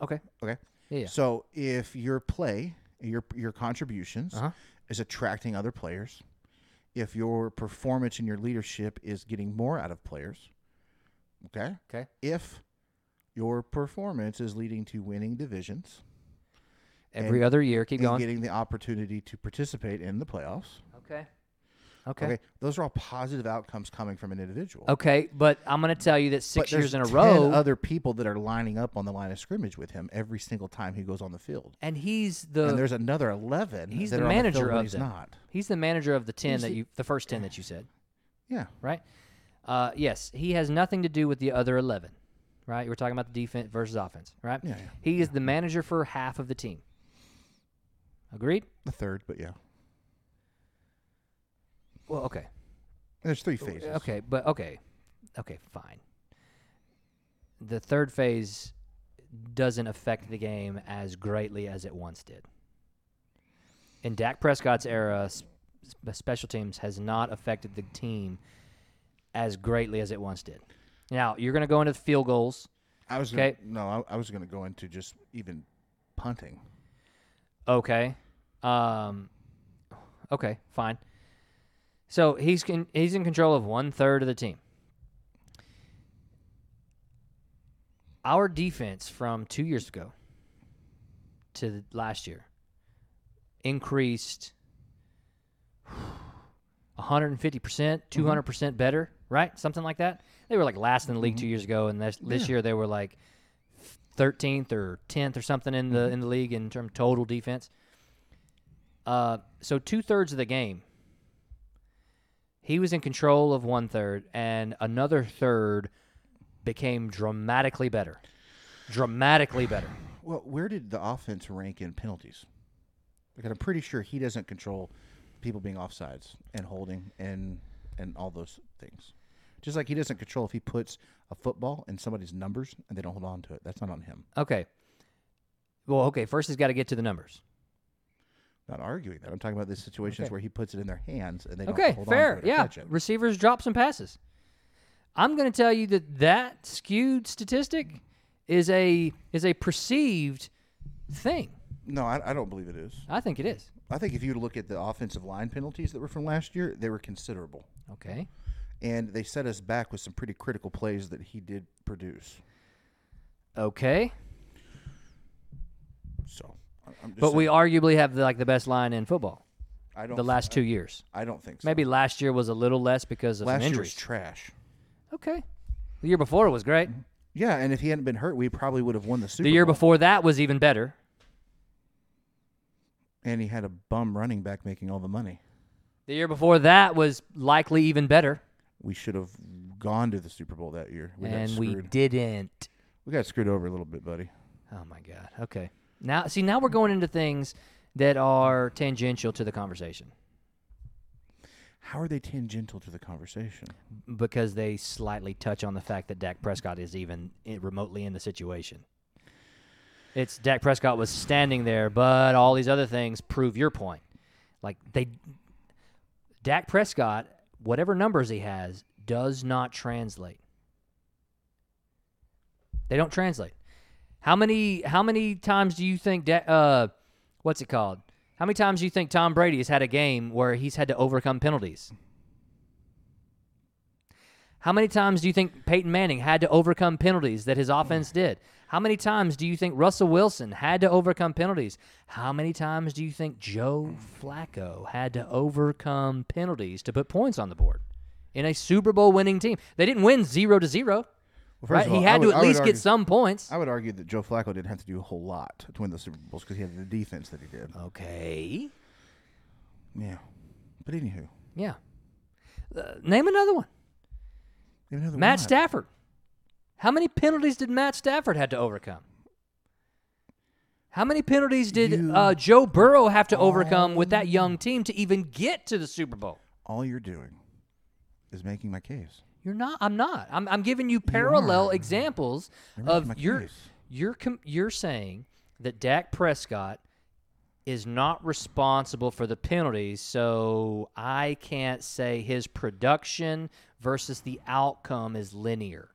[SPEAKER 2] Okay.
[SPEAKER 3] okay.
[SPEAKER 2] Yeah, yeah.
[SPEAKER 3] So if your play, your your contributions
[SPEAKER 2] Uh-huh.
[SPEAKER 3] is attracting other players, if your performance and your leadership is getting more out of players, okay,
[SPEAKER 2] Okay.
[SPEAKER 3] if your performance is leading to winning divisions
[SPEAKER 2] Every
[SPEAKER 3] And-
[SPEAKER 2] other year, keep
[SPEAKER 3] and
[SPEAKER 2] going.
[SPEAKER 3] getting the opportunity to participate in the playoffs,
[SPEAKER 2] Okay.
[SPEAKER 3] okay.
[SPEAKER 2] Okay.
[SPEAKER 3] those are all positive outcomes coming from an individual.
[SPEAKER 2] Okay, but I'm going to tell you that
[SPEAKER 3] But
[SPEAKER 2] six years in a
[SPEAKER 3] there's 10
[SPEAKER 2] row,
[SPEAKER 3] other people that are lining up on the line of scrimmage with him every single time he goes on the field.
[SPEAKER 2] and he's the
[SPEAKER 3] and there's another 11
[SPEAKER 2] he's
[SPEAKER 3] that
[SPEAKER 2] the
[SPEAKER 3] are on
[SPEAKER 2] manager
[SPEAKER 3] field when
[SPEAKER 2] of
[SPEAKER 3] he's
[SPEAKER 2] them.
[SPEAKER 3] not
[SPEAKER 2] he's the manager of the ten that you the first ten that you said,
[SPEAKER 3] yeah
[SPEAKER 2] right? Uh, yes, he has nothing to do with the other eleven, right? We're talking about the defense versus offense, right?
[SPEAKER 3] Yeah, yeah.
[SPEAKER 2] He is the manager for half of the team. Agreed?
[SPEAKER 3] the third but yeah
[SPEAKER 2] Well, okay,
[SPEAKER 3] there's three phases
[SPEAKER 2] okay, but okay, okay, fine. The third phase doesn't affect the game as greatly as it once did. in Dak Prescott's era, s- s- special teams has not affected the team as greatly as it once did. Now you're going to go into field goals.
[SPEAKER 3] i was gonna,
[SPEAKER 2] Okay.
[SPEAKER 3] no I, I was gonna go into just even punting
[SPEAKER 2] Okay, um, okay, fine. So he's con- he's in control of one third of the team. Our defense from two years ago to th- last year increased 150%, 200% percent better, right? Something like that. They were like last in the league 2 years ago and this, this year they were like 13th or 10th or something in the
[SPEAKER 3] Mm-hmm.
[SPEAKER 2] in the league in terms of total defense. Uh, so two-thirds of the game he was in control of one third and another third became dramatically better. Dramatically better.
[SPEAKER 3] well where did the offense rank in penalties because i'm pretty sure he doesn't control people being offsides and holding and and all those things just like he doesn't control if he puts a football in somebody's numbers and they don't hold on to it that's not on him
[SPEAKER 2] Okay. Well, okay. First, he's got to get to the numbers.
[SPEAKER 3] not arguing that i'm talking about the situations where he puts it in their hands and they don't
[SPEAKER 2] okay,
[SPEAKER 3] Oh, hold on
[SPEAKER 2] fair.
[SPEAKER 3] to it or
[SPEAKER 2] Yeah.
[SPEAKER 3] catch it.
[SPEAKER 2] Receivers drop some passes. I'm going to tell you that that skewed statistic is a is a perceived thing.
[SPEAKER 3] no I, I don't believe it is
[SPEAKER 2] I think it is.
[SPEAKER 3] I think if you look at the offensive line penalties that were from last year, they were considerable.
[SPEAKER 2] Okay.
[SPEAKER 3] And they set us back with some pretty critical plays that he did produce.
[SPEAKER 2] Okay.
[SPEAKER 3] So, I- I'm just
[SPEAKER 2] But we arguably have like the best line in football
[SPEAKER 3] I don't
[SPEAKER 2] the last two years.
[SPEAKER 3] I don't think so.
[SPEAKER 2] Maybe last year was a little less because of
[SPEAKER 3] last
[SPEAKER 2] some
[SPEAKER 3] year was
[SPEAKER 2] injuries.
[SPEAKER 3] trash.
[SPEAKER 2] okay. The year before was great.
[SPEAKER 3] Yeah, and if he hadn't been hurt, we probably would have won the Mm-hmm. Super
[SPEAKER 2] The year
[SPEAKER 3] Bowl.
[SPEAKER 2] before that was even better.
[SPEAKER 3] And he had a bum running back making all the money.
[SPEAKER 2] The year before that was likely even better.
[SPEAKER 3] We should have gone to the Super Bowl that year. We got
[SPEAKER 2] and we
[SPEAKER 3] screwed.
[SPEAKER 2] didn't.
[SPEAKER 3] we got screwed over a little bit, buddy.
[SPEAKER 2] Oh my god. Okay. Now see now we're going into things that are tangential to the conversation
[SPEAKER 3] How are they tangential to the conversation?
[SPEAKER 2] because they slightly touch on the fact that Dak Prescott is even i- remotely in the situation. It's Dak Prescott was standing there, but all these other things prove your point. Like they Dak Prescott, whatever numbers he has, does not translate. They don't translate. How many how many times do you think da- uh what's it called? How many times do you think Tom Brady has had a game where he's had to overcome penalties? How many times do you think Peyton Manning had to overcome penalties that his offense did? How many times do you think Russell Wilson had to overcome penalties? How many times do you think Joe Flacco had to overcome penalties to put points on the board in a Super Bowl winning team? They didn't win 0 to 0.
[SPEAKER 3] Well, first
[SPEAKER 2] Right?
[SPEAKER 3] of all,
[SPEAKER 2] he
[SPEAKER 3] I
[SPEAKER 2] had
[SPEAKER 3] would-
[SPEAKER 2] to
[SPEAKER 3] I
[SPEAKER 2] at
[SPEAKER 3] would
[SPEAKER 2] least
[SPEAKER 3] argue-
[SPEAKER 2] get some points.
[SPEAKER 3] I would argue that Joe Flacco didn't have to do a whole lot to win the Super Bowls because he had the defense that he did.
[SPEAKER 2] Oh. Okay.
[SPEAKER 3] Yeah. But anywho,
[SPEAKER 2] Yeah. Uh, name another one.
[SPEAKER 3] even though they're
[SPEAKER 2] Matt
[SPEAKER 3] not-
[SPEAKER 2] Stafford. How many penalties did Matt Stafford had to overcome? How many penalties did
[SPEAKER 3] You-
[SPEAKER 2] uh, Joe Burrow have to overcome with that young team to even get to the Super Bowl?
[SPEAKER 3] all you're doing is making my case.
[SPEAKER 2] You're not. I'm not. I'm, I'm giving you parallel examples
[SPEAKER 3] You're making my
[SPEAKER 2] of your
[SPEAKER 3] case.
[SPEAKER 2] You're com- you're saying that Dak Prescott is not responsible for the penalties, so I can't say his production versus the outcome is linear.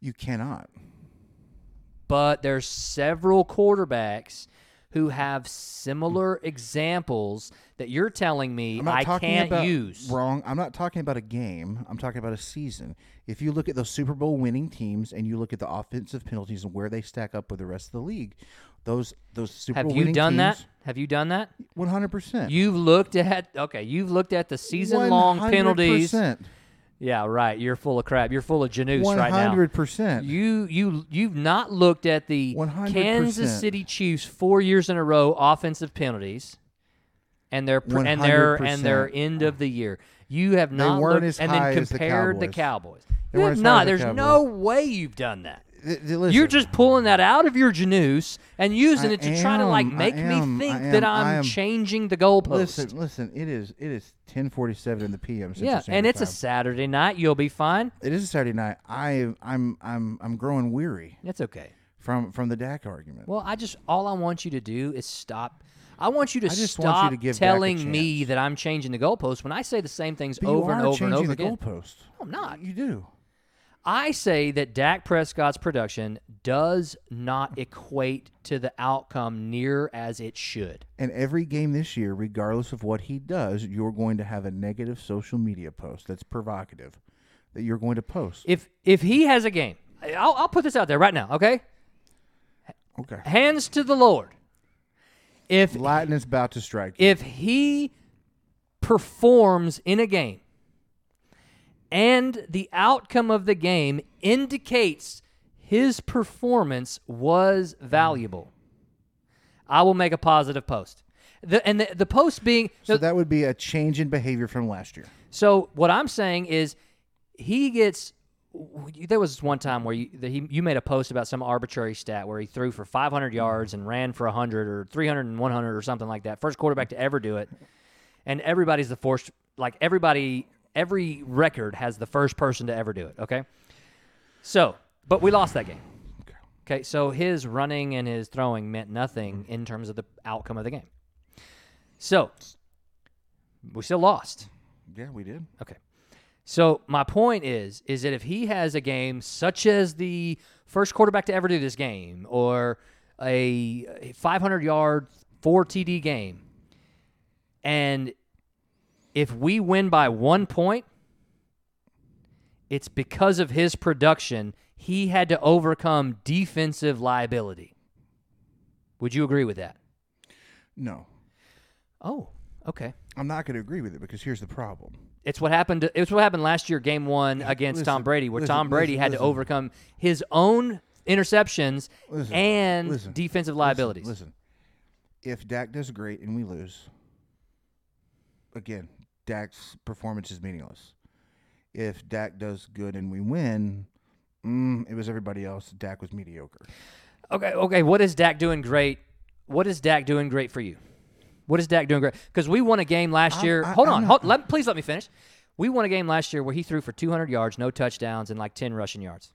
[SPEAKER 3] You cannot.
[SPEAKER 2] But there's several quarterbacks who have similar examples that you're telling me
[SPEAKER 3] I'm not
[SPEAKER 2] I
[SPEAKER 3] talking
[SPEAKER 2] can't
[SPEAKER 3] about
[SPEAKER 2] use.
[SPEAKER 3] wrong. I'm not talking about a game. I'm talking about a season. If you look at those Super Bowl winning teams and you look at the offensive penalties and where they stack up with the rest of the league, those those Super
[SPEAKER 2] Have
[SPEAKER 3] Bowl
[SPEAKER 2] you
[SPEAKER 3] winning
[SPEAKER 2] done that?
[SPEAKER 3] teams,
[SPEAKER 2] Have you done that?
[SPEAKER 3] One hundred percent.
[SPEAKER 2] You've looked at okay. You've looked at the season long penalties.
[SPEAKER 3] 100%.
[SPEAKER 2] Yeah, right. You're full of crap. You're full of Janus right now.
[SPEAKER 3] 100%.
[SPEAKER 2] You you you've not looked at the
[SPEAKER 3] 100%.
[SPEAKER 2] Kansas City Chiefs four years in a row offensive penalties, and their pr- and their and their
[SPEAKER 3] 100%.
[SPEAKER 2] end of the year. You have not
[SPEAKER 3] weren't
[SPEAKER 2] looked
[SPEAKER 3] as
[SPEAKER 2] and
[SPEAKER 3] high
[SPEAKER 2] then
[SPEAKER 3] as the
[SPEAKER 2] compared the Cowboys.
[SPEAKER 3] Cowboys. They
[SPEAKER 2] you
[SPEAKER 3] weren't
[SPEAKER 2] have
[SPEAKER 3] as high
[SPEAKER 2] not.
[SPEAKER 3] as the
[SPEAKER 2] There's
[SPEAKER 3] Cowboys.
[SPEAKER 2] no way you've done that.
[SPEAKER 3] Th- th- listen,
[SPEAKER 2] You're just pulling that out of your Janus and using
[SPEAKER 3] I
[SPEAKER 2] it to try to like
[SPEAKER 3] am, I
[SPEAKER 2] make
[SPEAKER 3] am, I
[SPEAKER 2] me think
[SPEAKER 3] am,
[SPEAKER 2] that
[SPEAKER 3] I
[SPEAKER 2] I'm
[SPEAKER 3] am.
[SPEAKER 2] changing the goalpost.
[SPEAKER 3] Listen, listen. It is it is ten forty seven in the p.m. Central
[SPEAKER 2] yeah, and
[SPEAKER 3] Standard
[SPEAKER 2] it's a
[SPEAKER 3] Time.
[SPEAKER 2] Saturday night. You'll be fine.
[SPEAKER 3] it is a Saturday night. I I'm I'm I'm growing weary
[SPEAKER 2] That's okay.
[SPEAKER 3] from from the Dak argument.
[SPEAKER 2] Well, I just all I want you to do is stop. I want you to
[SPEAKER 3] I just
[SPEAKER 2] stop
[SPEAKER 3] want you to give Dak a
[SPEAKER 2] telling me
[SPEAKER 3] chance.
[SPEAKER 2] that I'm changing the goalpost when I say the same things
[SPEAKER 3] But you
[SPEAKER 2] over and
[SPEAKER 3] are
[SPEAKER 2] over and
[SPEAKER 3] changing
[SPEAKER 2] over
[SPEAKER 3] the
[SPEAKER 2] again.
[SPEAKER 3] goalpost.
[SPEAKER 2] I'm not.
[SPEAKER 3] You do.
[SPEAKER 2] I say that Dak Prescott's production does not equate to the outcome near as it should.
[SPEAKER 3] And every game this year, regardless of what he does, you're going to have a negative social media post that's provocative that you're going to post.
[SPEAKER 2] If if he has a game, I'll, I'll put this out there right now. Okay,
[SPEAKER 3] Okay.
[SPEAKER 2] hands to the Lord. If
[SPEAKER 3] Lightning's about to strike.
[SPEAKER 2] if he performs in a game and the outcome of the game indicates his performance was valuable, I will make a positive post. The, and the, the post being
[SPEAKER 3] so that would be a change in behavior from last year.
[SPEAKER 2] so what I'm saying is, he gets. There was one time where you that he, you made a post about some arbitrary stat where he threw for 500 yards and ran for 100 or 300 and 100 or something like that. First quarterback to ever do it, and everybody's the first. Like everybody, every record has the first person to ever do it. Okay, so but we lost that game. Okay, so his running and his throwing meant nothing in terms of the outcome of the game. So we still lost.
[SPEAKER 3] Yeah, we did.
[SPEAKER 2] Okay. So my point is, is that if he has a game such as the first quarterback to ever do this game, or a a 500 yard, four TD game, and if we win by one point, it's because of his production. He had to overcome defensive liability. Would you agree with that?
[SPEAKER 3] No,
[SPEAKER 2] Oh, okay.
[SPEAKER 3] I'm not going to agree with it because here's the problem.
[SPEAKER 2] It's what happened. To, it's what happened last year, Game One against Tom
[SPEAKER 3] listen,
[SPEAKER 2] Brady, where
[SPEAKER 3] listen,
[SPEAKER 2] Tom Brady
[SPEAKER 3] listen,
[SPEAKER 2] had to
[SPEAKER 3] listen.
[SPEAKER 2] overcome his own interceptions
[SPEAKER 3] Listen,
[SPEAKER 2] and
[SPEAKER 3] listen,
[SPEAKER 2] defensive liabilities.
[SPEAKER 3] Listen, if Dak does great and we lose, again, Dak's performance is meaningless. If Dak does good and we win, mm, it was everybody else. Dak was mediocre.
[SPEAKER 2] Okay, okay. What is Dak doing great? What is Dak doing great for you? What is Dak doing great? Because we won a game last year.
[SPEAKER 3] I-
[SPEAKER 2] hold
[SPEAKER 3] I'm
[SPEAKER 2] on,
[SPEAKER 3] not-
[SPEAKER 2] hold, let, please let me finish. We won a game last year where he threw for 200 yards, no touchdowns, and like 10 rushing yards.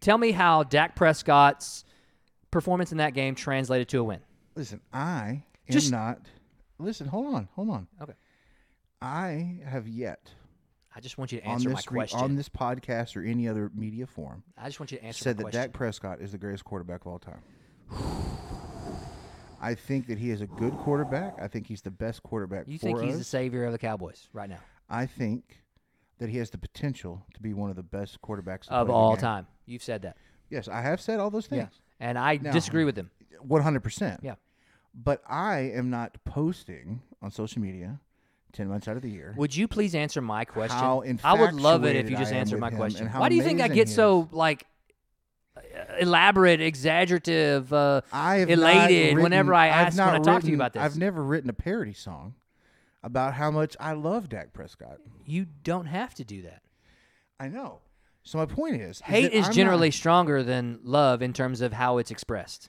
[SPEAKER 2] Tell me how Dak Prescott's performance in that game translated to a win.
[SPEAKER 3] Listen, I am
[SPEAKER 2] Just-
[SPEAKER 3] not. Listen, hold on, hold on.
[SPEAKER 2] Okay.
[SPEAKER 3] I have yet
[SPEAKER 2] I just want you to
[SPEAKER 3] on
[SPEAKER 2] answer my
[SPEAKER 3] this re-
[SPEAKER 2] question.
[SPEAKER 3] on this podcast or any other media forum
[SPEAKER 2] I just want you to answer
[SPEAKER 3] said
[SPEAKER 2] my
[SPEAKER 3] that
[SPEAKER 2] question.
[SPEAKER 3] Dak Prescott is the greatest quarterback of all time. I think that he is a good quarterback. I think he's the best quarterback
[SPEAKER 2] You
[SPEAKER 3] for
[SPEAKER 2] think he's the
[SPEAKER 3] us.
[SPEAKER 2] savior of the Cowboys right now
[SPEAKER 3] I think that he has the potential to be one of the best quarterbacks to
[SPEAKER 2] of
[SPEAKER 3] play the
[SPEAKER 2] all
[SPEAKER 3] game.
[SPEAKER 2] time? You've said that,
[SPEAKER 3] Yes, I have said all those things.
[SPEAKER 2] and I
[SPEAKER 3] Now-
[SPEAKER 2] disagree with him.
[SPEAKER 3] One hundred percent.
[SPEAKER 2] Yeah.
[SPEAKER 3] But I am not posting on social media ten months out of the year.
[SPEAKER 2] Would you please answer my question?
[SPEAKER 3] How
[SPEAKER 2] I would love it if
[SPEAKER 3] infatuated
[SPEAKER 2] you just
[SPEAKER 3] I am
[SPEAKER 2] answered
[SPEAKER 3] with
[SPEAKER 2] my
[SPEAKER 3] him
[SPEAKER 2] question.
[SPEAKER 3] and how
[SPEAKER 2] Why do you think I
[SPEAKER 3] amazing
[SPEAKER 2] get
[SPEAKER 3] he
[SPEAKER 2] so like uh, elaborate, exaggerative, uh,
[SPEAKER 3] I have not
[SPEAKER 2] elated
[SPEAKER 3] written-
[SPEAKER 2] whenever I
[SPEAKER 3] I've
[SPEAKER 2] ask when
[SPEAKER 3] not
[SPEAKER 2] I talk to you
[SPEAKER 3] written-
[SPEAKER 2] about this?
[SPEAKER 3] I've never written a parody song about how much I love Dak Prescott.
[SPEAKER 2] you don't have to do that.
[SPEAKER 3] I know. So my point is,
[SPEAKER 2] Hate
[SPEAKER 3] that
[SPEAKER 2] is
[SPEAKER 3] I'm
[SPEAKER 2] generally
[SPEAKER 3] not-
[SPEAKER 2] stronger than love in terms of how it's expressed.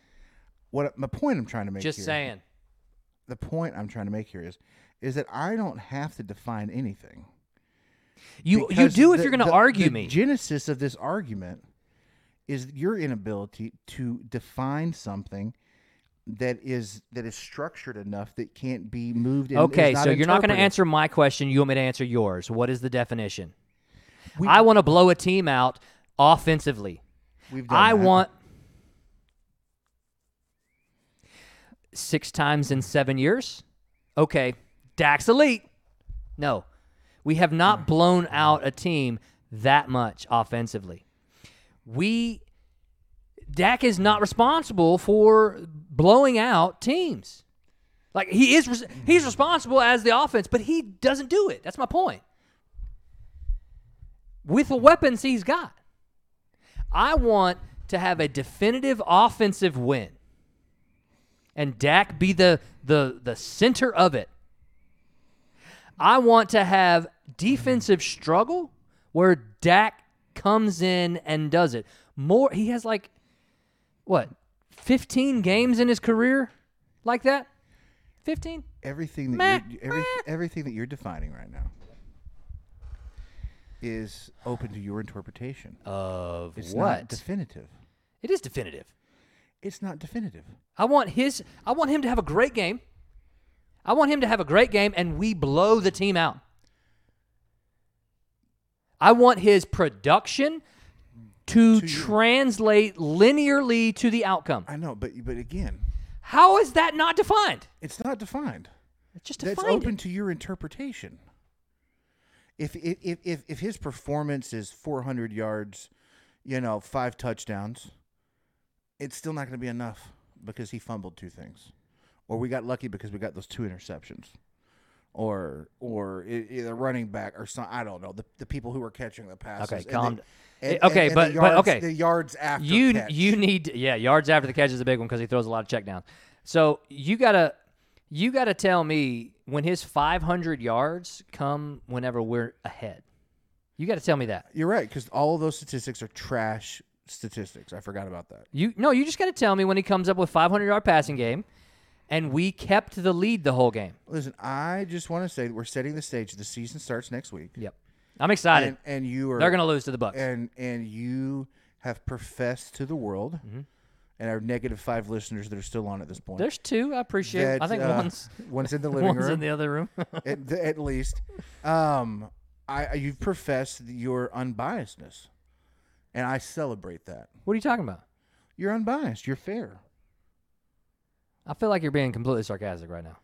[SPEAKER 3] what my point I'm trying to make.
[SPEAKER 2] Just
[SPEAKER 3] here-
[SPEAKER 2] saying.
[SPEAKER 3] The point I'm trying to make here is, is that I don't have to define anything.
[SPEAKER 2] You you
[SPEAKER 3] Because
[SPEAKER 2] do if
[SPEAKER 3] the-
[SPEAKER 2] you're going to
[SPEAKER 3] the-
[SPEAKER 2] argue
[SPEAKER 3] the
[SPEAKER 2] me.
[SPEAKER 3] Genesis of this argument is your inability to define something that is that is structured enough that can't be moved. And is
[SPEAKER 2] Okay, so you're not going to
[SPEAKER 3] interpreted.
[SPEAKER 2] answer my question. You want me to answer yours. What is the definition?
[SPEAKER 3] We-
[SPEAKER 2] I want to blow a team out offensively.
[SPEAKER 3] We've done
[SPEAKER 2] I
[SPEAKER 3] that.
[SPEAKER 2] want six times in seven years. Okay, Dax elite. No, we have
[SPEAKER 3] Hmm.
[SPEAKER 2] not blown out a team that much offensively. We Dak is not responsible for blowing out teams. Like he is, res- he's responsible as the offense, but he doesn't do it. That's my point. With the weapons he's got, I want to have a definitive offensive win, and Dak be the the the center of it. I want to have defensive struggle where Dak comes in and does it more. He has like what fifteen games in his career like that. Fifteen.
[SPEAKER 3] everything
[SPEAKER 2] Meh,
[SPEAKER 3] that you're, every, everything that you're defining right now is open to your interpretation.
[SPEAKER 2] Of
[SPEAKER 3] it's
[SPEAKER 2] what?
[SPEAKER 3] not definitive.
[SPEAKER 2] it is definitive.
[SPEAKER 3] It's not definitive.
[SPEAKER 2] I want his I want him to have a great game. I want him to have a great game and we blow the team out. I want his production to, translate linearly to the outcome.
[SPEAKER 3] I know, but but again,
[SPEAKER 2] How is that not defined?
[SPEAKER 3] it's not defined.
[SPEAKER 2] Just
[SPEAKER 3] That's
[SPEAKER 2] define
[SPEAKER 3] open
[SPEAKER 2] it.
[SPEAKER 3] to your interpretation. If if if- if if his performance is 400 yards, you know, five touchdowns, it's still not going to be enough because he fumbled two things, or we got lucky because we got those two interceptions, or or e- either running back or some I don't know the, the people who were catching the passes.
[SPEAKER 2] Okay,
[SPEAKER 3] and the-
[SPEAKER 2] calm d-
[SPEAKER 3] and-
[SPEAKER 2] Eh, okay,
[SPEAKER 3] and- and
[SPEAKER 2] but-
[SPEAKER 3] the
[SPEAKER 2] but
[SPEAKER 3] yards-
[SPEAKER 2] okay.
[SPEAKER 3] the yards after
[SPEAKER 2] you
[SPEAKER 3] catch.
[SPEAKER 2] you need yeah yards after the catch is a big one because he throws a lot of check downs. So you gotta you gotta tell me when his 500 yards come whenever we're ahead. You gotta tell me that.
[SPEAKER 3] you're right because all of those statistics are trash statistics. I forgot about that.
[SPEAKER 2] You no, you just got to tell me when he comes up with 500 yard passing game, and we kept the lead the whole game.
[SPEAKER 3] Listen, I just want to say that we're setting the stage. The season starts next week.
[SPEAKER 2] Yep, I'm excited.
[SPEAKER 3] And, and you are
[SPEAKER 2] They're gonna lose to the Bucks.
[SPEAKER 3] and and you have professed to the world
[SPEAKER 2] Mm-hmm.
[SPEAKER 3] and our negative five listeners that are still on at this point.
[SPEAKER 2] There's two. I appreciate.
[SPEAKER 3] that,
[SPEAKER 2] I think
[SPEAKER 3] uh,
[SPEAKER 2] one's
[SPEAKER 3] one's in the living
[SPEAKER 2] one's
[SPEAKER 3] room
[SPEAKER 2] in the other room.
[SPEAKER 3] at, the- at least. Um, I I- you've professed your unbiasedness, and I celebrate that.
[SPEAKER 2] what are you talking about?
[SPEAKER 3] You're unbiased. You're fair.
[SPEAKER 2] I feel like you're being completely sarcastic right now.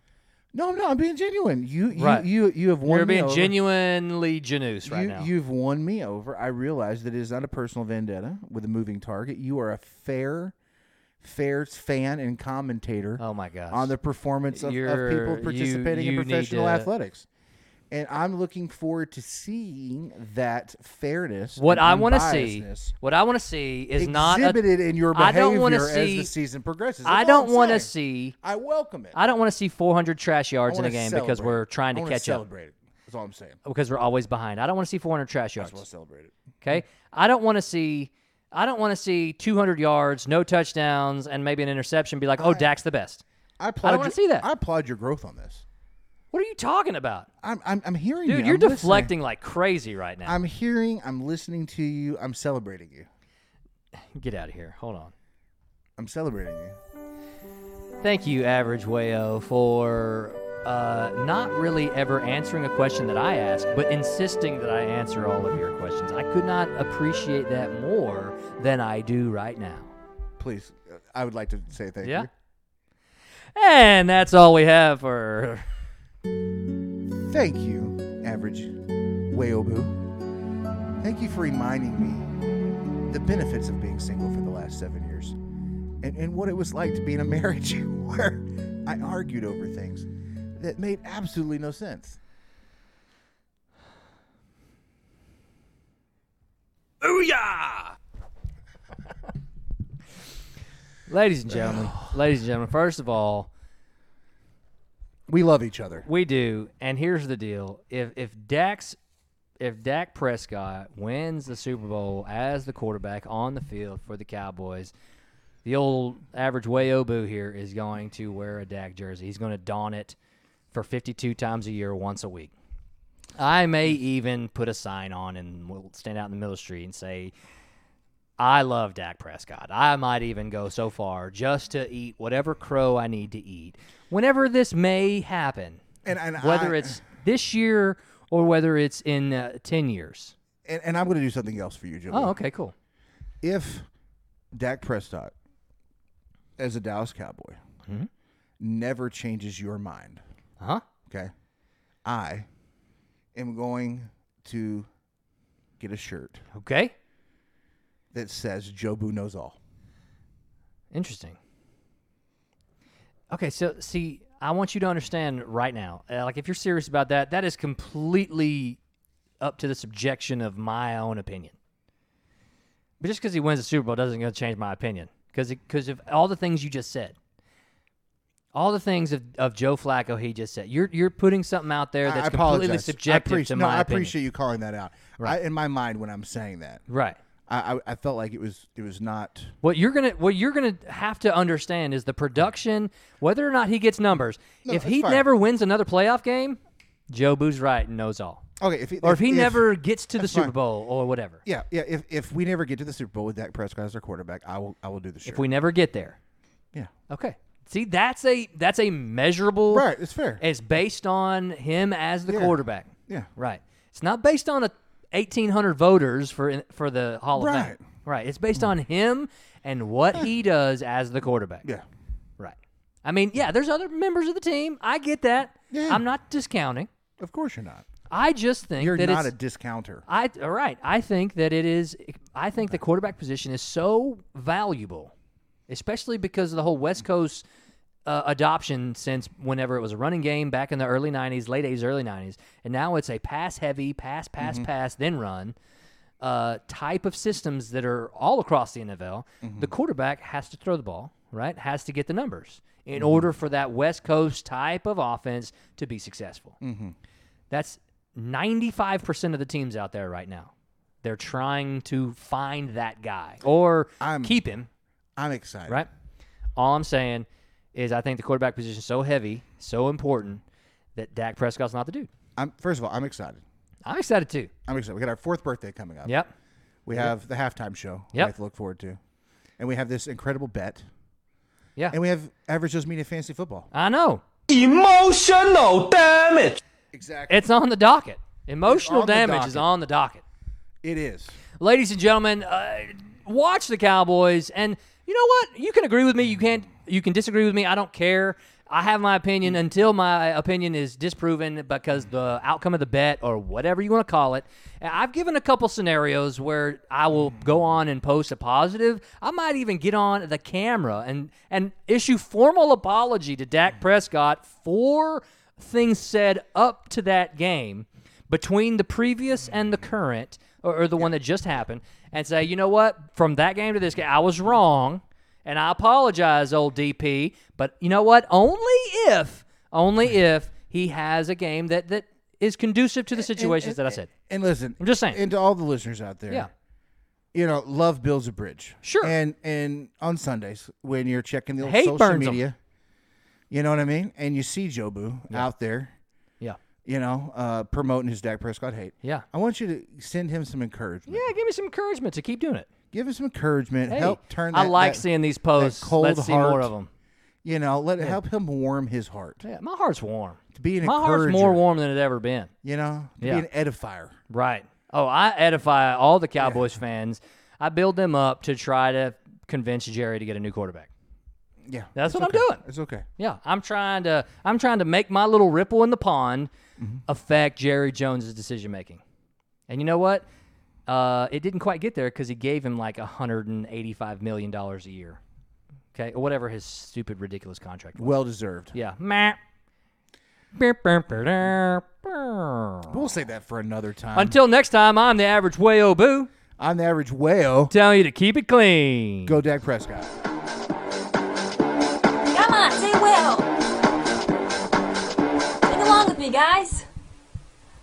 [SPEAKER 3] No, I'm not. I'm being genuine. You you
[SPEAKER 2] Right.
[SPEAKER 3] you, you have won.
[SPEAKER 2] You're
[SPEAKER 3] me
[SPEAKER 2] being
[SPEAKER 3] over.
[SPEAKER 2] genuinely Janus right
[SPEAKER 3] you,
[SPEAKER 2] now.
[SPEAKER 3] You've won me over. I realize that it is not a personal vendetta with a moving target. You are a fair, fair fan and commentator
[SPEAKER 2] oh my gosh.
[SPEAKER 3] on the performance of, of
[SPEAKER 2] You're-
[SPEAKER 3] people
[SPEAKER 2] you-
[SPEAKER 3] participating
[SPEAKER 2] you
[SPEAKER 3] in
[SPEAKER 2] need
[SPEAKER 3] professional
[SPEAKER 2] to-
[SPEAKER 3] athletics. And I'm looking forward to seeing that fairness.
[SPEAKER 2] what
[SPEAKER 3] and
[SPEAKER 2] I want to see,
[SPEAKER 3] unbiasedness
[SPEAKER 2] what I want to see is not a,
[SPEAKER 3] exhibited in your
[SPEAKER 2] I
[SPEAKER 3] behavior
[SPEAKER 2] don't wanna
[SPEAKER 3] as
[SPEAKER 2] see-
[SPEAKER 3] the season progresses.
[SPEAKER 2] I
[SPEAKER 3] That's all
[SPEAKER 2] don't
[SPEAKER 3] I'm
[SPEAKER 2] want to
[SPEAKER 3] saying.
[SPEAKER 2] see.
[SPEAKER 3] I welcome it.
[SPEAKER 2] I don't want to see 400 trash
[SPEAKER 3] I
[SPEAKER 2] yards in a
[SPEAKER 3] wanna
[SPEAKER 2] game because
[SPEAKER 3] celebrate
[SPEAKER 2] we're
[SPEAKER 3] it.
[SPEAKER 2] trying
[SPEAKER 3] I
[SPEAKER 2] to
[SPEAKER 3] wanna
[SPEAKER 2] catch up
[SPEAKER 3] celebrate it. That's all I'm saying.
[SPEAKER 2] because we're always behind. I don't want to see 400 trash
[SPEAKER 3] I
[SPEAKER 2] yards.
[SPEAKER 3] just want to celebrate it.
[SPEAKER 2] Okay. I don't want to see. I don't want to see 200 yards, no touchdowns, and maybe an interception. Be like, oh, Dak's the best.
[SPEAKER 3] I applaud.
[SPEAKER 2] wanna
[SPEAKER 3] your-
[SPEAKER 2] see that.
[SPEAKER 3] I applaud your growth on this.
[SPEAKER 2] What are you talking about,
[SPEAKER 3] I'm I'm, I'm hearing
[SPEAKER 2] dude?
[SPEAKER 3] you.
[SPEAKER 2] you're
[SPEAKER 3] I'm listening.
[SPEAKER 2] deflecting like crazy right now.
[SPEAKER 3] I'm hearing. I'm listening to you. I'm celebrating you.
[SPEAKER 2] Get out of here. Hold on.
[SPEAKER 3] I'm celebrating you.
[SPEAKER 2] Thank you, Average Wayo, for uh, not really ever answering a question that I asked, but insisting that I answer all of your questions. I could not appreciate that more than I do right now.
[SPEAKER 3] Please, uh, I would like to say thank
[SPEAKER 2] Yeah.
[SPEAKER 3] you.
[SPEAKER 2] And that's all we have for.
[SPEAKER 3] Thank you, average Wayobu. Thank you for reminding me the benefits of being single for the last seven years and, and what it was like to be in a marriage where I argued over things that made absolutely no sense.
[SPEAKER 5] Booyah!
[SPEAKER 2] Ladies and gentlemen, ladies and gentlemen, first of all,
[SPEAKER 3] We love each other.
[SPEAKER 2] We do, and here's the deal: if if Dax, if Dak Prescott wins the Super Bowl as the quarterback on the field for the Cowboys, the old average wayobu here is going to wear a Dak jersey. He's going to don it for 52 times a year, once a week. I may even put a sign on and we'll stand out in the middle of the street and say, I love Dak Prescott. I might even go so far just to eat whatever crow I need to eat. Whenever this may happen,
[SPEAKER 3] And- and
[SPEAKER 2] whether
[SPEAKER 3] I-
[SPEAKER 2] it's this year or whether it's in uh, 10 years.
[SPEAKER 3] And, and I'm going to do something else for you, Jimmy.
[SPEAKER 2] Oh, okay, cool.
[SPEAKER 3] If Dak Prescott, as a Dallas Cowboy,
[SPEAKER 2] Hmm?
[SPEAKER 3] never changes your mind,
[SPEAKER 2] Huh?
[SPEAKER 3] okay, I am going to get a shirt
[SPEAKER 2] Okay.
[SPEAKER 3] that says Jobu knows all.
[SPEAKER 2] Interesting. Okay, so see, I want you to understand right now. Uh, like, if you're serious about that, that is completely up to the subjection of my own opinion. But just because he wins the Super Bowl doesn't going to change my opinion because because of all the things you just said, all the things of, of Joe Flacco he just said. You're you're putting something out there
[SPEAKER 3] I-
[SPEAKER 2] that's
[SPEAKER 3] I
[SPEAKER 2] completely
[SPEAKER 3] apologize.
[SPEAKER 2] subjective
[SPEAKER 3] I appreci-
[SPEAKER 2] to
[SPEAKER 3] no,
[SPEAKER 2] my
[SPEAKER 3] I
[SPEAKER 2] opinion.
[SPEAKER 3] appreciate you calling that out. I, in my mind, when I'm saying that,
[SPEAKER 2] Right.
[SPEAKER 3] I, I, I felt like it was it was not.
[SPEAKER 2] What you're gonna what you're gonna have to understand is the production, whether or not he gets numbers. if
[SPEAKER 3] that's
[SPEAKER 2] he
[SPEAKER 3] fine.
[SPEAKER 2] never wins another playoff game, Joe Boo's right and knows all.
[SPEAKER 3] Okay, if he,
[SPEAKER 2] Or if he
[SPEAKER 3] if-
[SPEAKER 2] never gets to the
[SPEAKER 3] that's
[SPEAKER 2] Super
[SPEAKER 3] fine.
[SPEAKER 2] Bowl or whatever.
[SPEAKER 3] yeah, yeah. If, if we never get to the Super Bowl with Dak Prescott as our quarterback, I will I will do the shirt.
[SPEAKER 2] If we never get there.
[SPEAKER 3] yeah,
[SPEAKER 2] Okay. See, that's a that's a measurable
[SPEAKER 3] right, it's fair.
[SPEAKER 2] It's based on him as the
[SPEAKER 3] Yeah.
[SPEAKER 2] quarterback.
[SPEAKER 3] Yeah.
[SPEAKER 2] Right. It's not based on a 1800 voters for for the Hall of
[SPEAKER 3] Right.
[SPEAKER 2] Fame. Right. It's based on him and what he does as the quarterback.
[SPEAKER 3] yeah,
[SPEAKER 2] Right. I mean, yeah, there's other members of the team. I get that.
[SPEAKER 3] Yeah.
[SPEAKER 2] I'm not discounting.
[SPEAKER 3] of course you're not.
[SPEAKER 2] I just think
[SPEAKER 3] You're
[SPEAKER 2] that
[SPEAKER 3] not a
[SPEAKER 2] it's.
[SPEAKER 3] discounter.
[SPEAKER 2] I all right. I think that it is. I think the quarterback position is so valuable, especially because of the whole West Coast uh, adoption since whenever it was a running game back in the early '90s, late '80s, early '90s, and now it's a pass-heavy, pass, pass, pass, then run uh, type of systems that are all across the NFL, the quarterback has to throw the ball, right? Has to get the numbers in order for that West Coast type of offense to be successful. That's 95% of the teams out there right now. They're trying to find that guy or
[SPEAKER 3] I'm-
[SPEAKER 2] keep him,
[SPEAKER 3] I'm excited.
[SPEAKER 2] right? All I'm saying is I think the quarterback position is so heavy, so important that Dak Prescott's not the dude.
[SPEAKER 3] I'm first of all, I'm excited.
[SPEAKER 2] I'm excited too.
[SPEAKER 3] I'm excited. We got our fourth birthday coming up.
[SPEAKER 2] Yep.
[SPEAKER 3] We have the halftime show. We
[SPEAKER 2] Yep.
[SPEAKER 3] have to look forward to, and we have this incredible bet,
[SPEAKER 2] Yeah.
[SPEAKER 3] and we have Average Joe's Media Fantasy Football.
[SPEAKER 2] I know.
[SPEAKER 5] Emotional damage.
[SPEAKER 3] Exactly.
[SPEAKER 2] It's on the docket. Emotional
[SPEAKER 3] on the
[SPEAKER 2] damage
[SPEAKER 3] docket.
[SPEAKER 2] is on the docket.
[SPEAKER 3] It is.
[SPEAKER 2] Ladies and gentlemen, uh, watch the Cowboys and you know what? You can agree with me, you can't you can disagree with me, I don't care. I have my opinion until my opinion is disproven because the outcome of the bet or whatever you want to call it. And I've given a couple scenarios where I will go on and post a positive. I might even get on the camera and and issue formal apology to Dak Prescott for things said up to that game between the previous and the current, or, or the one that just happened, and say, you know what, from that game to this game, I was wrong, and I apologize, old DP. But you know what? Only if, only if he has a game that that is conducive to the situations that I said.
[SPEAKER 3] And listen, I'm
[SPEAKER 2] just saying.
[SPEAKER 3] and to all the listeners out there,
[SPEAKER 2] Yeah.
[SPEAKER 3] you know, love builds a bridge.
[SPEAKER 2] Sure.
[SPEAKER 3] And and on Sundays when you're checking the old
[SPEAKER 2] Hate
[SPEAKER 3] social
[SPEAKER 2] burns 'em.
[SPEAKER 3] media, you know what I mean, and you see Jobu out there,
[SPEAKER 2] Yeah.
[SPEAKER 3] you know, uh, promoting his Dak Prescott hate.
[SPEAKER 2] Yeah.
[SPEAKER 3] I want you to send him some encouragement.
[SPEAKER 2] Yeah, give me some encouragement to keep doing it.
[SPEAKER 3] Give him some encouragement.
[SPEAKER 2] Hey,
[SPEAKER 3] help turn.
[SPEAKER 2] I
[SPEAKER 3] that-
[SPEAKER 2] like
[SPEAKER 3] that-
[SPEAKER 2] seeing these posts.
[SPEAKER 3] cold
[SPEAKER 2] Let's see
[SPEAKER 3] heart.
[SPEAKER 2] more of them.
[SPEAKER 3] You know, let help him warm his heart.
[SPEAKER 2] Yeah, my heart's warm.
[SPEAKER 3] To be an
[SPEAKER 2] my heart's more
[SPEAKER 3] encourager.
[SPEAKER 2] warm than it ever been.
[SPEAKER 3] You know, to
[SPEAKER 2] Yeah.
[SPEAKER 3] be an edifier.
[SPEAKER 2] Right. Oh, I edify all the Cowboys fans. I build them up to try to convince Jerry to get a new quarterback.
[SPEAKER 3] Yeah,
[SPEAKER 2] That's
[SPEAKER 3] it's
[SPEAKER 2] what I'm
[SPEAKER 3] okay.
[SPEAKER 2] doing.
[SPEAKER 3] It's okay.
[SPEAKER 2] Yeah, I'm trying to I'm trying to make my little ripple in the pond affect Jerry Jones's decision making. And you know what? Uh, it didn't quite get there because he gave him like 185 million dollars a year, okay, or whatever his stupid, ridiculous contract was.
[SPEAKER 3] Well deserved.
[SPEAKER 2] Yeah, meh.
[SPEAKER 3] We'll save that for another time.
[SPEAKER 2] Until next time, I'm the average wayo boo.
[SPEAKER 3] I'm the average whale.
[SPEAKER 2] Telling you to keep it clean.
[SPEAKER 3] Go Dak Prescott.
[SPEAKER 1] Come on, say well. Sing along with me, guys.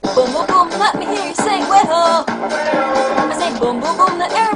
[SPEAKER 1] Boom, boom, boom, let me hear you say well. I say boom, boom, boom, let everybody